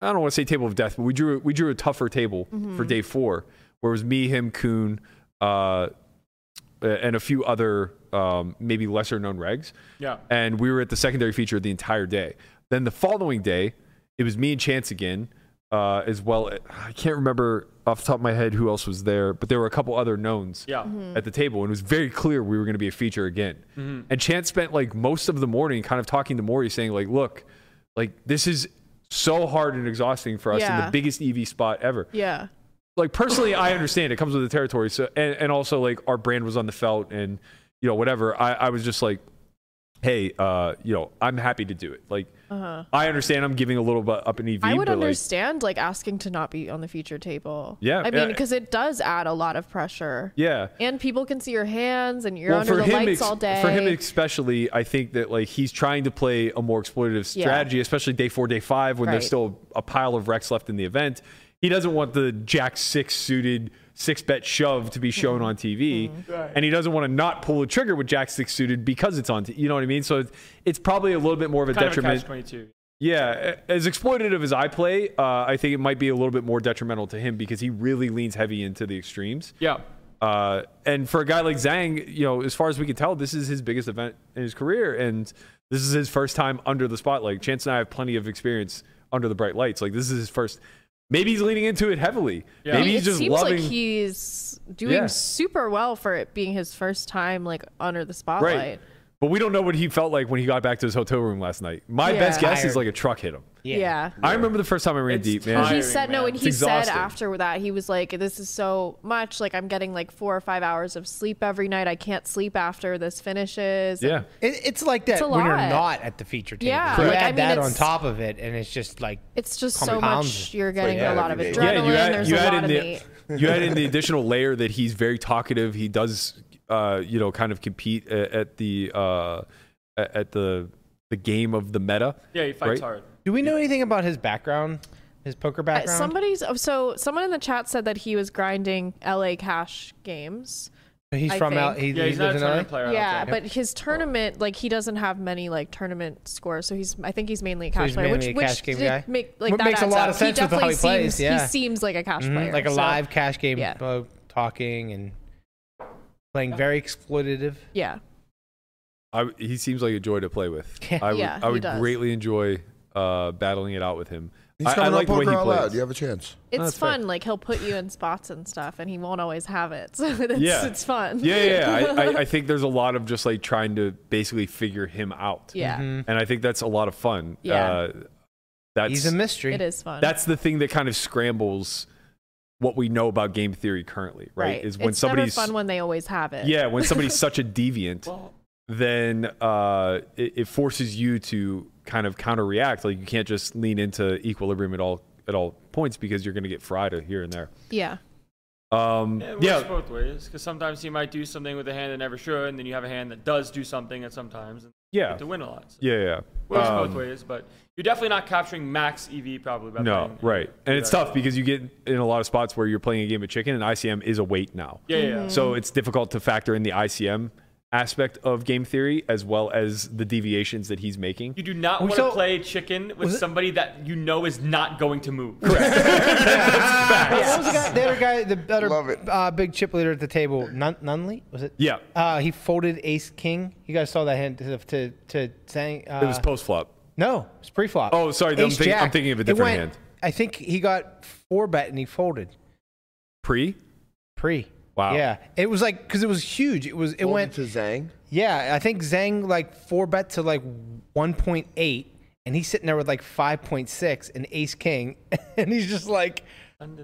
Speaker 2: I don't want to say table of death, but we drew we drew a tougher table for
Speaker 6: Mm-hmm.
Speaker 2: day four, where it was me, him, Coon, uh, and a few other um, maybe lesser known regs
Speaker 3: Yeah.
Speaker 2: and we were at the secondary feature the entire day. Then the following day, it was me and Chance again, uh, as well. I can't remember off the top of my head who else was there, but there were a couple other knowns
Speaker 3: Yeah.
Speaker 2: at the table, and it was very clear we were going to be a feature again.
Speaker 3: Mm-hmm.
Speaker 2: And Chance spent like most of the morning kind of talking to Maury, saying like, "Look, like this is." So hard and exhausting for us in
Speaker 6: Yeah.
Speaker 2: the biggest EV spot ever
Speaker 6: Yeah.
Speaker 2: like personally i understand it comes with the territory so and, and also like our brand was on the felt and you know whatever i, I was just like hey uh you know i'm happy to do it like i understand i'm giving a little bit up an ev
Speaker 6: Uh-huh. I would
Speaker 2: but like
Speaker 6: understand like asking to not be on the feature table.
Speaker 2: Yeah,
Speaker 6: I mean,
Speaker 2: yeah.
Speaker 6: because it does add a lot of pressure.
Speaker 2: yeah
Speaker 6: And people can see your hands and you're
Speaker 2: well,
Speaker 6: under
Speaker 2: for
Speaker 6: the
Speaker 2: him,
Speaker 6: lights
Speaker 2: ex-
Speaker 6: all day.
Speaker 2: for him especially, I think that like he's trying to play a more exploitative
Speaker 6: Yeah.
Speaker 2: strategy, especially day four, day five, when
Speaker 6: Right.
Speaker 2: there's still a pile of wrecks left in the event. He doesn't want the jack six suited six bet shove to be shown on TV,
Speaker 6: Mm-hmm.
Speaker 2: and he doesn't want to not pull the trigger with jack six suited because it's on. T- you know what I mean? So it's, it's probably a little bit more of a
Speaker 3: Kind of a
Speaker 2: detriment.
Speaker 3: catch 22.
Speaker 2: Yeah, a- as exploitative as I play, uh, I think it might be a little bit more detrimental to him because he really leans heavy into the extremes.
Speaker 3: Yeah.
Speaker 2: Uh, and for a guy like Zhang, you know, as far as we can tell, this is his biggest event in his career, and this is his first time under the spotlight. Chance and I have plenty of experience under the bright lights. Like this is his first. Maybe he's leaning into it heavily.
Speaker 3: Yeah.
Speaker 2: Maybe
Speaker 6: it
Speaker 2: he's just
Speaker 6: seems
Speaker 2: loving.
Speaker 6: like he's doing
Speaker 2: Yeah.
Speaker 6: super well for it being his first time like under the spotlight.
Speaker 2: right. But we don't know what he felt like when he got back to his hotel room last night. My
Speaker 6: Yeah.
Speaker 2: best guess is
Speaker 4: Tired.
Speaker 2: like a truck hit him.
Speaker 6: Yeah.
Speaker 2: I remember the first time I ran deep, man.
Speaker 3: tiring,
Speaker 6: He said no,
Speaker 3: man.
Speaker 6: and
Speaker 2: It's
Speaker 6: he said uh,
Speaker 2: exhausting.
Speaker 6: after that he was like, "This is so much. Like I'm getting like four or five hours of sleep every night. I can't sleep after this finishes."
Speaker 2: Yeah.
Speaker 4: It, it's like that
Speaker 6: a
Speaker 4: when you're
Speaker 6: lot. Uh,
Speaker 4: not at the feature table.
Speaker 6: Yeah,
Speaker 4: You
Speaker 6: like,
Speaker 4: add
Speaker 6: I mean,
Speaker 4: that on
Speaker 6: it's-
Speaker 4: top of it, and it's just like
Speaker 6: It's just so
Speaker 4: Compounds.
Speaker 6: much. You're getting
Speaker 5: that
Speaker 6: a lot of
Speaker 5: every
Speaker 6: adrenaline.
Speaker 5: day.
Speaker 6: There's a lot of
Speaker 2: the,
Speaker 6: meat.
Speaker 2: you add in the additional layer that he's very talkative. He does, uh, you know, kind of compete a- at the uh, a- at the the game of the meta.
Speaker 3: Yeah, he fights
Speaker 2: right?
Speaker 3: hard.
Speaker 4: Do we know anything about his background? His poker
Speaker 6: Uh,
Speaker 4: background?
Speaker 6: Somebody's oh, so someone in the chat said that he was grinding LA cash games.
Speaker 4: he's
Speaker 6: I
Speaker 4: from
Speaker 6: think.
Speaker 4: out. He,
Speaker 3: Yeah,
Speaker 4: he
Speaker 3: he's not a
Speaker 4: lives in
Speaker 3: tournament
Speaker 4: LA?
Speaker 3: player. I don't
Speaker 6: yeah,
Speaker 3: think.
Speaker 6: but his tournament like he doesn't have many like tournament scores, so he's I think he's mainly a
Speaker 4: So
Speaker 6: cash
Speaker 4: he's
Speaker 6: player, which
Speaker 4: mainly a
Speaker 6: which
Speaker 4: cash game
Speaker 6: did
Speaker 4: guy?
Speaker 6: make like
Speaker 4: Which
Speaker 6: that
Speaker 4: makes a
Speaker 6: adds
Speaker 4: lot
Speaker 6: up.
Speaker 4: of sense
Speaker 6: he
Speaker 4: with how
Speaker 6: definitely
Speaker 4: he plays,
Speaker 6: seems
Speaker 4: yeah.
Speaker 6: he seems like a cash
Speaker 4: Mhm,
Speaker 6: player,
Speaker 4: like a
Speaker 6: so-
Speaker 4: live cash game,
Speaker 6: yeah.
Speaker 4: uh, talking and playing very exploitative.
Speaker 6: Yeah,
Speaker 2: I, he seems like a joy to play with.
Speaker 4: Yeah.
Speaker 2: I would,
Speaker 6: Yeah,
Speaker 2: I
Speaker 6: he
Speaker 2: would
Speaker 6: does.
Speaker 2: greatly enjoy uh, battling it out with him.
Speaker 5: He's
Speaker 2: I, I
Speaker 5: coming
Speaker 2: like the
Speaker 5: up
Speaker 2: way he
Speaker 5: poker out
Speaker 2: plays.
Speaker 5: loud. You have a chance.
Speaker 3: Oh,
Speaker 6: it's
Speaker 2: Oh, that's fair.
Speaker 6: fun. Like he'll put you in spots and stuff, and he won't always have it, so it's,
Speaker 2: Yeah.
Speaker 6: it's fun.
Speaker 2: Yeah, yeah. yeah. I, I, I think there's a lot of just like trying to basically figure him out.
Speaker 6: Yeah.
Speaker 2: And I think that's a lot of fun.
Speaker 6: Yeah.
Speaker 2: Uh, that's
Speaker 4: Mm-hmm. He's a mystery.
Speaker 6: It is fun.
Speaker 2: that's the thing that kind of scrambles what we know about game theory currently, right? Is when
Speaker 6: it's
Speaker 2: somebody's
Speaker 6: never fun when they always have it.
Speaker 2: yeah, when somebody's such a deviant, then uh, it, it forces you to kind of counter react. Like you can't just lean into equilibrium at all at all points because you're going to get fried here and there.
Speaker 6: yeah,
Speaker 2: Um,
Speaker 3: It works
Speaker 2: yeah,
Speaker 3: both ways because sometimes he might do something with a hand that never should, and then you have a hand that does do something at sometimes and you
Speaker 2: yeah,
Speaker 3: get to win a lot. So
Speaker 2: yeah, yeah.
Speaker 3: it works
Speaker 2: Um,
Speaker 3: both ways, but you're definitely not capturing max EV probably. By
Speaker 2: No,
Speaker 3: playing-
Speaker 2: right. And it's tough because you get in a lot of spots
Speaker 4: Mm-hmm.
Speaker 2: where you're playing a game of chicken and ICM is a weight now.
Speaker 3: Yeah, yeah. yeah.
Speaker 2: So it's difficult to factor in the ICM aspect of game theory as well as the deviations that he's making.
Speaker 3: You do not
Speaker 4: We
Speaker 3: want
Speaker 4: saw-
Speaker 3: to play chicken with somebody that you know is not going to move.
Speaker 4: What was the, guy, the other guy, the other
Speaker 5: Love it.
Speaker 4: Uh, big chip leader at the table? Nun- Nunley was it?
Speaker 2: Yeah.
Speaker 4: Uh, he folded Ace King. You guys saw that hand to to, to saying. Uh,
Speaker 2: it was post flop.
Speaker 4: no, it's pre flop.
Speaker 2: Oh, sorry, I'm thinking- I'm thinking of a different hand.
Speaker 4: I think he got four bet and he folded
Speaker 2: Pre?
Speaker 4: pre.
Speaker 2: Wow.
Speaker 4: Yeah, it was like because it was huge. It was it went
Speaker 5: to Zhang.
Speaker 4: Yeah, I think Zhang like four bet to like 1.8, and he's sitting there with like 5.6 and Ace King, and he's just like,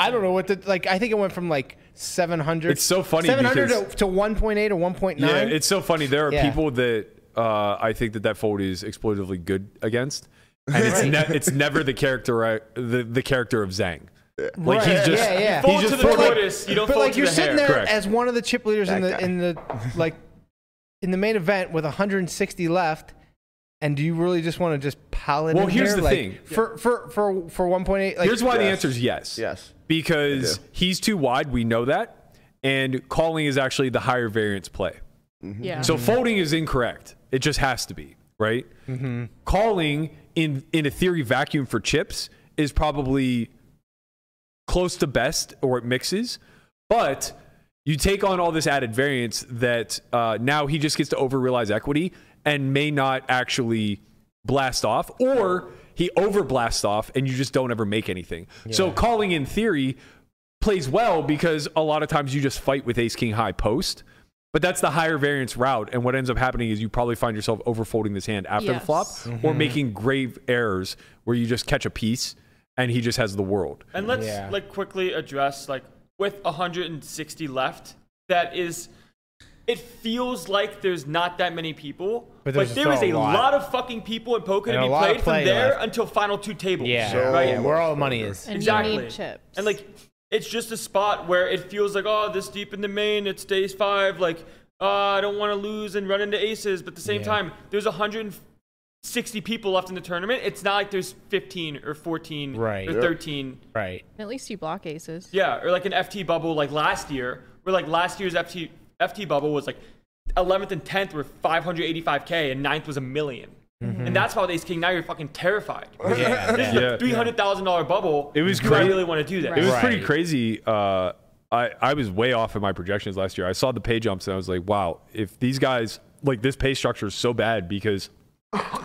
Speaker 4: I don't know what the like. I think it went from like 700.
Speaker 2: It's so funny
Speaker 4: 700
Speaker 2: because-
Speaker 4: to, to 1.8 or 1.9.
Speaker 2: Yeah, it's so funny. There are
Speaker 4: Yeah.
Speaker 2: people that uh, I think that that fold is exploitively good against, and it's ne- it's never the character the, the character of Zang. Like he's
Speaker 4: Right.
Speaker 2: just
Speaker 4: Yeah, yeah.
Speaker 2: he's
Speaker 3: Fold to
Speaker 2: just
Speaker 3: the
Speaker 2: folding-
Speaker 3: tortoise. Notice, you don't
Speaker 4: but
Speaker 3: fold
Speaker 4: like
Speaker 3: to
Speaker 4: you're
Speaker 3: the
Speaker 4: sitting
Speaker 3: hair.
Speaker 4: there
Speaker 2: Correct.
Speaker 4: as one of the chip leaders in the in the like in the main event with 160 left. And do you really just want to just pallet
Speaker 2: Well,
Speaker 4: in
Speaker 2: here's
Speaker 4: there?
Speaker 2: the
Speaker 4: like,
Speaker 2: thing.
Speaker 4: for for for for 1.8. Like,
Speaker 2: Here's why the
Speaker 5: Yes.
Speaker 2: answer is yes.
Speaker 5: Yes.
Speaker 2: Because
Speaker 5: I do.
Speaker 2: he's too wide. We know that, and calling is actually the higher variance play.
Speaker 5: Mm-hmm.
Speaker 6: Yeah.
Speaker 2: So folding is incorrect. It just has to be right.
Speaker 5: Mm-hmm.
Speaker 2: Calling in in a theory vacuum for chips is probably close to best, or it mixes. But you take on all this added variance that uh, now he just gets to overrealize equity and may not actually blast off, or he over blasts off and you just don't ever make anything. So calling in theory plays well because a lot of times you just fight with ace king high post. But that's the higher variance route, and what ends up happening is you probably find yourself overfolding this hand after
Speaker 6: Yes.
Speaker 2: the flop, or making grave errors where you just catch a piece, and he just has the world.
Speaker 3: And let's
Speaker 4: Yeah.
Speaker 3: like quickly address like with 160 left, that is it feels like there's not that many people.
Speaker 4: But
Speaker 3: But,
Speaker 4: there's
Speaker 3: there is
Speaker 4: still
Speaker 3: a
Speaker 4: a lot.
Speaker 3: lot. of fucking people in poker
Speaker 4: And
Speaker 3: to
Speaker 4: a
Speaker 3: be
Speaker 4: lot of
Speaker 3: played
Speaker 4: play
Speaker 3: from there
Speaker 4: left.
Speaker 3: until final two tables.
Speaker 4: yeah,
Speaker 5: So-
Speaker 4: right. Where all the money is.
Speaker 6: And
Speaker 3: Exactly.
Speaker 6: you need chips.
Speaker 3: And like it's just a spot where it feels like, oh, this deep in the main, it's days five, like, uh, I don't want to lose and run into aces, but at the same time, there's 160 people left in the tournament. It's not like there's 15 or 14
Speaker 4: Right.
Speaker 3: or
Speaker 4: Yep.
Speaker 3: 13.
Speaker 4: Right.
Speaker 6: at least you block aces.
Speaker 3: Yeah, or like an FT bubble like last year, where like last year's FT FT bubble was like 11th and 10th were 585k and 9th was a 1000000 And that's why with Ace King now you're fucking terrified.
Speaker 4: Yeah.
Speaker 3: This is
Speaker 2: Mm-hmm. Yeah.
Speaker 3: a three hundred thousand dollar bubble.
Speaker 2: It was
Speaker 3: Do I
Speaker 2: crazy.
Speaker 3: really want to do that?
Speaker 2: It was
Speaker 4: Right.
Speaker 2: pretty crazy. Uh, I I was way off in my projections last year. I saw the pay jumps and I was like, wow, if these guys like this pay structure is so bad because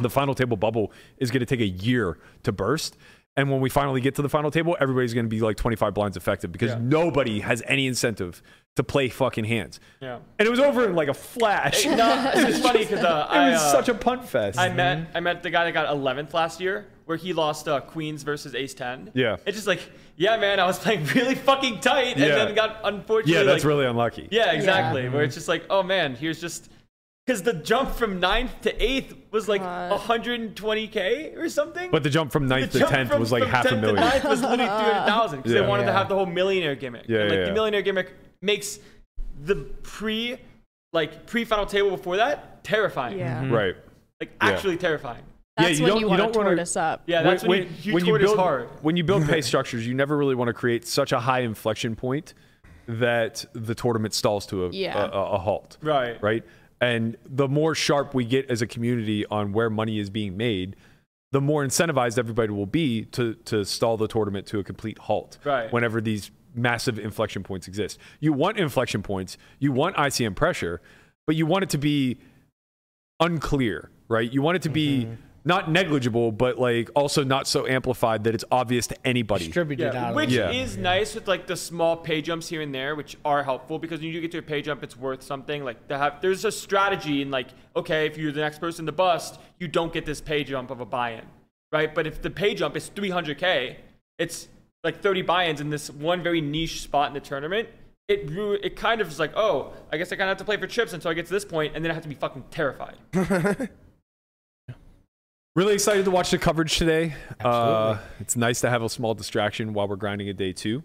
Speaker 2: the final table bubble is going to take a year to burst. And when we finally get to the final table, everybody's going to be like 25 blinds effective because nobody has any incentive to play fucking hands.
Speaker 3: Yeah.
Speaker 2: And it was over in like a flash. It
Speaker 3: No, it's just funny because uh, I
Speaker 2: was
Speaker 3: uh,
Speaker 2: such a punt fest.
Speaker 3: I met
Speaker 2: Mm-hmm.
Speaker 3: I met the guy that got 11th last year, where he lost uh, Queens versus Ace Ten.
Speaker 2: Yeah.
Speaker 3: It's just like, yeah, man, I was playing really fucking tight, and
Speaker 2: Yeah.
Speaker 3: then got unfortunately.
Speaker 2: yeah, that's
Speaker 3: like,
Speaker 2: really unlucky.
Speaker 3: Yeah, exactly. Where it's just like, oh man, here's just because the jump from ninth to eighth was like
Speaker 6: God.
Speaker 3: 120k or something.
Speaker 2: But the jump from ninth to
Speaker 3: jump
Speaker 2: 10th
Speaker 3: from-
Speaker 2: was like
Speaker 3: from
Speaker 2: half a
Speaker 3: 10th to
Speaker 2: million.
Speaker 3: ninth was literally 300,000 because
Speaker 2: Yeah.
Speaker 3: they wanted to
Speaker 4: Yeah.
Speaker 3: have the whole millionaire gimmick.
Speaker 2: Yeah,
Speaker 3: and,
Speaker 2: yeah,
Speaker 3: like
Speaker 2: yeah.
Speaker 3: the millionaire gimmick makes the pre, like pre final table before that terrifying.
Speaker 6: Yeah.
Speaker 2: Mm-hmm.
Speaker 6: Mm-hmm.
Speaker 2: Right.
Speaker 3: Like actually terrifying.
Speaker 2: Yeah,
Speaker 6: That's
Speaker 2: you
Speaker 6: when
Speaker 2: don't-
Speaker 6: you
Speaker 2: you
Speaker 6: want
Speaker 2: don't
Speaker 6: to
Speaker 2: wanna-
Speaker 6: tortoise up.
Speaker 3: Yeah, that's when, you, you toward
Speaker 2: build,
Speaker 3: his heart.
Speaker 2: When you build pay structures, you never really want to create such a high inflection point that the tournament stalls to a,
Speaker 6: Yeah.
Speaker 2: a, a- a halt.
Speaker 3: Right.
Speaker 2: Right. And the more sharp we get as a community on where money is being made, the more incentivized everybody will be to, to stall the tournament to a complete halt.
Speaker 3: Right.
Speaker 2: Whenever these massive inflection points exist, you want inflection points, you want ICM pressure, but you want it to be unclear, right? You want it to be
Speaker 4: Mm-hmm.
Speaker 2: not negligible, but like also not so amplified that it's obvious to anybody.
Speaker 4: Distributed
Speaker 3: Yeah,
Speaker 4: out.
Speaker 3: which
Speaker 2: Yeah.
Speaker 3: is nice with like the small pay jumps here and there, which are helpful because when you get to a pay jump, it's worth something. Like to have, there's a strategy in like, okay, if you're the next person to bust, you don't get this pay jump of a buy-in, right? But if the pay jump is 300k, it's like 30 buy-ins in this one very niche spot in the tournament. It ru- it kind of is like, oh, I guess I kind of have to play for chips until I get to this point, and then I have to be fucking terrified.
Speaker 2: Really excited to watch the coverage today. Uh, it's nice to have a small distraction while we're grinding a day two.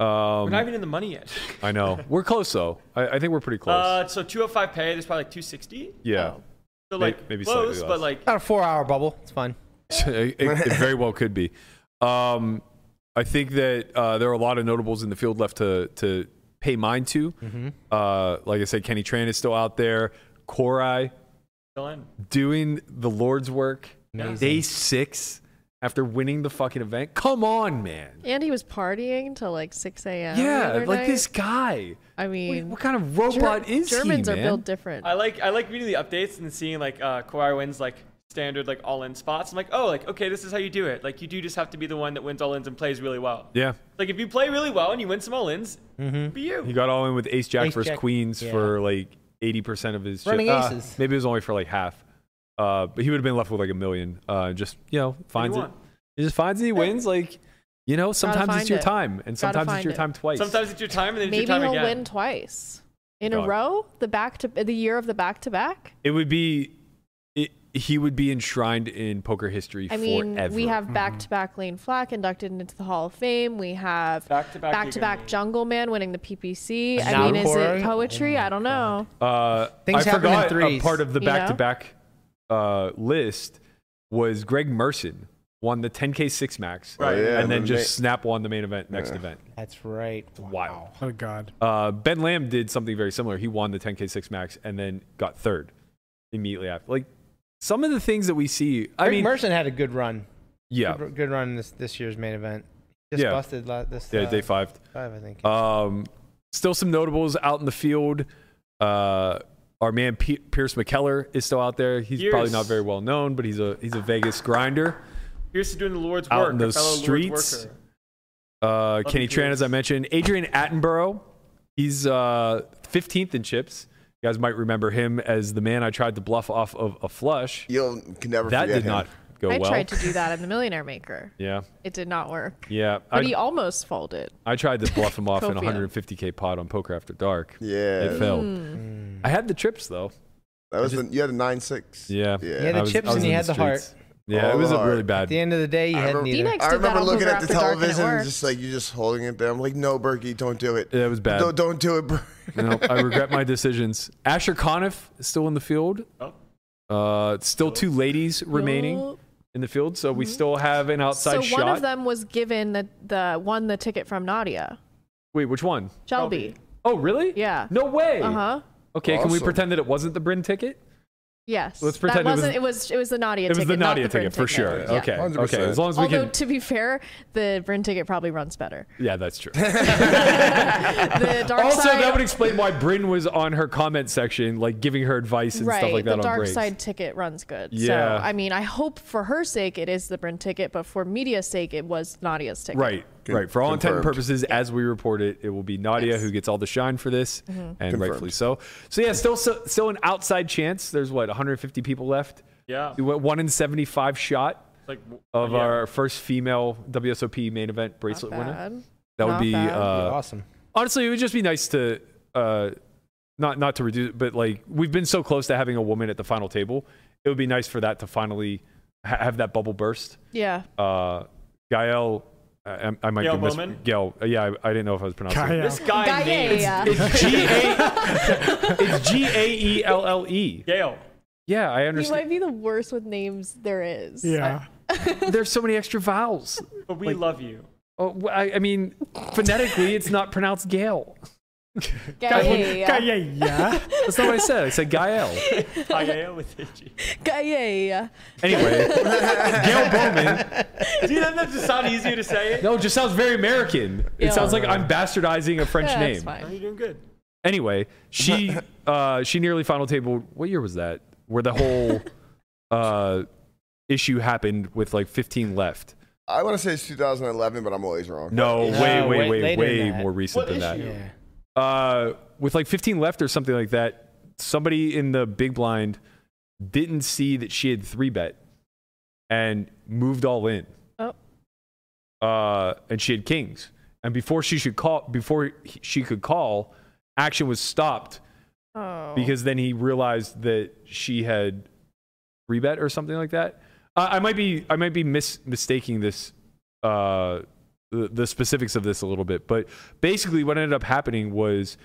Speaker 3: We're
Speaker 2: Um,
Speaker 3: not even in the money yet.
Speaker 2: I know we're close though. I, I think we're pretty close.
Speaker 3: Uh, so 205 pay, there's probably like 260.
Speaker 2: yeah,
Speaker 3: So
Speaker 2: May-
Speaker 3: like
Speaker 2: maybe slightly
Speaker 3: close,
Speaker 2: less.
Speaker 3: but like
Speaker 4: About a four-hour bubble. It's fine.
Speaker 2: it, it very well could be. Um, I think that uh, there are a lot of notables in the field left to to pay mind to. Uh, like I said, Kenny Tran is still out there. Korai
Speaker 3: Fill in.
Speaker 2: doing the Lord's work.
Speaker 3: Amazing.
Speaker 2: Day six after winning the fucking event. Come on, man.
Speaker 6: And he was partying till like 6 a.m. the
Speaker 2: Yeah,
Speaker 6: other
Speaker 2: like
Speaker 6: night.
Speaker 2: this guy.
Speaker 6: I mean,
Speaker 2: What kind of robot
Speaker 6: Ger-
Speaker 2: is
Speaker 6: Germans
Speaker 2: he,
Speaker 6: are
Speaker 2: man?
Speaker 6: built different.
Speaker 3: I like I like reading the updates and seeing like uh Kawhi wins like standard like all in spots. I'm like, oh like okay, this is how you do it. Like you do just have to be the one that wins all ins and plays really well.
Speaker 2: Yeah,
Speaker 3: Like if you play really well and you win some all ins, be you.
Speaker 2: he got all in with Ace Jack
Speaker 4: Ace
Speaker 2: versus
Speaker 4: Jack,
Speaker 2: Queens
Speaker 4: yeah.
Speaker 2: for like eighty percent of his
Speaker 4: Running
Speaker 2: chip. Uh,
Speaker 4: aces.
Speaker 2: maybe it was only for like half. Uh, but he would have been left with like a million. Uh, just you know, finds it.
Speaker 3: won.
Speaker 2: He just finds it. He wins. Like you know, sometimes
Speaker 6: find
Speaker 2: it's your
Speaker 6: it.
Speaker 2: time,
Speaker 6: Gotta
Speaker 2: and sometimes it's
Speaker 6: find
Speaker 2: your
Speaker 6: it.
Speaker 2: time twice.
Speaker 3: Sometimes it's your time and then it's
Speaker 6: Maybe
Speaker 3: your time
Speaker 6: he'll
Speaker 3: again.
Speaker 6: win twice in a
Speaker 2: God.
Speaker 6: row. The back to the year of the back to back.
Speaker 2: it would be. It, he would be enshrined in poker history
Speaker 6: I mean,
Speaker 2: forever.
Speaker 6: we have back to back Lane Flack inducted into the Hall of Fame. We have
Speaker 3: Back-to-back
Speaker 6: back to back
Speaker 3: Egan.
Speaker 6: Jungle Man winning the PPC. I
Speaker 4: Now
Speaker 6: mean, is
Speaker 4: Cora?
Speaker 6: it poetry? I don't know.
Speaker 2: Uh,
Speaker 4: Things
Speaker 2: I
Speaker 4: happen in
Speaker 2: forgot a
Speaker 4: threes.
Speaker 2: part of the
Speaker 6: You know?
Speaker 2: back to back uh, list was Greg Merson won the 10K six max,
Speaker 5: Right. Oh, yeah,
Speaker 2: and then
Speaker 5: the
Speaker 2: just
Speaker 5: ma-
Speaker 2: snap won the main event next event.
Speaker 4: That's right.
Speaker 2: Wow.
Speaker 7: Oh God.
Speaker 2: Uh, ben Lamb did something very similar. He won the 10K six max and then got third immediately after. Like some of the things that we see. I
Speaker 4: Greg
Speaker 2: mean,
Speaker 4: Merson had a good run.
Speaker 2: yeah,
Speaker 4: Good, good run in this this year's main event. Just
Speaker 2: Yeah.
Speaker 4: busted la- this.
Speaker 2: yeah,
Speaker 4: uh,
Speaker 2: day five.
Speaker 4: five, I think.
Speaker 2: Um, still some notables out in the field. Uh, our man P- Pierce McKellar is still out there. He's probably
Speaker 3: Pierce.
Speaker 2: not very well known, but he's a he's a Vegas grinder.
Speaker 3: Here's to doing the Lord's
Speaker 2: Out
Speaker 3: work.
Speaker 2: in
Speaker 3: a
Speaker 2: those
Speaker 3: fellow
Speaker 2: streets.
Speaker 3: Lord's worker.
Speaker 2: Uh, Kenny
Speaker 3: Pierce.
Speaker 2: Tran, as I mentioned, Adrian Attenborough. He's uh, 15th in chips. You guys might remember him as the man I tried to bluff off of a flush.
Speaker 5: You'll can never
Speaker 2: that
Speaker 5: forget
Speaker 2: did
Speaker 5: him.
Speaker 2: not go
Speaker 6: I
Speaker 2: well.
Speaker 6: tried to do that in the Millionaire Maker.
Speaker 2: yeah,
Speaker 6: It did not work.
Speaker 2: yeah.
Speaker 6: But
Speaker 2: I,
Speaker 6: he almost folded.
Speaker 2: I tried to bluff him off in a
Speaker 6: Copia.
Speaker 2: 150k pot on Poker After Dark.
Speaker 5: Yeah,
Speaker 2: It failed.
Speaker 6: Hmm.
Speaker 2: I had the trips though.
Speaker 5: that was the, you had a nine six.
Speaker 2: Yeah.
Speaker 5: yeah.
Speaker 4: You had
Speaker 2: I
Speaker 4: the
Speaker 2: was-
Speaker 4: chips
Speaker 2: I was
Speaker 4: and you
Speaker 2: in
Speaker 4: had the heart.
Speaker 2: streets. Yeah,
Speaker 5: All
Speaker 2: it was
Speaker 5: the
Speaker 2: a really
Speaker 5: heart.
Speaker 4: At
Speaker 2: bad.
Speaker 4: the end of the day, you
Speaker 5: I
Speaker 4: had
Speaker 5: remember-
Speaker 4: neither.
Speaker 6: Next
Speaker 5: I
Speaker 6: did that
Speaker 5: remember
Speaker 6: on
Speaker 5: looking
Speaker 6: Poker
Speaker 5: at the
Speaker 6: After Dark and it
Speaker 5: television and
Speaker 6: worked.
Speaker 5: just like you just holding it there. I'm like, no, Berkey, don't do it.
Speaker 2: Yeah, it was bad.
Speaker 5: Don't, don't do it, Berkey.
Speaker 2: No, I regret my decisions. Asher Conniff is still in the field.
Speaker 3: Oh.
Speaker 2: Uh, still two ladies remaining
Speaker 6: Yup. Mm-hmm.
Speaker 2: in the field, so we still have an outside
Speaker 6: so
Speaker 2: shot.
Speaker 6: one of them was given the, the one the ticket from Nadia.
Speaker 2: Wait, which one?
Speaker 6: Shelby.
Speaker 2: Oh, really?
Speaker 6: Yeah.
Speaker 2: No way.
Speaker 6: Uh huh.
Speaker 2: Okay, can we
Speaker 5: Awesome.
Speaker 2: pretend that it wasn't the Bryn ticket?
Speaker 6: Yes.
Speaker 2: Let's pretend it
Speaker 6: that
Speaker 2: was-
Speaker 6: wasn't, it was it was the Nadia
Speaker 2: It was
Speaker 6: ticket.
Speaker 2: the
Speaker 6: not
Speaker 2: Nadia
Speaker 6: the Brin
Speaker 2: ticket for sure.
Speaker 6: Yeah.
Speaker 2: Okay,
Speaker 5: 100%.
Speaker 2: okay. As long as we
Speaker 6: Although
Speaker 2: can.
Speaker 6: to be fair, the Brin ticket probably runs better.
Speaker 2: yeah, that's true.
Speaker 6: The dark
Speaker 2: also,
Speaker 6: side,
Speaker 2: that would explain why Bryn was on her comment section, like giving her advice and
Speaker 6: right?
Speaker 2: stuff like that
Speaker 6: the
Speaker 2: on
Speaker 6: dark
Speaker 2: breaks.
Speaker 6: side ticket runs good.
Speaker 2: Yeah.
Speaker 6: So I mean, I hope for her sake it is the Brin ticket, but for media's sake it was Nadia's ticket.
Speaker 2: Right,
Speaker 5: Con-
Speaker 2: right. For all intent and
Speaker 5: confirmed.
Speaker 2: purposes, as we report it, it will be Nadia who gets all the shine for this,
Speaker 6: Mm-hmm.
Speaker 2: and rightfully so. So yeah, still so, still an outside chance. There's what 150 people left.
Speaker 3: Yeah.
Speaker 2: We went one in 75 shot
Speaker 3: Like
Speaker 2: of
Speaker 3: yeah.
Speaker 2: our first female WSOP main event bracelet winner.
Speaker 6: Bad.
Speaker 2: That would
Speaker 6: Not
Speaker 2: be
Speaker 6: bad.
Speaker 2: uh,
Speaker 4: awesome.
Speaker 2: honestly, it would just be nice to uh, not not to reduce, but like we've been so close to having a woman at the final table. It would be nice for that to finally ha- have that bubble burst
Speaker 6: Yeah.
Speaker 2: uh, Gael. I, I might
Speaker 3: Gail
Speaker 2: be mis-
Speaker 3: Bowman?
Speaker 2: Gail. uh, Yeah, I, I didn't know if I was pronouncing. it.
Speaker 3: This guy
Speaker 6: Guy, yeah,
Speaker 3: named
Speaker 6: yeah, yeah.
Speaker 2: It's G A. It's G A E L L E.
Speaker 3: Gail.
Speaker 2: Yeah, I
Speaker 6: He might
Speaker 2: understand.
Speaker 6: be the worst with names there is.
Speaker 7: Yeah.
Speaker 2: There's so many extra vowels.
Speaker 3: But we love you.
Speaker 2: Oh, wh- I, I mean, phonetically, it's not pronounced Gail.
Speaker 6: Guy, yeah,
Speaker 7: Yeah.
Speaker 6: yeah, yeah.
Speaker 7: Yeah. Yeah.
Speaker 2: That's not what I said. I said Gael.
Speaker 3: Hi Gail with a G.
Speaker 6: Guy, yeah, yeah.
Speaker 2: Anyway, Gail Bowman.
Speaker 3: See that that just sound easier to say it?
Speaker 2: No, it just sounds very American. It
Speaker 6: Gail.
Speaker 2: sounds like I'm bastardizing a French
Speaker 6: Yeah,
Speaker 2: name.
Speaker 6: That's
Speaker 3: Oh,
Speaker 6: fine.
Speaker 3: You're doing good.
Speaker 2: anyway, she uh, she nearly final tabled. What year was that? Where the whole uh, issue happened with like 15 left.
Speaker 5: I want to say it's 2011, but I'm always wrong.
Speaker 2: No,
Speaker 4: No,
Speaker 2: way, way,
Speaker 4: way-
Speaker 2: way,
Speaker 4: later
Speaker 2: way
Speaker 4: than that.
Speaker 2: more recent
Speaker 3: What
Speaker 2: than
Speaker 3: issue?
Speaker 4: Yeah.
Speaker 2: that. Uh, with like 15 left or something like that, somebody in the big blind didn't see that she had three bet and moved all in.
Speaker 6: Oh.
Speaker 2: Uh, and she had kings. And before she should call, before he- she could call, action was stopped
Speaker 6: Oh.
Speaker 2: because then he realized that she had rebet or something like that. Uh, I might be I might be mis- mistaking this uh, the, the specifics of this a little bit, but basically what ended up happening was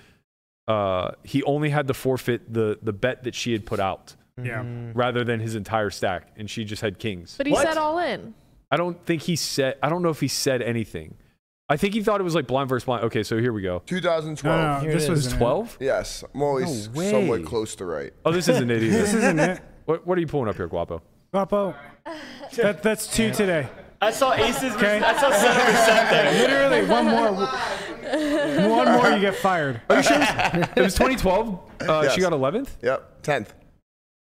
Speaker 2: uh, he only had to forfeit the the bet that she had put out
Speaker 7: Yeah.
Speaker 2: Mm. rather than his entire stack, and she just had kings.
Speaker 6: But he
Speaker 3: What?
Speaker 6: said all in.
Speaker 2: I don't think he said I don't know if he said anything. I think he thought it was like blind versus blind. Okay, so here we go.
Speaker 5: 2012.
Speaker 7: Here it
Speaker 2: this was
Speaker 7: is, man.
Speaker 2: 12?
Speaker 5: Yes, I'm always
Speaker 2: No way.
Speaker 5: somewhat close to right.
Speaker 2: Oh, this isn't it
Speaker 7: This
Speaker 2: either.
Speaker 7: isn't it.
Speaker 2: what, what are you pulling up here, Guapo?
Speaker 7: Guapo. That, that's two today.
Speaker 3: I saw aces.
Speaker 7: Okay.
Speaker 3: Versus, I saw seven versus seven there.
Speaker 7: Literally, one more. One more, you get fired.
Speaker 2: It was 2012. Uh, She
Speaker 5: Yes.
Speaker 2: got 11th?
Speaker 5: Yep, 10th.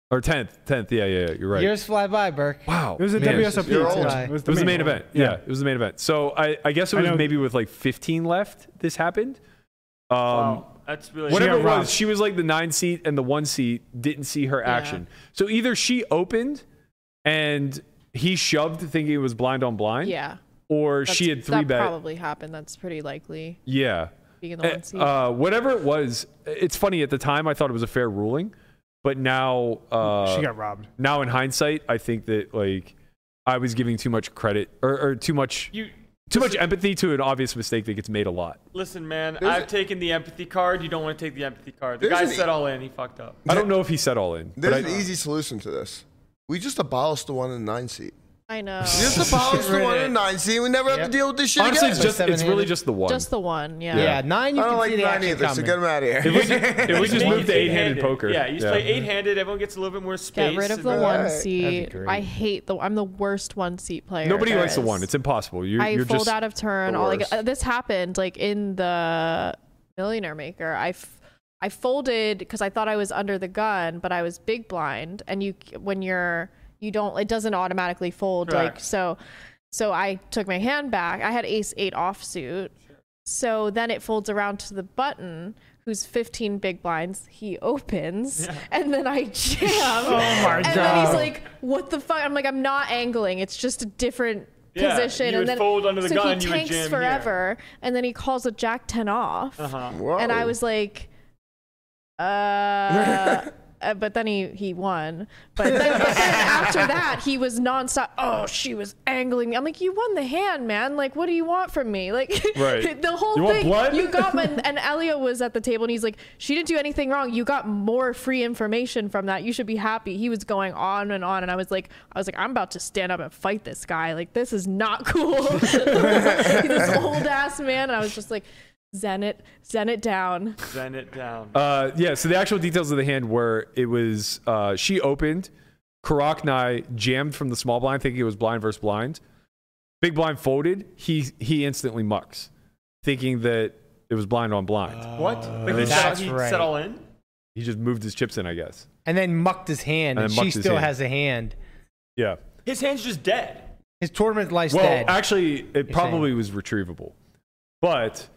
Speaker 2: Or 10th. 10th. Yeah, yeah, yeah. You're right.
Speaker 12: Years fly by, Burke.
Speaker 2: wow.
Speaker 7: It was a
Speaker 2: Man, it's
Speaker 7: WSOP.
Speaker 2: just-
Speaker 5: you're
Speaker 7: today.
Speaker 5: old.
Speaker 12: It
Speaker 2: It was the main
Speaker 7: one.
Speaker 2: event. Yeah. it was the main event. So I, I guess it
Speaker 7: I
Speaker 2: was
Speaker 7: know-
Speaker 2: maybe with like 15 left this happened. Um,
Speaker 3: Wow, that's really.
Speaker 2: Whatever it
Speaker 7: robbed.
Speaker 2: was, she was like the nine seat and the one seat didn't see her action. So either she opened and he shoved thinking it was blind on blind,
Speaker 6: Yeah.
Speaker 2: or she had
Speaker 6: That's-
Speaker 2: three
Speaker 6: that
Speaker 2: bet.
Speaker 6: probably happened. That's pretty likely.
Speaker 2: Yeah.
Speaker 6: Being in the one seat.
Speaker 2: Uh, whatever it was, it's funny. At the time, I thought it was a fair ruling, but now, uh,
Speaker 7: She got robbed.
Speaker 2: now in hindsight, I think that like I was giving too much credit or, or too much
Speaker 3: You
Speaker 2: too much empathy to an obvious mistake that gets made a lot.
Speaker 3: listen, man.
Speaker 5: There's
Speaker 3: I've
Speaker 5: a-
Speaker 3: taken the empathy card. You don't want to take the empathy card. The
Speaker 5: There's
Speaker 3: guy
Speaker 5: an e-
Speaker 3: said all in. He fucked up.
Speaker 2: I don't know if he said all in, but
Speaker 5: There's
Speaker 2: I,
Speaker 5: an easy solution to this. We just abolish the one and nine seat.
Speaker 6: I know.
Speaker 5: Just abolish the one and nine seat. We never have
Speaker 12: Yep.
Speaker 5: to deal with this shit
Speaker 2: honestly, it's
Speaker 12: By
Speaker 5: again.
Speaker 2: just it's really
Speaker 12: 700.
Speaker 2: just the one.
Speaker 6: Just the one. Yeah.
Speaker 12: Yeah, nine. You
Speaker 5: I
Speaker 12: can
Speaker 5: don't
Speaker 12: see
Speaker 5: like
Speaker 12: the
Speaker 5: nine
Speaker 12: action
Speaker 5: either, so
Speaker 12: coming.
Speaker 5: get them out of
Speaker 2: if
Speaker 5: here.
Speaker 2: we just, if we
Speaker 3: Make
Speaker 2: just moved
Speaker 3: it
Speaker 2: to eight-handed
Speaker 3: eight-handed.
Speaker 2: poker,
Speaker 3: Yeah, you just play eight-handed. Everyone gets a little bit more space.
Speaker 6: Get rid of
Speaker 3: and
Speaker 6: the
Speaker 3: then-
Speaker 6: one
Speaker 5: That'd
Speaker 6: seat.
Speaker 12: great.
Speaker 6: I hate the. I'm the worst one seat player.
Speaker 2: Nobody
Speaker 6: there
Speaker 2: likes the
Speaker 6: is.
Speaker 2: one. It's impossible. You're,
Speaker 6: I
Speaker 2: you're
Speaker 6: fold
Speaker 2: just
Speaker 6: out of turn.
Speaker 5: the
Speaker 6: All like
Speaker 5: worst.
Speaker 6: uh, this happened like in the Millionaire Maker. I, f- I folded because I thought I was under the gun, but I was big blind. And you when you're you don't it doesn't automatically fold like
Speaker 3: Correct.
Speaker 6: so. So I took my hand back. I had Ace Eight offsuit. So then it folds around to the button. Who's 15 big blinds? He opens, and then I jam. oh my and god! And then he's like, "What the fuck?" I'm like, "I'm not angling. It's just a different
Speaker 3: Yeah,
Speaker 6: position,
Speaker 3: you
Speaker 6: and
Speaker 3: would
Speaker 6: then
Speaker 3: fold under the
Speaker 6: so
Speaker 3: gun,
Speaker 6: he
Speaker 3: you would
Speaker 6: tanks
Speaker 3: jam here.
Speaker 6: forever, and then he calls a jack ten off, uh-huh.
Speaker 5: Whoa.
Speaker 6: and I was like, uh. uh, but then he, he won. But then, but then after that, he was nonstop. Oh, she was angling me. I'm like, you won the hand, man. Like, what do you want from me? Like,
Speaker 2: Right.
Speaker 6: the whole
Speaker 2: You want
Speaker 6: thing.
Speaker 2: blood?
Speaker 6: You got my. And Elio was at the table, and he's like, she didn't do anything wrong. You got more free information from that. You should be happy. He was going on and on, and I was like, I was like, I'm about to stand up and fight this guy. Like, this is not cool. this old ass man. And I was just like, zen it, zen it down.
Speaker 3: Zen it down.
Speaker 2: Uh, yeah, so the actual details of the hand were it was uh, she opened, Karaknai jammed from the small blind, thinking it was blind versus blind. Big blind folded. He he instantly mucks, thinking that it was blind on blind.
Speaker 3: Uh, what? Like they said,
Speaker 12: Uh, That's
Speaker 3: he
Speaker 12: right.
Speaker 3: said all in.
Speaker 2: he just moved his chips in, I guess.
Speaker 12: and then mucked his hand,
Speaker 2: And
Speaker 12: and,
Speaker 2: then
Speaker 12: she
Speaker 2: mucked his
Speaker 12: still
Speaker 2: hand.
Speaker 12: has a hand.
Speaker 2: Yeah.
Speaker 3: His hand's just dead.
Speaker 12: His tournament life's
Speaker 2: well,
Speaker 12: dead.
Speaker 2: actually, it
Speaker 12: saying.
Speaker 2: probably was retrievable, but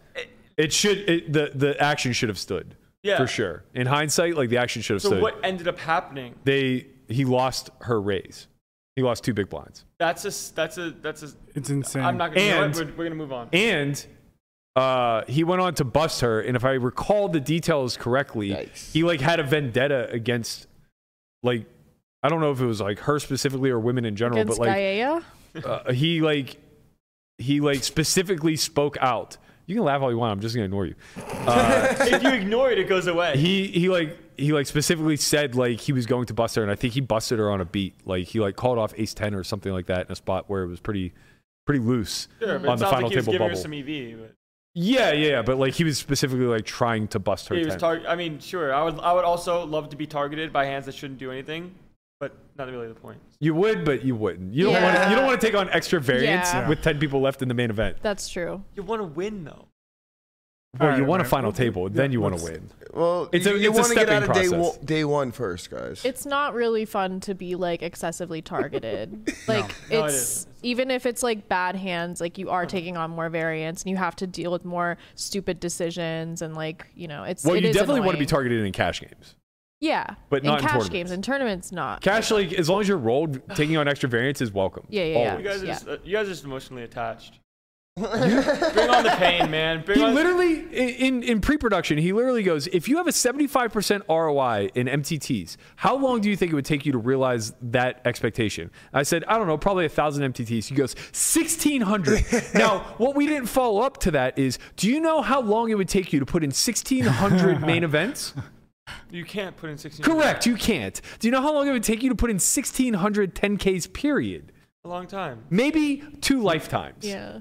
Speaker 2: it should it, the the action should have stood
Speaker 3: Yeah.
Speaker 2: for sure. In hindsight, like the action should have
Speaker 3: So
Speaker 2: stood.
Speaker 3: what ended up happening?
Speaker 2: They he lost her raise. He lost two big blinds.
Speaker 3: That's a s- that's a that's a.
Speaker 7: It's insane.
Speaker 3: I'm not gonna. you know
Speaker 2: And-
Speaker 3: what? we're, we're gonna move on.
Speaker 2: And uh, he went on to bust her, and if I recall the details correctly,
Speaker 5: Yikes.
Speaker 2: he like had a vendetta against, like, I don't know if it was like her specifically or women in general,
Speaker 6: Against
Speaker 2: but like
Speaker 6: Gaia.
Speaker 2: uh, he like he like specifically spoke out. You can laugh all you want. I'm just gonna ignore you. Uh,
Speaker 3: if you ignore it, it goes away.
Speaker 2: He he like he like specifically said like he was going to bust her, and I think he busted her on a beat. Like he like called off ace ten or something like that in a spot where it was pretty pretty loose
Speaker 3: Sure, but it
Speaker 2: on the
Speaker 3: sounds
Speaker 2: final
Speaker 3: like he was
Speaker 2: table
Speaker 3: giving
Speaker 2: bubble.
Speaker 3: her some e- EV. But
Speaker 2: Yeah, yeah, yeah, but like he was specifically like trying to bust her.
Speaker 3: he was
Speaker 2: ten.
Speaker 3: tar- I mean, sure. I would I would also love to be targeted by hands that shouldn't do anything, but not really the point.
Speaker 2: you would, but you wouldn't. You don't
Speaker 6: Yeah.
Speaker 2: want. You don't want to take on extra variance
Speaker 6: Yeah.
Speaker 2: with ten people left in the main event.
Speaker 6: That's true.
Speaker 3: You want to win though.
Speaker 2: Well,
Speaker 7: All
Speaker 2: you
Speaker 7: right,
Speaker 2: want a
Speaker 7: right.
Speaker 2: final table, then you want to
Speaker 7: let's-
Speaker 2: win.
Speaker 5: well,
Speaker 2: It's a-
Speaker 5: you, you
Speaker 2: it's a
Speaker 5: want to get out
Speaker 2: stepping
Speaker 5: of day
Speaker 2: process.
Speaker 5: one, day one first, guys.
Speaker 6: It's not really fun to be like excessively targeted. Like
Speaker 3: No, it Uh-huh.
Speaker 6: it's
Speaker 3: isn't.
Speaker 6: even if it's like bad hands, like you are taking on more variance and you have to deal with more stupid decisions and like you know it's.
Speaker 2: Well,
Speaker 6: it
Speaker 2: you
Speaker 6: is
Speaker 2: definitely want to be
Speaker 6: annoying.
Speaker 2: targeted in cash games.
Speaker 6: Yeah,
Speaker 2: but not in
Speaker 6: in cash
Speaker 2: tournaments.
Speaker 6: games and tournaments, not.
Speaker 2: Cash, like as long as you're rolled, taking on extra variance is welcome.
Speaker 6: Yeah, yeah, yeah.
Speaker 2: Always.
Speaker 3: You guys are
Speaker 6: Yeah.
Speaker 3: just uh, you guys are just emotionally attached. Bring on the pain, man. Bring
Speaker 2: He
Speaker 3: on.
Speaker 2: literally in in pre-production, he literally goes, "If you have a 75% ROI in MTTs, how long do you think it would take you to realize that expectation?" I said, "I don't know, probably a 1000 MTTs." He goes, "1600." now, what we didn't follow up to that is, do you know how long it would take you to put in 1600 main events?
Speaker 3: you can't put in 16.
Speaker 2: Correct, you can't. Do you know how long it would take you to put in 1600 10Ks period?
Speaker 3: A long time.
Speaker 2: Maybe two lifetimes.
Speaker 6: Yeah.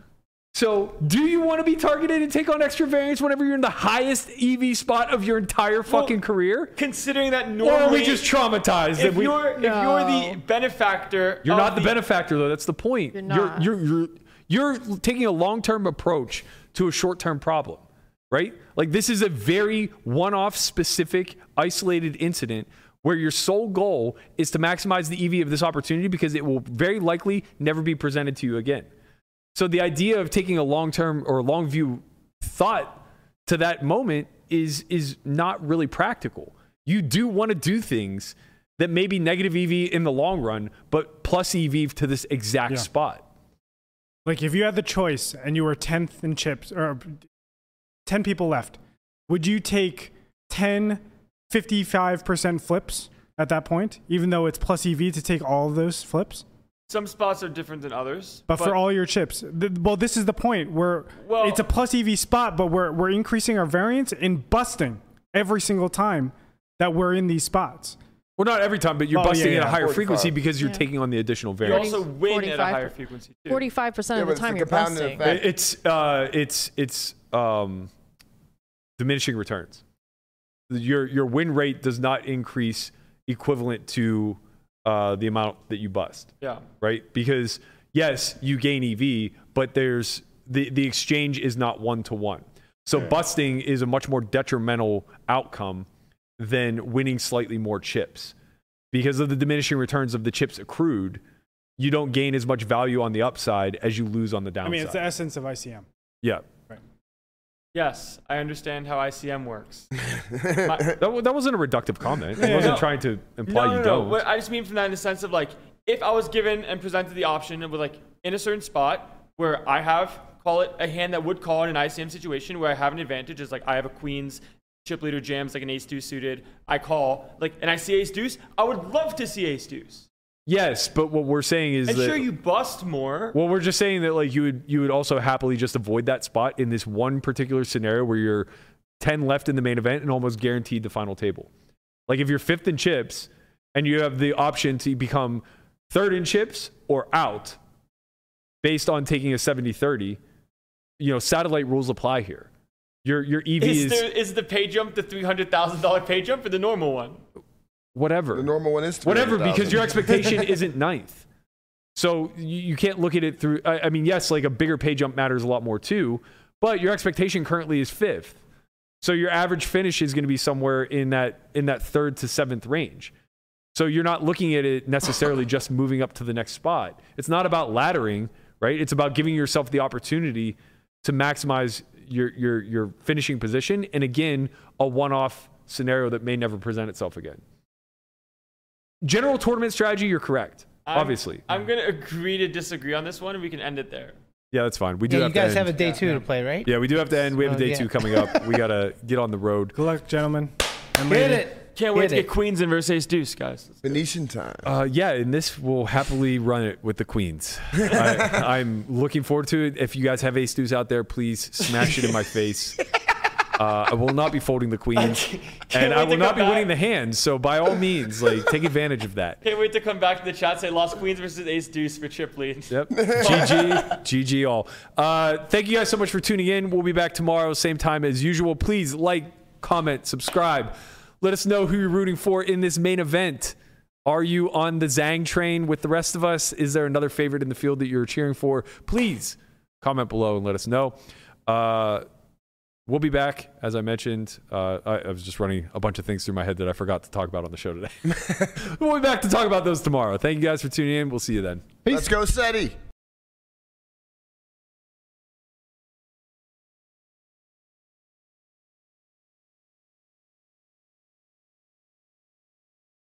Speaker 2: So, do you want to be targeted and take on extra variance whenever you're in the highest EV spot of your entire fucking career?
Speaker 3: Considering that
Speaker 2: Or
Speaker 3: normally
Speaker 2: are we just traumatized that
Speaker 3: If
Speaker 2: we
Speaker 3: you're if you're the benefactor,
Speaker 2: You're
Speaker 3: of
Speaker 2: not the benefactor though. That's the point. You're
Speaker 3: not.
Speaker 2: You're you're you're, taking a long-term approach to a short-term problem, right? Like this is a very one-off, specific, isolated incident where your sole goal is to maximize the EV of this opportunity because it will very likely never be presented to you again. So the idea of taking a long-term or long view thought to that moment is is not really practical. You do want to do things that may be negative EV in the long run, but plus EV to this exact
Speaker 7: Yeah.
Speaker 2: spot.
Speaker 7: Like if you had the choice and you were tenth in chips or ten people left, would you take 10 55 percent flips at that point, even though it's plus EV to take all of those flips?
Speaker 3: some spots are different than others.
Speaker 7: But, for all your chips, th- well, this is the point where
Speaker 3: Well-
Speaker 7: it's a plus EV spot, but we're we're increasing our variance and busting every single time that we're in these spots.
Speaker 2: Well, not every time, but you're
Speaker 7: Oh,
Speaker 2: busting
Speaker 7: yeah,
Speaker 2: at a
Speaker 7: yeah.
Speaker 2: higher
Speaker 7: 45.
Speaker 2: frequency because you're
Speaker 6: Yeah.
Speaker 2: taking on the additional
Speaker 3: you
Speaker 2: variance.
Speaker 3: also win at a
Speaker 6: 45
Speaker 3: higher frequency too.
Speaker 6: Forty-five percent
Speaker 5: Yeah,
Speaker 6: of
Speaker 5: but
Speaker 6: the
Speaker 5: it's
Speaker 6: time
Speaker 5: the
Speaker 6: you're
Speaker 5: compounded
Speaker 6: busting.
Speaker 5: effect.
Speaker 2: It- it's uh, it's it's um, diminishing returns. Your your win rate does not increase equivalent to uh, the amount that you bust.
Speaker 3: Yeah.
Speaker 2: Right? Because yes, you gain EV, but there's the the exchange is not one to one. So busting is a much more detrimental outcome than winning slightly more chips because of the diminishing returns of the chips accrued. You don't gain as much value on the upside as you lose on the
Speaker 7: I
Speaker 2: downside.
Speaker 7: mean, it's the essence of ICM.
Speaker 2: Yeah.
Speaker 3: Yes, I understand how ICM works.
Speaker 2: That, wa- that wasn't a reductive comment. I
Speaker 3: Yeah.
Speaker 2: wasn't
Speaker 3: No.
Speaker 2: trying to
Speaker 3: no,
Speaker 2: imply
Speaker 3: no,
Speaker 2: you
Speaker 3: no.
Speaker 2: don't.
Speaker 3: What I just mean from that in the sense of like, if I was given and presented the option of like in a certain spot where I have call it a hand that would call in an ICM situation where I have an advantage is like I have a queen's chip leader jams like an ace deuce suited. I call like and I see ace deuce. I would love to see ace deuce.
Speaker 2: Yes, but what we're saying is
Speaker 3: And
Speaker 2: that
Speaker 3: sure, you bust more.
Speaker 2: well, we're just saying that like you would you would also happily just avoid that spot in this one particular scenario where you're ten left in the main event and almost guaranteed the final table. Like if you're fifth in chips and you have the option to become third in chips or out based on taking a 70-30, you know, satellite rules apply here. Your your EV
Speaker 3: Is,
Speaker 2: is,
Speaker 3: there, is the pay jump the three hundred thousand dollar pay jump or the normal one?
Speaker 2: whatever.
Speaker 5: The normal one is
Speaker 2: whatever because
Speaker 5: 300,000.
Speaker 2: your expectation isn't ninth so you, you can't look at it through I, I mean yes like a bigger pay jump matters a lot more too but your expectation currently is fifth so your average finish is going to be somewhere in that in that third to seventh range so you're not looking at it necessarily just moving up to the next spot it's not about laddering right it's about giving yourself the opportunity to maximize your your your finishing position and again a one-off scenario that may never present itself again general tournament strategy, you're correct.
Speaker 3: I'm-
Speaker 2: obviously.
Speaker 3: I'm gonna agree to disagree on this one, and we can end it there.
Speaker 2: yeah, that's fine. We do
Speaker 12: Yeah,
Speaker 2: have
Speaker 12: you guys
Speaker 2: to end.
Speaker 12: have a day two to play, right?
Speaker 2: yeah, we do have to end. We have a
Speaker 12: Oh,
Speaker 2: day
Speaker 12: yeah.
Speaker 2: two coming up. We gotta get on the road.
Speaker 7: Good luck, gentlemen. And
Speaker 12: Get
Speaker 7: ladies.
Speaker 12: it.
Speaker 3: Can't wait
Speaker 12: Get
Speaker 3: to
Speaker 12: it.
Speaker 3: get queens and versus ace deuce, guys.
Speaker 5: Venetian time.
Speaker 2: Uh, yeah, and this will happily run it with the queens. I, I'm looking forward to it. If you guys have ace deuce out there, please smash it in my face. Uh, I will not be folding the queens, and I
Speaker 3: wait to
Speaker 2: will not
Speaker 3: come
Speaker 2: be winning
Speaker 3: back.
Speaker 2: the hands. So by all means, like take advantage of that.
Speaker 3: Can't wait to come back to the chat. Say lost queens versus ace deuce for chip lead.
Speaker 2: Yep. GG, GG all. Uh, thank you guys so much for tuning in. We'll be back tomorrow, same time as usual. Please like, comment, subscribe. Let us know who you're rooting for in this main event. Are you on the Zang train with the rest of us? Is there another favorite in the field that you're cheering for? Please comment below and let us know. Uh, we'll be back, as I mentioned. Uh, I, I was just running a bunch of things through my head that I forgot to talk about on the show today. we'll be back to talk about those tomorrow. Thank you guys for tuning in. We'll see you then.
Speaker 5: Let's go, SETI.